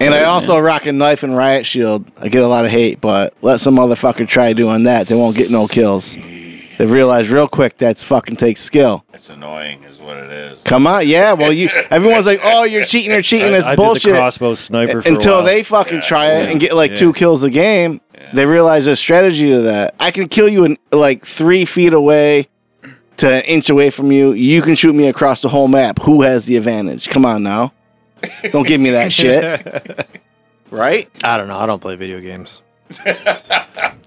[SPEAKER 7] and I also rock a knife and riot shield. I get a lot of hate, but let some motherfucker try doing that. They won't get no kills. They realize real quick that's fucking takes skill.
[SPEAKER 4] It's annoying, is what it is.
[SPEAKER 7] Come on, yeah. Well, you everyone's like, "Oh, you're cheating, you're cheating." It's
[SPEAKER 2] I did
[SPEAKER 7] bullshit.
[SPEAKER 2] the crossbow sniper for a
[SPEAKER 7] Until
[SPEAKER 2] while.
[SPEAKER 7] they fucking try it and get like two kills a game, they realize there's strategy to that. I can kill you in like three feet away to an inch away from you. You can shoot me across the whole map. Who has the advantage? Come on now, don't give me that shit. Right?
[SPEAKER 6] I don't know. I don't play video games.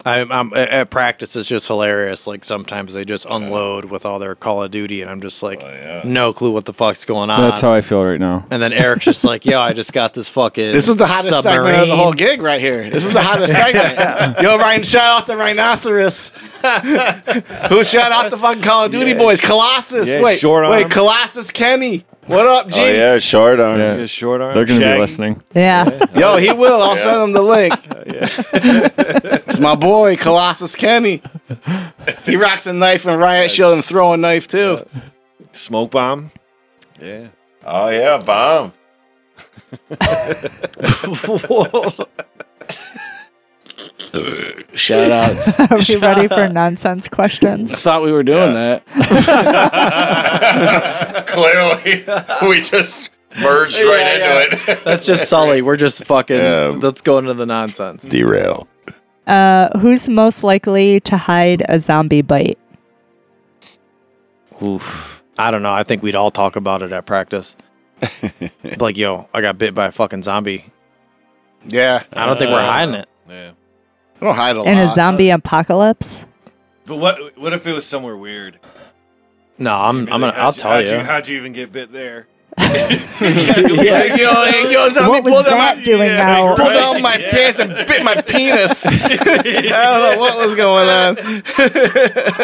[SPEAKER 6] I, I'm at at practice. It's just hilarious. Like sometimes they just unload with all their Call of Duty, and I'm just
[SPEAKER 7] Oh,
[SPEAKER 6] like, no clue what the fuck's going on.
[SPEAKER 8] That's how I feel right now.
[SPEAKER 6] and then Eric's just like, yo, I just got this fucking.
[SPEAKER 7] This is the hottest segment of the
[SPEAKER 6] submarine.
[SPEAKER 7] whole gig right here. This is the hottest segment. Yo, Ryan, shout out the rhinoceros. Who shout out the fucking Call of Duty boys? Colossus.
[SPEAKER 2] Yeah,
[SPEAKER 7] wait,
[SPEAKER 2] short
[SPEAKER 7] wait,
[SPEAKER 2] arm.
[SPEAKER 7] Colossus Kenny. What up, G?
[SPEAKER 4] Oh yeah, short arm.
[SPEAKER 8] Yeah.
[SPEAKER 2] Yeah, short arm.
[SPEAKER 8] They're going to be
[SPEAKER 2] Shaggy.
[SPEAKER 8] listening.
[SPEAKER 5] Yeah.
[SPEAKER 7] Yo, he will. I'll send him the link. it's my boy, Colossus Kenny. He rocks a knife and riot shield and throw a knife too.
[SPEAKER 2] smoke bomb. Yeah.
[SPEAKER 4] Oh yeah, bomb.
[SPEAKER 7] shout outs.
[SPEAKER 5] Are we ready for nonsense questions?
[SPEAKER 7] I thought we were doing that.
[SPEAKER 1] Clearly, we just merged right into it.
[SPEAKER 6] That's just Sully. We're just fucking.
[SPEAKER 4] Yeah.
[SPEAKER 6] Let's go into the nonsense.
[SPEAKER 4] Derail.
[SPEAKER 5] Uh, who's most likely to hide a zombie bite?
[SPEAKER 6] Oof. I don't know. I think we'd all talk about it at practice. like, yo, I got bit by a fucking zombie.
[SPEAKER 7] Yeah.
[SPEAKER 6] I don't think we're hiding it.
[SPEAKER 2] Yeah.
[SPEAKER 7] I don't hide a
[SPEAKER 5] In a
[SPEAKER 7] lot.
[SPEAKER 5] zombie apocalypse?
[SPEAKER 2] But what what if it was somewhere weird?
[SPEAKER 6] No, I'm. I'm gonna.
[SPEAKER 2] How'd
[SPEAKER 6] I'll tell
[SPEAKER 2] how'd
[SPEAKER 6] you.
[SPEAKER 2] How'd you even get bit there?
[SPEAKER 7] yeah. Yo, yo, zombie
[SPEAKER 5] What was
[SPEAKER 7] pulled out my,
[SPEAKER 5] that doing now?
[SPEAKER 7] pulled out my pants and bit my penis. I don't know what was going on.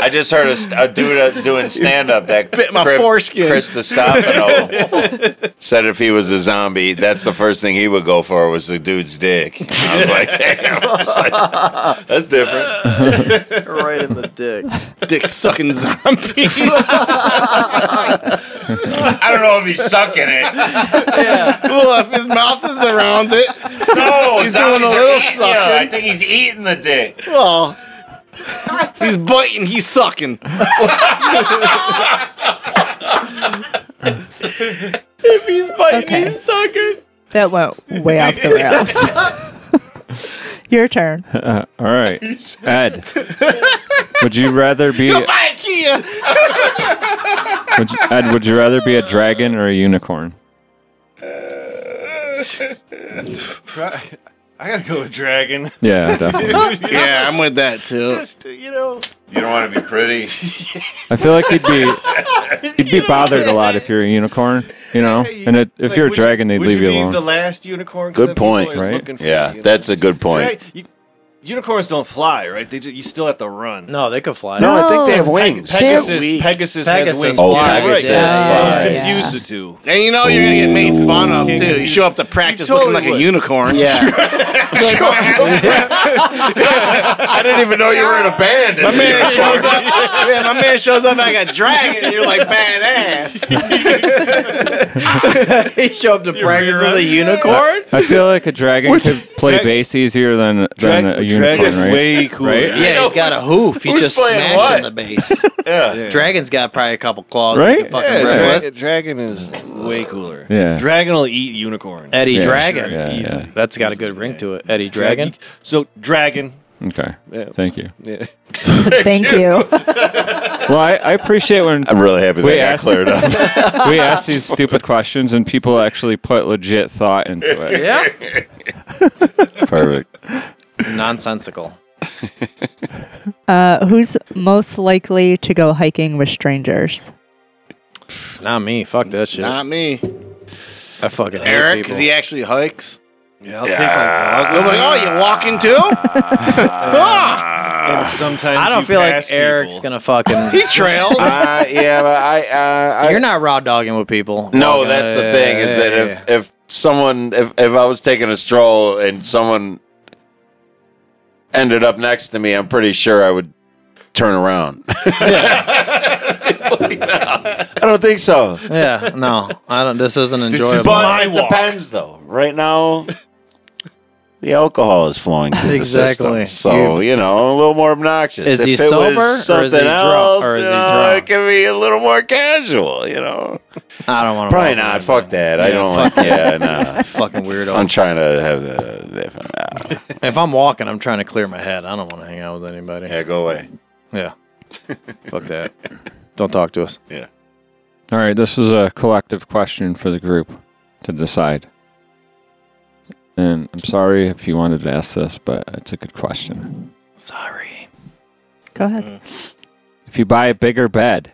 [SPEAKER 1] I just heard a, st- a dude uh, doing stand up that
[SPEAKER 7] Bit my
[SPEAKER 1] Chris-
[SPEAKER 7] foreskin.
[SPEAKER 1] Chris DiStefano said if he was a zombie, that's the first thing he would go for was the dude's dick. And I was like, damn, I was like, that's different.
[SPEAKER 6] right in the dick.
[SPEAKER 7] Dick sucking zombie.
[SPEAKER 1] I don't know if he's sucking it.
[SPEAKER 7] well, if his mouth is around it.
[SPEAKER 1] No,
[SPEAKER 7] He's
[SPEAKER 1] zombies
[SPEAKER 7] doing a
[SPEAKER 1] are
[SPEAKER 7] little
[SPEAKER 1] eating you.
[SPEAKER 7] sucking.
[SPEAKER 1] I think he's eating the dick.
[SPEAKER 7] Well, if he's biting, he's sucking.
[SPEAKER 5] Okay. That went way off the rails. Your turn.
[SPEAKER 8] Uh, all right, Ed. would you rather be
[SPEAKER 7] Buy a Kia.
[SPEAKER 8] would you- Ed? Would you rather be a dragon or a unicorn?
[SPEAKER 2] I gotta go with dragon.
[SPEAKER 8] Yeah, definitely.
[SPEAKER 7] Yeah, I'm with that too.
[SPEAKER 1] You don't want to be pretty.
[SPEAKER 8] I feel like you'd be you'd be bothered a lot if you're a unicorn, you know. And it, if you're a dragon, they'd leave you alone.
[SPEAKER 2] The last unicorn. 'Cause
[SPEAKER 1] Good
[SPEAKER 2] then people
[SPEAKER 1] point.
[SPEAKER 2] are
[SPEAKER 8] Right?
[SPEAKER 2] looking for
[SPEAKER 1] Yeah,
[SPEAKER 2] you.
[SPEAKER 1] that's a good point.
[SPEAKER 2] Dra- you- unicorns don't fly, right? They just, you still have to run.
[SPEAKER 6] No, they could fly.
[SPEAKER 1] No, I think they
[SPEAKER 5] No.
[SPEAKER 1] have wings.
[SPEAKER 2] Pegasus, Pegasus, has
[SPEAKER 6] Pegasus
[SPEAKER 2] wings.
[SPEAKER 1] Oh,
[SPEAKER 2] Fly,
[SPEAKER 1] Pegasus
[SPEAKER 2] right.
[SPEAKER 5] Yeah.
[SPEAKER 1] flies.
[SPEAKER 5] Uh, Yeah.
[SPEAKER 2] Confuse the two.
[SPEAKER 7] And you know you're gonna get made fun of too. You show up to practice
[SPEAKER 2] totally
[SPEAKER 7] looking like
[SPEAKER 2] would.
[SPEAKER 7] a unicorn. Yeah.
[SPEAKER 1] I didn't even know you were in a band.
[SPEAKER 7] my man shows up. Yeah, my man shows up like a dragon. And you're like badass.
[SPEAKER 6] They show up to practice as a unicorn.
[SPEAKER 8] I feel like a dragon could play bass easier than than a unicorn,
[SPEAKER 2] dragon
[SPEAKER 8] right?
[SPEAKER 2] way cooler.
[SPEAKER 8] Right?
[SPEAKER 6] Yeah, he's got a hoof. He's
[SPEAKER 1] who's
[SPEAKER 6] just
[SPEAKER 1] playing
[SPEAKER 6] smashing
[SPEAKER 1] what?
[SPEAKER 6] the base.
[SPEAKER 1] Yeah.
[SPEAKER 6] Dragon's got probably a couple claws.
[SPEAKER 8] Right?
[SPEAKER 6] He can fucking
[SPEAKER 2] Yeah,
[SPEAKER 6] grab.
[SPEAKER 2] dra- dragon is way cooler.
[SPEAKER 8] Yeah.
[SPEAKER 2] Dragon will eat unicorns.
[SPEAKER 6] Eddie
[SPEAKER 8] Yeah,
[SPEAKER 6] Dragon.
[SPEAKER 8] sure, yeah,
[SPEAKER 6] Easy.
[SPEAKER 8] yeah.
[SPEAKER 6] That's got a good ring to it. Eddie Dragon.
[SPEAKER 2] So dragon.
[SPEAKER 8] Okay,
[SPEAKER 2] Yeah.
[SPEAKER 8] thank you.
[SPEAKER 5] Thank you.
[SPEAKER 8] Well, I, I appreciate when
[SPEAKER 1] I'm really happy
[SPEAKER 8] We
[SPEAKER 1] that got
[SPEAKER 8] asked-
[SPEAKER 1] cleared up.
[SPEAKER 8] we ask these stupid questions and people actually put legit thought into it.
[SPEAKER 6] Yeah.
[SPEAKER 1] Perfect.
[SPEAKER 6] Nonsensical.
[SPEAKER 5] Uh, who's most likely to go hiking with strangers?
[SPEAKER 6] Not me. Fuck that shit.
[SPEAKER 7] Not me.
[SPEAKER 6] I fucking hate
[SPEAKER 7] Eric,
[SPEAKER 6] people.
[SPEAKER 7] because he actually hikes.
[SPEAKER 2] Yeah, I'll take my
[SPEAKER 7] I'm
[SPEAKER 2] dog.
[SPEAKER 7] like, oh, you walking too? Ah,
[SPEAKER 2] and sometimes
[SPEAKER 6] I don't
[SPEAKER 2] you
[SPEAKER 6] feel like
[SPEAKER 2] pass
[SPEAKER 6] Eric's
[SPEAKER 2] people.
[SPEAKER 6] gonna fucking.
[SPEAKER 7] he trails.
[SPEAKER 1] Uh, yeah, but I, uh, I
[SPEAKER 6] You're not raw dogging with people.
[SPEAKER 1] No,
[SPEAKER 6] Walking-
[SPEAKER 1] that's the
[SPEAKER 6] yeah,
[SPEAKER 1] thing is
[SPEAKER 6] yeah,
[SPEAKER 1] that
[SPEAKER 6] yeah.
[SPEAKER 1] if if someone if if I was taking a stroll Oh, and someone ended up next to me, I'm pretty sure I would turn around. I don't think so.
[SPEAKER 6] yeah, no, I don't. This isn't enjoyable.
[SPEAKER 2] is
[SPEAKER 1] but
[SPEAKER 2] my
[SPEAKER 1] it
[SPEAKER 2] walk.
[SPEAKER 1] depends, though. Right now, the alcohol is flowing through the
[SPEAKER 6] Exactly.
[SPEAKER 1] system, so you know a little more obnoxious.
[SPEAKER 6] Is he
[SPEAKER 1] If it was
[SPEAKER 6] sober, or is
[SPEAKER 1] something
[SPEAKER 6] he drunk,
[SPEAKER 1] else,
[SPEAKER 6] or is
[SPEAKER 1] you
[SPEAKER 6] he
[SPEAKER 1] know,
[SPEAKER 6] drunk?
[SPEAKER 1] It can be a little more casual, you know.
[SPEAKER 6] I don't want to.
[SPEAKER 1] Probably not. Fuck that. I don't like. Yeah, nah. I'm
[SPEAKER 6] Fucking weirdo.
[SPEAKER 1] trying to have the. if I'm- uh,
[SPEAKER 6] if I'm walking, I'm trying to clear my head. I don't want to hang out with anybody.
[SPEAKER 1] yeah, go away.
[SPEAKER 6] Yeah. Fuck that. Don't talk to us.
[SPEAKER 8] All right, this is a collective question for the group to decide. And I'm sorry if you wanted to ask this, but it's a good question.
[SPEAKER 6] Sorry.
[SPEAKER 5] Go
[SPEAKER 7] Mm.
[SPEAKER 5] ahead.
[SPEAKER 8] If you buy a bigger bed,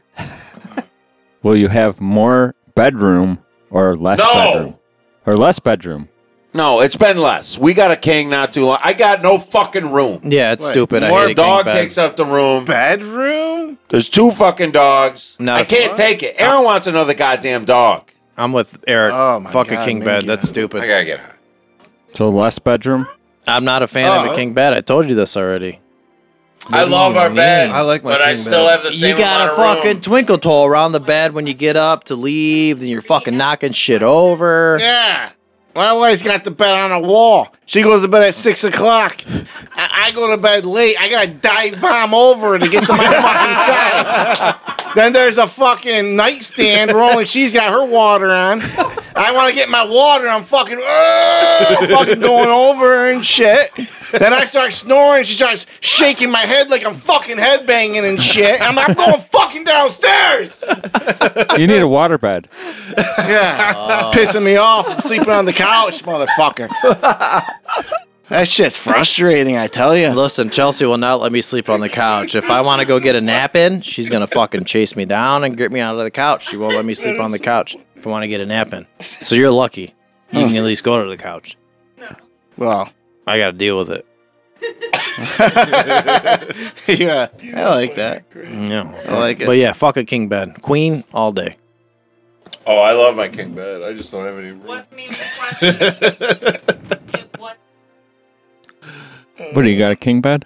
[SPEAKER 8] will you have more bedroom or less
[SPEAKER 1] No!
[SPEAKER 8] bedroom? Or less bedroom?
[SPEAKER 1] No, it's been less. We got a king not too long. I got no fucking room.
[SPEAKER 6] Yeah, it's
[SPEAKER 7] Wait,
[SPEAKER 6] stupid. I
[SPEAKER 7] more
[SPEAKER 6] hate a king
[SPEAKER 1] Dog
[SPEAKER 6] bed.
[SPEAKER 1] takes up the room.
[SPEAKER 7] Bedroom?
[SPEAKER 1] There's two fucking dogs.
[SPEAKER 6] Not
[SPEAKER 1] I
[SPEAKER 6] a-
[SPEAKER 1] can't take it. Aaron wants another goddamn dog.
[SPEAKER 6] I'm with Eric.
[SPEAKER 7] Oh my
[SPEAKER 6] Fuck a
[SPEAKER 7] God,
[SPEAKER 6] king
[SPEAKER 7] me
[SPEAKER 6] bed.
[SPEAKER 7] again.
[SPEAKER 6] That's
[SPEAKER 1] I
[SPEAKER 6] stupid.
[SPEAKER 1] gotta get her.
[SPEAKER 8] So less bedroom?
[SPEAKER 6] I'm not a fan of a
[SPEAKER 7] Oh.
[SPEAKER 6] king bed. I told you this already.
[SPEAKER 1] I love our bed.
[SPEAKER 2] I like my
[SPEAKER 1] but I
[SPEAKER 2] king
[SPEAKER 1] still
[SPEAKER 2] bed.
[SPEAKER 1] have the same.
[SPEAKER 6] you got a
[SPEAKER 1] amount of
[SPEAKER 6] fucking
[SPEAKER 1] room.
[SPEAKER 6] twinkle toe around the bed when you get up to leave. Then you're fucking knocking shit over.
[SPEAKER 7] Yeah. My wife's got the bed on a wall. She goes to bed at six o'clock. I, I go to bed late. I gotta dive bomb over to get to my fucking side. Then there's a fucking nightstand rolling. She's got her water on. I want to get my water. I'm fucking, "Oh," fucking going over and shit. Then I start snoring. She starts shaking my head like I'm fucking headbanging and shit. I'm, I'm going fucking downstairs.
[SPEAKER 8] you need a water bed.
[SPEAKER 7] Yeah, pissing me off. I'm sleeping on the couch, motherfucker. That shit's frustrating, I tell you.
[SPEAKER 6] Listen, Chelsea will not let me sleep on the couch. If I want to go get a nap in, she's gonna fucking chase me down and get me out of the couch. She won't let me sleep on the couch if I want to get a nap in. So you're lucky. You can at least go to the couch.
[SPEAKER 7] Well,
[SPEAKER 6] I gotta deal with it.
[SPEAKER 7] yeah, I like that.
[SPEAKER 6] Yeah,
[SPEAKER 7] I like it.
[SPEAKER 6] But yeah, fuck a king bed, queen all day.
[SPEAKER 1] Oh, I love my king bed. I just don't have any room.
[SPEAKER 8] What do you got? A king bed?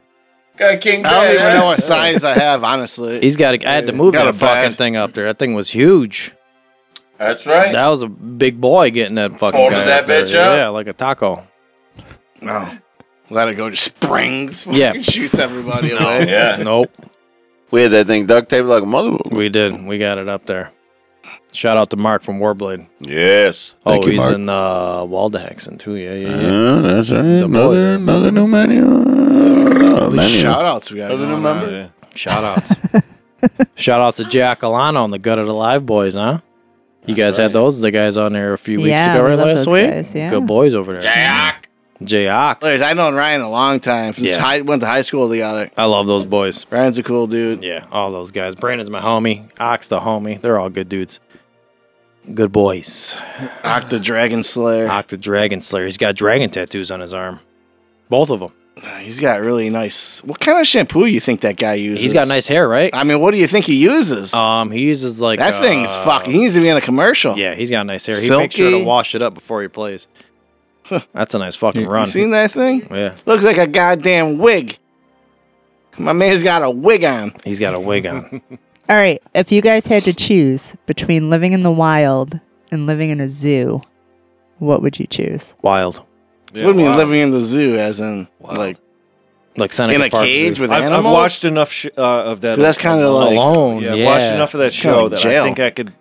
[SPEAKER 1] Got a king bed.
[SPEAKER 7] I don't even know
[SPEAKER 1] huh?
[SPEAKER 7] what size I have, honestly.
[SPEAKER 6] He's got. To, I had to move
[SPEAKER 7] Got
[SPEAKER 6] that
[SPEAKER 7] a bed.
[SPEAKER 6] fucking thing up there. That thing was huge.
[SPEAKER 1] That's right.
[SPEAKER 6] That was a big boy getting that fucking
[SPEAKER 1] Folded
[SPEAKER 6] guy
[SPEAKER 1] that
[SPEAKER 6] up there.
[SPEAKER 1] bitch up?
[SPEAKER 6] Yeah, like a taco.
[SPEAKER 7] No. Let it go to springs. Fucking
[SPEAKER 6] Yeah.
[SPEAKER 7] Shoots everybody away.
[SPEAKER 1] yeah.
[SPEAKER 6] Nope,
[SPEAKER 1] We had that thing duct taped like a mother.
[SPEAKER 6] we did. We got it up there. Shout out to Mark from Warblade.
[SPEAKER 1] Yes.
[SPEAKER 6] Oh,
[SPEAKER 1] Thank you,
[SPEAKER 6] he's
[SPEAKER 1] Mark. Uh-huh.
[SPEAKER 6] in uh, Waldehaxen too. Yeah, yeah, yeah.
[SPEAKER 1] Yeah, that's right.
[SPEAKER 6] boy.
[SPEAKER 1] Another, another new menu. Another menu.
[SPEAKER 7] Shout outs we got. Other new member?
[SPEAKER 6] Shout outs. Shout outs to Jack Alano and the Gut of the Live Boys, huh? You guys had those? The guys on there a few weeks
[SPEAKER 5] Yeah,
[SPEAKER 6] ago,
[SPEAKER 5] we
[SPEAKER 6] right?
[SPEAKER 5] love
[SPEAKER 6] Last
[SPEAKER 5] those
[SPEAKER 6] week?
[SPEAKER 5] guys, yeah.
[SPEAKER 6] Good boys over there.
[SPEAKER 1] Jack.
[SPEAKER 6] Jack.
[SPEAKER 7] Liz, I've known Ryan a long time. Since
[SPEAKER 6] Yeah.
[SPEAKER 7] high, went to high school together.
[SPEAKER 6] I love those boys.
[SPEAKER 7] Ryan's a cool dude.
[SPEAKER 6] Yeah, all those guys. Brandon's my homie. Ox the homie. They're all good dudes. Good boys.
[SPEAKER 7] Octa Dragon Slayer.
[SPEAKER 6] Ox the Dragon Slayer. He's got dragon tattoos on his arm. Both of them.
[SPEAKER 7] He's got really nice. What kind of shampoo you think that guy uses?
[SPEAKER 6] He's got nice hair, right?
[SPEAKER 7] I mean, what do you think he uses?
[SPEAKER 10] Oh,
[SPEAKER 6] Um, he uses like
[SPEAKER 7] that thing's
[SPEAKER 6] uh,
[SPEAKER 7] fucking. He needs to be in a commercial.
[SPEAKER 6] Yeah, he's got nice hair. He makes sure to
[SPEAKER 7] Silky.
[SPEAKER 6] wash it up before he plays. That's a nice fucking
[SPEAKER 8] You-
[SPEAKER 6] run.
[SPEAKER 7] You seen that thing?
[SPEAKER 6] Yeah,
[SPEAKER 7] Looks like a goddamn wig. My man's got a wig on.
[SPEAKER 6] he's got a wig on.
[SPEAKER 5] All right. If you guys had to choose between living in the wild and living in a zoo, what would you choose?
[SPEAKER 6] Wild.
[SPEAKER 7] what do you mean living in the zoo? As in, like,
[SPEAKER 6] Like Seneca
[SPEAKER 7] in a
[SPEAKER 6] Park
[SPEAKER 7] cage
[SPEAKER 6] Zoo.
[SPEAKER 7] with
[SPEAKER 2] I've, I've
[SPEAKER 7] animals?
[SPEAKER 2] watched enough sh- uh, of that.
[SPEAKER 7] That's kinda
[SPEAKER 2] alone.
[SPEAKER 7] like-
[SPEAKER 6] alone.
[SPEAKER 2] yeah,
[SPEAKER 6] Yeah,
[SPEAKER 2] I've watched enough of that
[SPEAKER 7] kinda
[SPEAKER 2] show
[SPEAKER 7] like
[SPEAKER 2] that I
[SPEAKER 7] jail.
[SPEAKER 2] think I could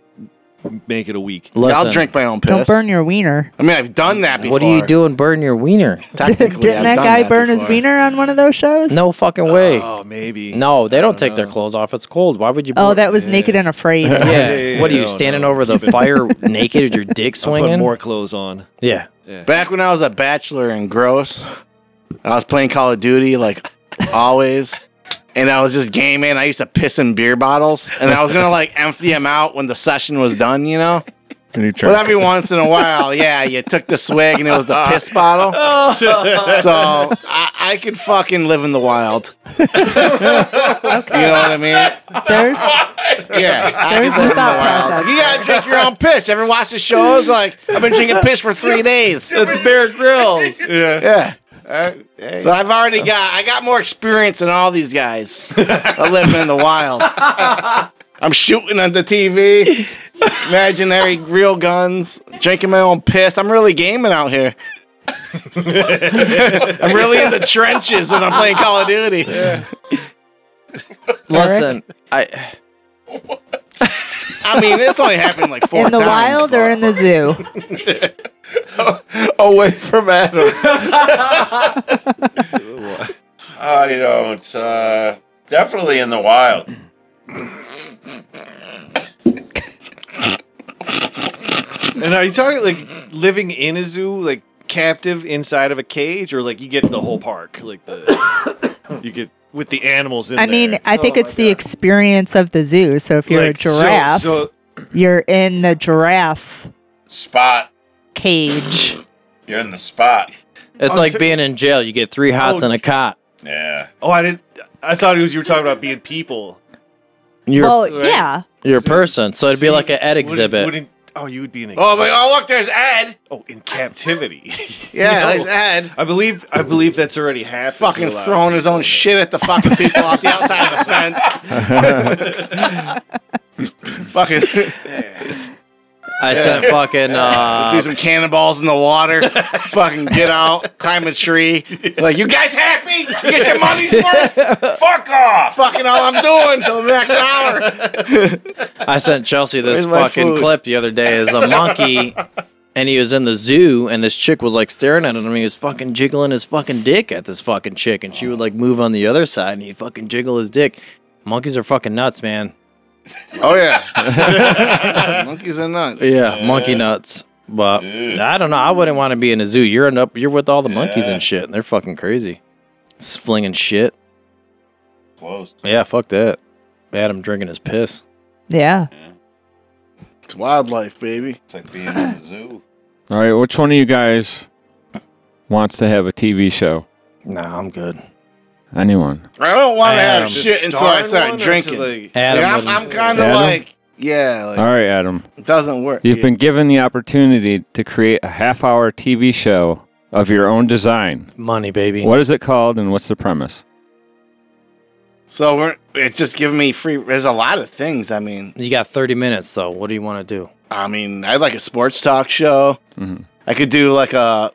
[SPEAKER 2] make it a week.
[SPEAKER 6] Listen,
[SPEAKER 7] I'll drink my own piss.
[SPEAKER 5] Don't burn your wiener.
[SPEAKER 7] I mean, I've done that before.
[SPEAKER 6] What do you doing? Burn your wiener?
[SPEAKER 7] Technically,
[SPEAKER 5] Didn't
[SPEAKER 7] I've
[SPEAKER 5] that
[SPEAKER 7] done
[SPEAKER 5] guy burn his
[SPEAKER 7] before.
[SPEAKER 5] wiener on one of those shows?
[SPEAKER 6] No fucking way.
[SPEAKER 2] Oh, maybe.
[SPEAKER 6] no, they don't take their clothes off. It's cold. Why would you?
[SPEAKER 5] Oh,
[SPEAKER 6] burn-
[SPEAKER 5] that was Naked and Afraid.
[SPEAKER 6] Yeah.
[SPEAKER 2] yeah,
[SPEAKER 6] what are you
[SPEAKER 2] no,
[SPEAKER 6] standing
[SPEAKER 2] no.
[SPEAKER 6] over the fire naked with your dick
[SPEAKER 2] I'll put
[SPEAKER 6] swinging?
[SPEAKER 2] more clothes on.
[SPEAKER 6] Yeah.
[SPEAKER 7] Back when I was a bachelor and gross, I was playing Call of Duty like always. And I was just gaming. I used to piss in beer bottles, and I was gonna like empty them out when the session was done, you know.
[SPEAKER 8] Can you try?
[SPEAKER 7] But every once in a while, yeah, you took the swig, and it was the piss bottle. So I, I could fucking live in the wild. You know what I mean?
[SPEAKER 5] There's,
[SPEAKER 7] Yeah, I
[SPEAKER 5] there's
[SPEAKER 7] could
[SPEAKER 5] the
[SPEAKER 7] live in the
[SPEAKER 5] thought
[SPEAKER 7] wild.
[SPEAKER 5] process.
[SPEAKER 7] You gotta drink your own piss. Ever watch the shows? Like I've been drinking piss for three days.
[SPEAKER 6] It's Bear Grylls.
[SPEAKER 7] Yeah. So I've already got I got more experience than all these guys that live in the wild. I'm shooting on the TV, imaginary real guns, drinking my own piss. I'm really gaming out here. I'm really in the trenches when I'm playing Call of Duty.
[SPEAKER 6] Listen, I.
[SPEAKER 7] I mean, it's only happened like four
[SPEAKER 5] in the
[SPEAKER 7] times.
[SPEAKER 5] wild or in the zoo?
[SPEAKER 1] Away from Adam. I don't. Uh, definitely in the wild.
[SPEAKER 2] And are you talking like living in a zoo, like captive inside of a cage, or like you get the whole park, like the you get with the animals in
[SPEAKER 5] I
[SPEAKER 2] there?
[SPEAKER 5] mean, I think
[SPEAKER 2] Oh
[SPEAKER 5] it's
[SPEAKER 2] my
[SPEAKER 5] the
[SPEAKER 2] God.
[SPEAKER 5] experience of the zoo. So if you're
[SPEAKER 2] Like,
[SPEAKER 5] a
[SPEAKER 2] so-
[SPEAKER 5] giraffe,
[SPEAKER 2] so-
[SPEAKER 5] you're in the giraffe
[SPEAKER 1] Spot.
[SPEAKER 5] cage.
[SPEAKER 1] You're in the spot.
[SPEAKER 6] It's
[SPEAKER 2] Oh,
[SPEAKER 6] like
[SPEAKER 2] so-
[SPEAKER 6] being in jail. You get three hots
[SPEAKER 2] Oh,
[SPEAKER 6] and a cot.
[SPEAKER 1] Yeah.
[SPEAKER 2] oh, I didn't. I thought it was you were talking about being people.
[SPEAKER 6] You're,
[SPEAKER 5] well,
[SPEAKER 2] right.
[SPEAKER 5] yeah.
[SPEAKER 6] you're a person. So it'd be
[SPEAKER 2] See,
[SPEAKER 6] like an Ed
[SPEAKER 2] wouldn't-
[SPEAKER 6] exhibit.
[SPEAKER 2] wouldn't- oh, you would be in.
[SPEAKER 7] Oh, but, oh, look, there's Ed.
[SPEAKER 2] oh, in captivity.
[SPEAKER 7] Yeah,
[SPEAKER 2] No.
[SPEAKER 7] there's Ed.
[SPEAKER 2] I believe. I believe that's already happened. to a
[SPEAKER 7] fucking
[SPEAKER 2] lot of
[SPEAKER 7] throwing his own shit at the fucking people off the outside of the fence. fucking.
[SPEAKER 6] I sent fucking uh,
[SPEAKER 7] do some cannonballs in the water. fucking get out, climb a tree. Like you guys happy? You get your money's worth. Fuck off. Fucking all I'm doing till the next hour.
[SPEAKER 6] I sent Chelsea this
[SPEAKER 7] Where's my
[SPEAKER 6] fucking
[SPEAKER 7] food?
[SPEAKER 6] clip the other day as a monkey and he was in the zoo and this chick was like staring at him and he was fucking jiggling his fucking dick at this fucking chick and she would like move on the other side and he'd fucking jiggle his dick. Monkeys are fucking nuts, man.
[SPEAKER 7] Oh yeah. Monkeys are nuts.
[SPEAKER 6] Yeah, monkey nuts. But I don't know. I wouldn't want to be in a zoo. You're end up. You're with all the monkeys and shit. And they're fucking crazy, It's flinging shit.
[SPEAKER 1] Close.
[SPEAKER 6] Yeah, fuck that. Adam drinking his piss.
[SPEAKER 5] Yeah.
[SPEAKER 7] It's wildlife, baby.
[SPEAKER 1] It's like being in the zoo.
[SPEAKER 8] All right, which one of you guys wants to have a TV show?
[SPEAKER 6] Nah, I'm good.
[SPEAKER 8] Anyone?
[SPEAKER 7] I don't want to have
[SPEAKER 6] Adam,
[SPEAKER 7] shit until I start drinking.
[SPEAKER 6] Adam,
[SPEAKER 7] Like, I'm,
[SPEAKER 6] wouldn't-
[SPEAKER 7] I'm kind of
[SPEAKER 8] Adam?
[SPEAKER 7] like, yeah, like,
[SPEAKER 8] All right, Adam.
[SPEAKER 7] it doesn't work.
[SPEAKER 8] You've been given the opportunity to create a half hour TV show of your own design.
[SPEAKER 6] money, baby.
[SPEAKER 8] What is it called and what's the premise?
[SPEAKER 7] so we're, it's just giving me free. There's a lot of things. I mean,
[SPEAKER 6] You got 30 minutes though. What do you want to do?
[SPEAKER 7] I mean, I'd like a sports talk show.
[SPEAKER 6] Mm-hmm.
[SPEAKER 8] Mhm.
[SPEAKER 7] I could do like a,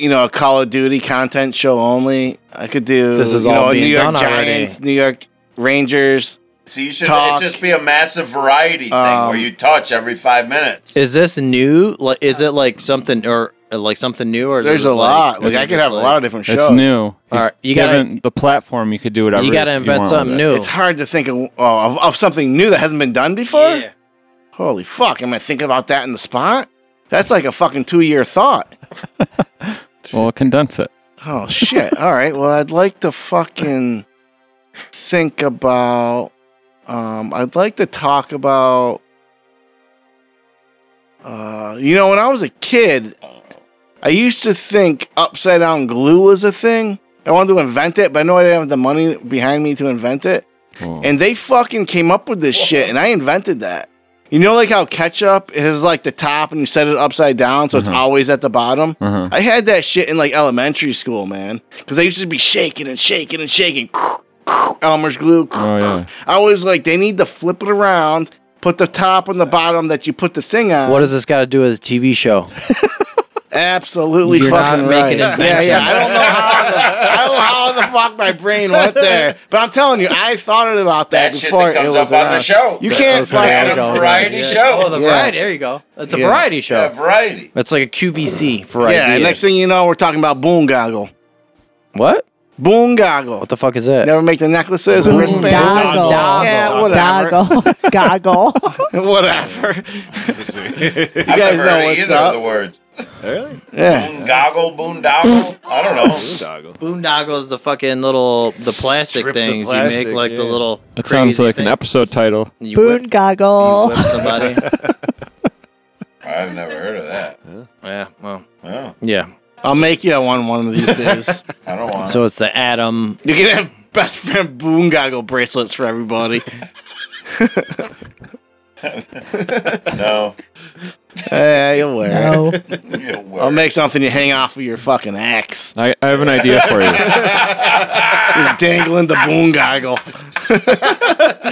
[SPEAKER 7] you know, a Call of Duty content show only. I could do
[SPEAKER 6] This is
[SPEAKER 7] you
[SPEAKER 6] all
[SPEAKER 7] know,
[SPEAKER 6] being
[SPEAKER 7] New York
[SPEAKER 6] done already.
[SPEAKER 7] Giants, New York Rangers.
[SPEAKER 1] So you should
[SPEAKER 7] Talk.
[SPEAKER 1] it just be a massive variety thing
[SPEAKER 7] Um,
[SPEAKER 1] where you touch every five minutes.
[SPEAKER 6] Is this new? Like, is it like something or uh, like something new? Or is
[SPEAKER 7] There's
[SPEAKER 6] it
[SPEAKER 7] a
[SPEAKER 6] like-
[SPEAKER 7] lot. Like
[SPEAKER 6] is
[SPEAKER 7] I
[SPEAKER 6] it
[SPEAKER 7] could
[SPEAKER 6] just
[SPEAKER 7] have a
[SPEAKER 6] like-
[SPEAKER 7] lot of different shows.
[SPEAKER 8] It's new. He's
[SPEAKER 6] right, you gotta-
[SPEAKER 8] given the platform. You could do whatever.
[SPEAKER 6] You got to invent
[SPEAKER 8] want
[SPEAKER 6] something
[SPEAKER 8] with it.
[SPEAKER 6] new.
[SPEAKER 7] It's hard to think of, oh, of of something new that hasn't been done before. Holy fuck! Am I thinking about that in the spot? That's like a fucking two year thought.
[SPEAKER 8] Well, condense it.
[SPEAKER 7] Oh shit! All right. Well, I'd like to fucking think about. Um, I'd like to talk about. Uh, you know, when I was a kid, I used to think upside down glue was a thing. I wanted to invent it, but I know I didn't have the money behind me to invent it.
[SPEAKER 8] Whoa.
[SPEAKER 7] And they fucking came up with this shit, and I invented that. You know, like how ketchup is like the top, and you set it upside down, so it's always at the bottom.
[SPEAKER 8] Uh-huh.
[SPEAKER 7] I had that shit in like elementary school, man, because I used to be shaking and shaking and shaking. Elmer's glue.
[SPEAKER 8] Oh, yeah.
[SPEAKER 7] I was like, they need to flip it around, put the top on the bottom that you put the thing on.
[SPEAKER 6] What does this got to do with a TV show?
[SPEAKER 7] Absolutely
[SPEAKER 6] You're not
[SPEAKER 7] fucking
[SPEAKER 6] making
[SPEAKER 7] right. Yeah, yeah. I
[SPEAKER 6] inventions.
[SPEAKER 7] don't know how the, I don't know how the fuck my brain went there, but I'm telling you, I thought about that,
[SPEAKER 1] that shit
[SPEAKER 7] before
[SPEAKER 1] that comes
[SPEAKER 7] it was
[SPEAKER 1] up on the
[SPEAKER 7] around.
[SPEAKER 1] show.
[SPEAKER 7] You can't
[SPEAKER 1] They had
[SPEAKER 7] fucking
[SPEAKER 1] a
[SPEAKER 6] go.
[SPEAKER 1] variety show.
[SPEAKER 6] Oh, the
[SPEAKER 7] Yeah.
[SPEAKER 6] variety. There you go. It's a
[SPEAKER 7] Yeah.
[SPEAKER 6] variety show.
[SPEAKER 1] Yeah, variety.
[SPEAKER 6] It's like a QVC for
[SPEAKER 7] Yeah,
[SPEAKER 6] ideas.
[SPEAKER 7] next thing you know, we're talking about boondoggle.
[SPEAKER 6] what?
[SPEAKER 7] Boondoggle.
[SPEAKER 6] What the fuck is that?
[SPEAKER 7] Never make the necklaces and
[SPEAKER 5] Boondoggle.
[SPEAKER 7] wristbands. Yeah, whatever.
[SPEAKER 5] Doggle. Goggle.
[SPEAKER 7] whatever.
[SPEAKER 1] I've
[SPEAKER 7] guys
[SPEAKER 1] never
[SPEAKER 7] know
[SPEAKER 1] heard of
[SPEAKER 7] what's
[SPEAKER 1] either
[SPEAKER 7] up.
[SPEAKER 1] of the words.
[SPEAKER 7] Yeah.
[SPEAKER 1] Boondoggle, boondoggle. I don't know.
[SPEAKER 6] Boondoggle is the fucking little the plastic
[SPEAKER 2] Strips of
[SPEAKER 6] things you
[SPEAKER 2] plastic,
[SPEAKER 6] make, like the
[SPEAKER 2] yeah.
[SPEAKER 6] little.
[SPEAKER 8] That
[SPEAKER 6] crazy
[SPEAKER 8] sounds like
[SPEAKER 6] thing.
[SPEAKER 8] an episode title.
[SPEAKER 6] You
[SPEAKER 5] Boon
[SPEAKER 6] whip, you
[SPEAKER 5] goggle.
[SPEAKER 6] whip somebody.
[SPEAKER 1] I've never heard of that.
[SPEAKER 6] yeah. Well.
[SPEAKER 1] No,
[SPEAKER 6] Yeah.
[SPEAKER 7] I'll make you one one of these days.
[SPEAKER 1] I don't want.
[SPEAKER 6] So it's the Adam.
[SPEAKER 7] you can have best friend boondoggle bracelets for everybody.
[SPEAKER 1] no.
[SPEAKER 7] Yeah, you'll wear it.
[SPEAKER 5] No.
[SPEAKER 1] You'll wear
[SPEAKER 7] I'll
[SPEAKER 1] it.
[SPEAKER 7] make something you hang off of your fucking axe.
[SPEAKER 8] I, I have an idea for you. I
[SPEAKER 7] Just dangling the boondoggle.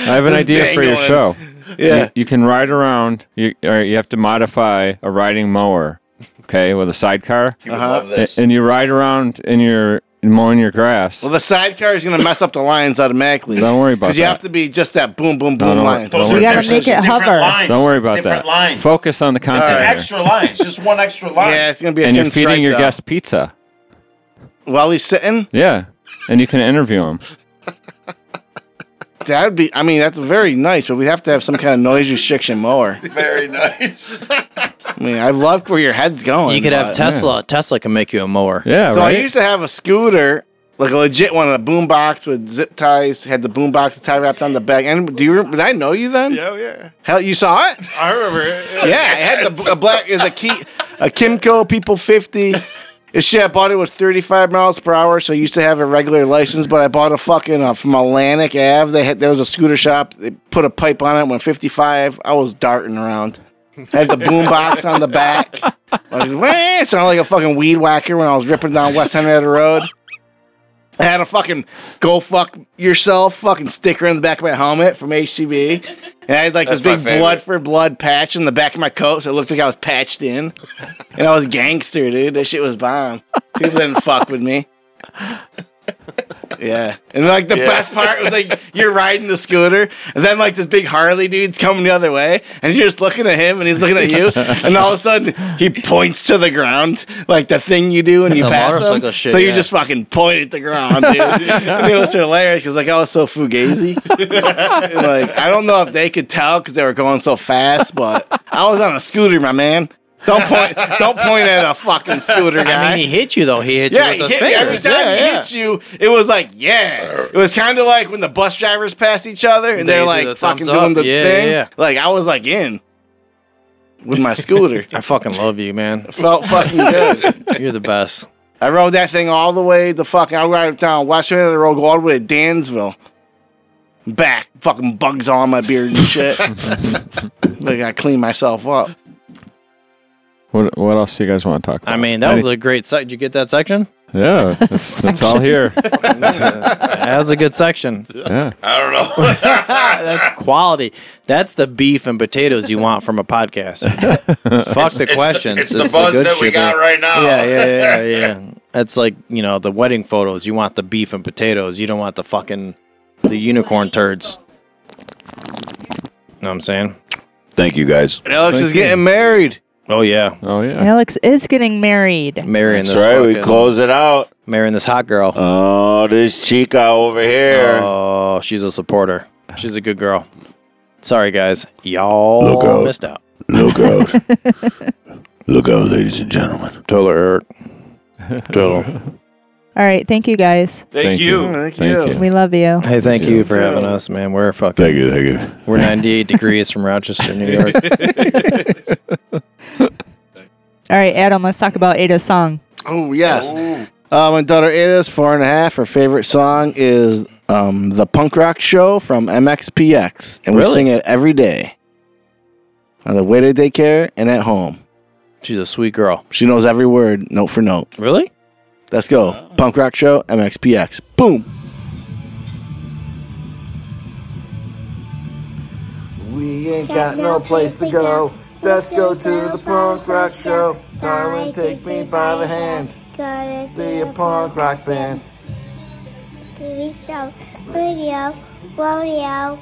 [SPEAKER 8] have an
[SPEAKER 7] It's
[SPEAKER 8] idea for your
[SPEAKER 7] dangling.
[SPEAKER 8] show.
[SPEAKER 7] Yeah.
[SPEAKER 8] You, you can ride around. You or you have to modify a riding mower, okay, with a sidecar,
[SPEAKER 1] You would love
[SPEAKER 8] A-
[SPEAKER 1] this.
[SPEAKER 8] and you ride around in your mowing your grass.
[SPEAKER 7] Well, the sidecar is going to mess up the lines automatically.
[SPEAKER 8] Don't worry about
[SPEAKER 7] Because you
[SPEAKER 8] that.
[SPEAKER 7] have to be just that boom, boom, boom
[SPEAKER 8] No, no,
[SPEAKER 7] line.
[SPEAKER 8] no.
[SPEAKER 1] Those
[SPEAKER 8] You
[SPEAKER 1] are
[SPEAKER 5] gotta
[SPEAKER 1] different-
[SPEAKER 5] make it
[SPEAKER 1] different
[SPEAKER 5] hover.
[SPEAKER 1] Lines,
[SPEAKER 8] Don't worry about
[SPEAKER 1] different
[SPEAKER 8] that.
[SPEAKER 1] Lines.
[SPEAKER 8] Focus on the content.
[SPEAKER 7] All right.
[SPEAKER 8] here.
[SPEAKER 1] Extra lines. Just one extra line.
[SPEAKER 7] Yeah, it's going to be a
[SPEAKER 8] And
[SPEAKER 7] thin
[SPEAKER 8] you're feeding
[SPEAKER 7] strike,
[SPEAKER 8] your
[SPEAKER 7] though.
[SPEAKER 8] guest pizza.
[SPEAKER 7] While he's sitting,
[SPEAKER 8] Yeah, and you can interview him.
[SPEAKER 7] that'd be, I mean, that's very nice, but we have to have some kind of noise restriction mower.
[SPEAKER 1] Very nice.
[SPEAKER 7] I mean, I love where your head's going.
[SPEAKER 6] You could have
[SPEAKER 7] but-
[SPEAKER 6] Tesla. Tesla can make you a mower.
[SPEAKER 8] Yeah,
[SPEAKER 7] So
[SPEAKER 8] right.
[SPEAKER 7] I used to have a scooter, like a legit one, a boom box with zip ties, had the boom box tie wrapped on the back. And do you, rem- did I know you then?
[SPEAKER 9] Oh yeah,
[SPEAKER 7] Hell, you saw it?
[SPEAKER 9] I remember it.
[SPEAKER 7] Yeah, I had the a black is a key a Kimco People 50. This shit I bought it was 35 miles per hour, so I used to have a regular license, but I bought a fucking uh, from Atlantic Ave. They had there was a scooter shop. They put a pipe on it. Went 55. I was darting around. had the boom box on the back. I was, "Wah!" it sounded like a fucking weed whacker when I was ripping down West Henrietta Road. I had a fucking go fuck yourself fucking sticker in the back of my helmet from HCB. And I had like
[SPEAKER 1] That's
[SPEAKER 7] this
[SPEAKER 1] my
[SPEAKER 7] big
[SPEAKER 1] favorite.
[SPEAKER 7] blood for blood patch in the back of my coat, so it looked like I was patched in. and I was gangster, dude. That shit was bomb. People didn't fuck with me. Yeah. And like the
[SPEAKER 1] Yeah.
[SPEAKER 7] best part was like you're riding the scooter, and then like this big Harley dude's coming the other way, and you're just looking at him and he's looking at you, and all of a sudden he points to the ground, like the thing you do when you
[SPEAKER 6] The
[SPEAKER 7] pass him.
[SPEAKER 6] motorcycle shit,
[SPEAKER 7] so you
[SPEAKER 6] yeah.
[SPEAKER 7] just fucking point at the ground, dude. and it was hilarious because like I was so fugazi. like I don't know if they could tell because they were going so fast, but I was on a scooter, my man. Don't point! Don't point at a fucking scooter guy.
[SPEAKER 6] I mean, he hit you though. He hit
[SPEAKER 7] Yeah,
[SPEAKER 6] you
[SPEAKER 7] he
[SPEAKER 6] with
[SPEAKER 7] hit
[SPEAKER 6] his
[SPEAKER 7] me. every
[SPEAKER 6] fingers.
[SPEAKER 7] time
[SPEAKER 6] Yeah,
[SPEAKER 7] he
[SPEAKER 6] yeah. Uh,
[SPEAKER 7] hit you, it was like, yeah. It was kind of like when the bus drivers pass each other and
[SPEAKER 6] They
[SPEAKER 7] they are
[SPEAKER 6] do
[SPEAKER 7] like
[SPEAKER 6] the
[SPEAKER 7] fucking
[SPEAKER 6] thumbs
[SPEAKER 7] doing
[SPEAKER 6] up.
[SPEAKER 7] the
[SPEAKER 6] Yeah,
[SPEAKER 7] thing.
[SPEAKER 6] yeah, yeah.
[SPEAKER 7] Like I was like in with my scooter.
[SPEAKER 6] I fucking love you, man.
[SPEAKER 7] Felt fucking good.
[SPEAKER 6] You're the best.
[SPEAKER 7] I rode that thing all the way to fucking. I rode it down Washington and Road, go all the way to Dansville. Back, fucking bugs all on my beard and shit. like I cleaned myself up.
[SPEAKER 8] What What else do you guys want to talk about?
[SPEAKER 6] I mean, that was
[SPEAKER 8] Any-
[SPEAKER 6] a great section. Did you get that section?
[SPEAKER 8] yeah. That's, that's all here.
[SPEAKER 6] That was a good section.
[SPEAKER 8] Yeah.
[SPEAKER 1] I don't know.
[SPEAKER 6] That's quality. That's the beef and potatoes you want from a podcast. Fuck the questions.
[SPEAKER 1] It's, the
[SPEAKER 6] It's
[SPEAKER 1] buzz
[SPEAKER 6] good
[SPEAKER 1] that we
[SPEAKER 6] shit,
[SPEAKER 1] got
[SPEAKER 6] man.
[SPEAKER 1] right now.
[SPEAKER 6] Yeah, yeah, yeah, yeah. That's like you know the wedding photos. You want the beef and potatoes. You don't want the fucking the unicorn turds. Know what I'm saying?
[SPEAKER 1] Thank you guys.
[SPEAKER 7] Alex is getting married.
[SPEAKER 6] Oh yeah,
[SPEAKER 8] Oh yeah.
[SPEAKER 5] Alex is getting married.
[SPEAKER 6] marrying
[SPEAKER 1] That's
[SPEAKER 6] this
[SPEAKER 1] right. We
[SPEAKER 6] fucking-
[SPEAKER 1] close it out.
[SPEAKER 6] marrying this hot girl.
[SPEAKER 1] Oh, this chica over here.
[SPEAKER 6] Oh, she's a supporter. She's a good girl. Sorry guys, y'all
[SPEAKER 1] Look out.
[SPEAKER 6] missed out.
[SPEAKER 1] Look out. Look out, ladies and gentlemen.
[SPEAKER 6] Tell her, Eric. Tell her.
[SPEAKER 5] All right. Thank you guys.
[SPEAKER 2] Thank, you.
[SPEAKER 7] Thank
[SPEAKER 8] Thank you.
[SPEAKER 5] We love you.
[SPEAKER 6] Hey, thank
[SPEAKER 8] Yeah.
[SPEAKER 6] you for having us, man. We're fucking
[SPEAKER 1] Thank you. Thank you.
[SPEAKER 6] we're 98 degrees from Rochester, New York.
[SPEAKER 5] All right, Adam, let's talk about Ada's song.
[SPEAKER 7] Oh yes. Uh, my daughter Ada's four and a half. Her favorite song is um, the punk rock show from MXPX, and we
[SPEAKER 6] Really?
[SPEAKER 7] sing it every day on the way to daycare and at home.
[SPEAKER 6] She's a sweet girl.
[SPEAKER 7] She knows every word, note for note.
[SPEAKER 6] Really?
[SPEAKER 7] Let's go. Punk rock show, MXPX. Boom.
[SPEAKER 12] We ain't got no place to go. Let's go to the punk rock show. Darling, take me by the hand. Gotta see a punk rock band. TV show, radio, rodeo.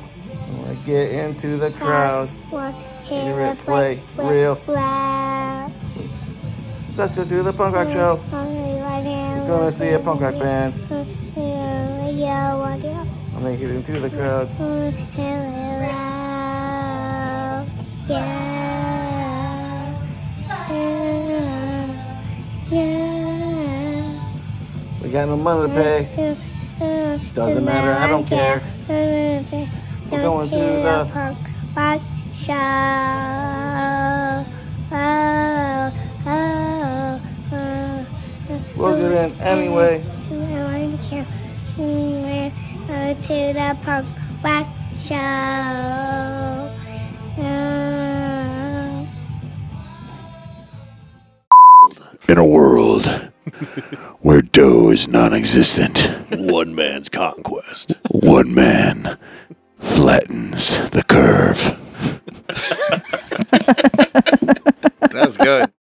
[SPEAKER 12] Get into the crowd. Walk, hear it play real loud. Let's go to the punk rock show. We're gonna see a punk rock band. Radio, rodeo.
[SPEAKER 7] I'm gonna get into the crowd. We got no money to pay.
[SPEAKER 12] Doesn't matter, I don't care. We're going to the punk rock show. Oh, oh, oh.
[SPEAKER 7] We'll get in anyway.
[SPEAKER 12] To the punk rock show. We're going to the punk rock show. Oh.
[SPEAKER 1] In a world where dough is non existent,
[SPEAKER 2] One man's conquest.
[SPEAKER 1] one man flattens the curve.
[SPEAKER 7] That's good.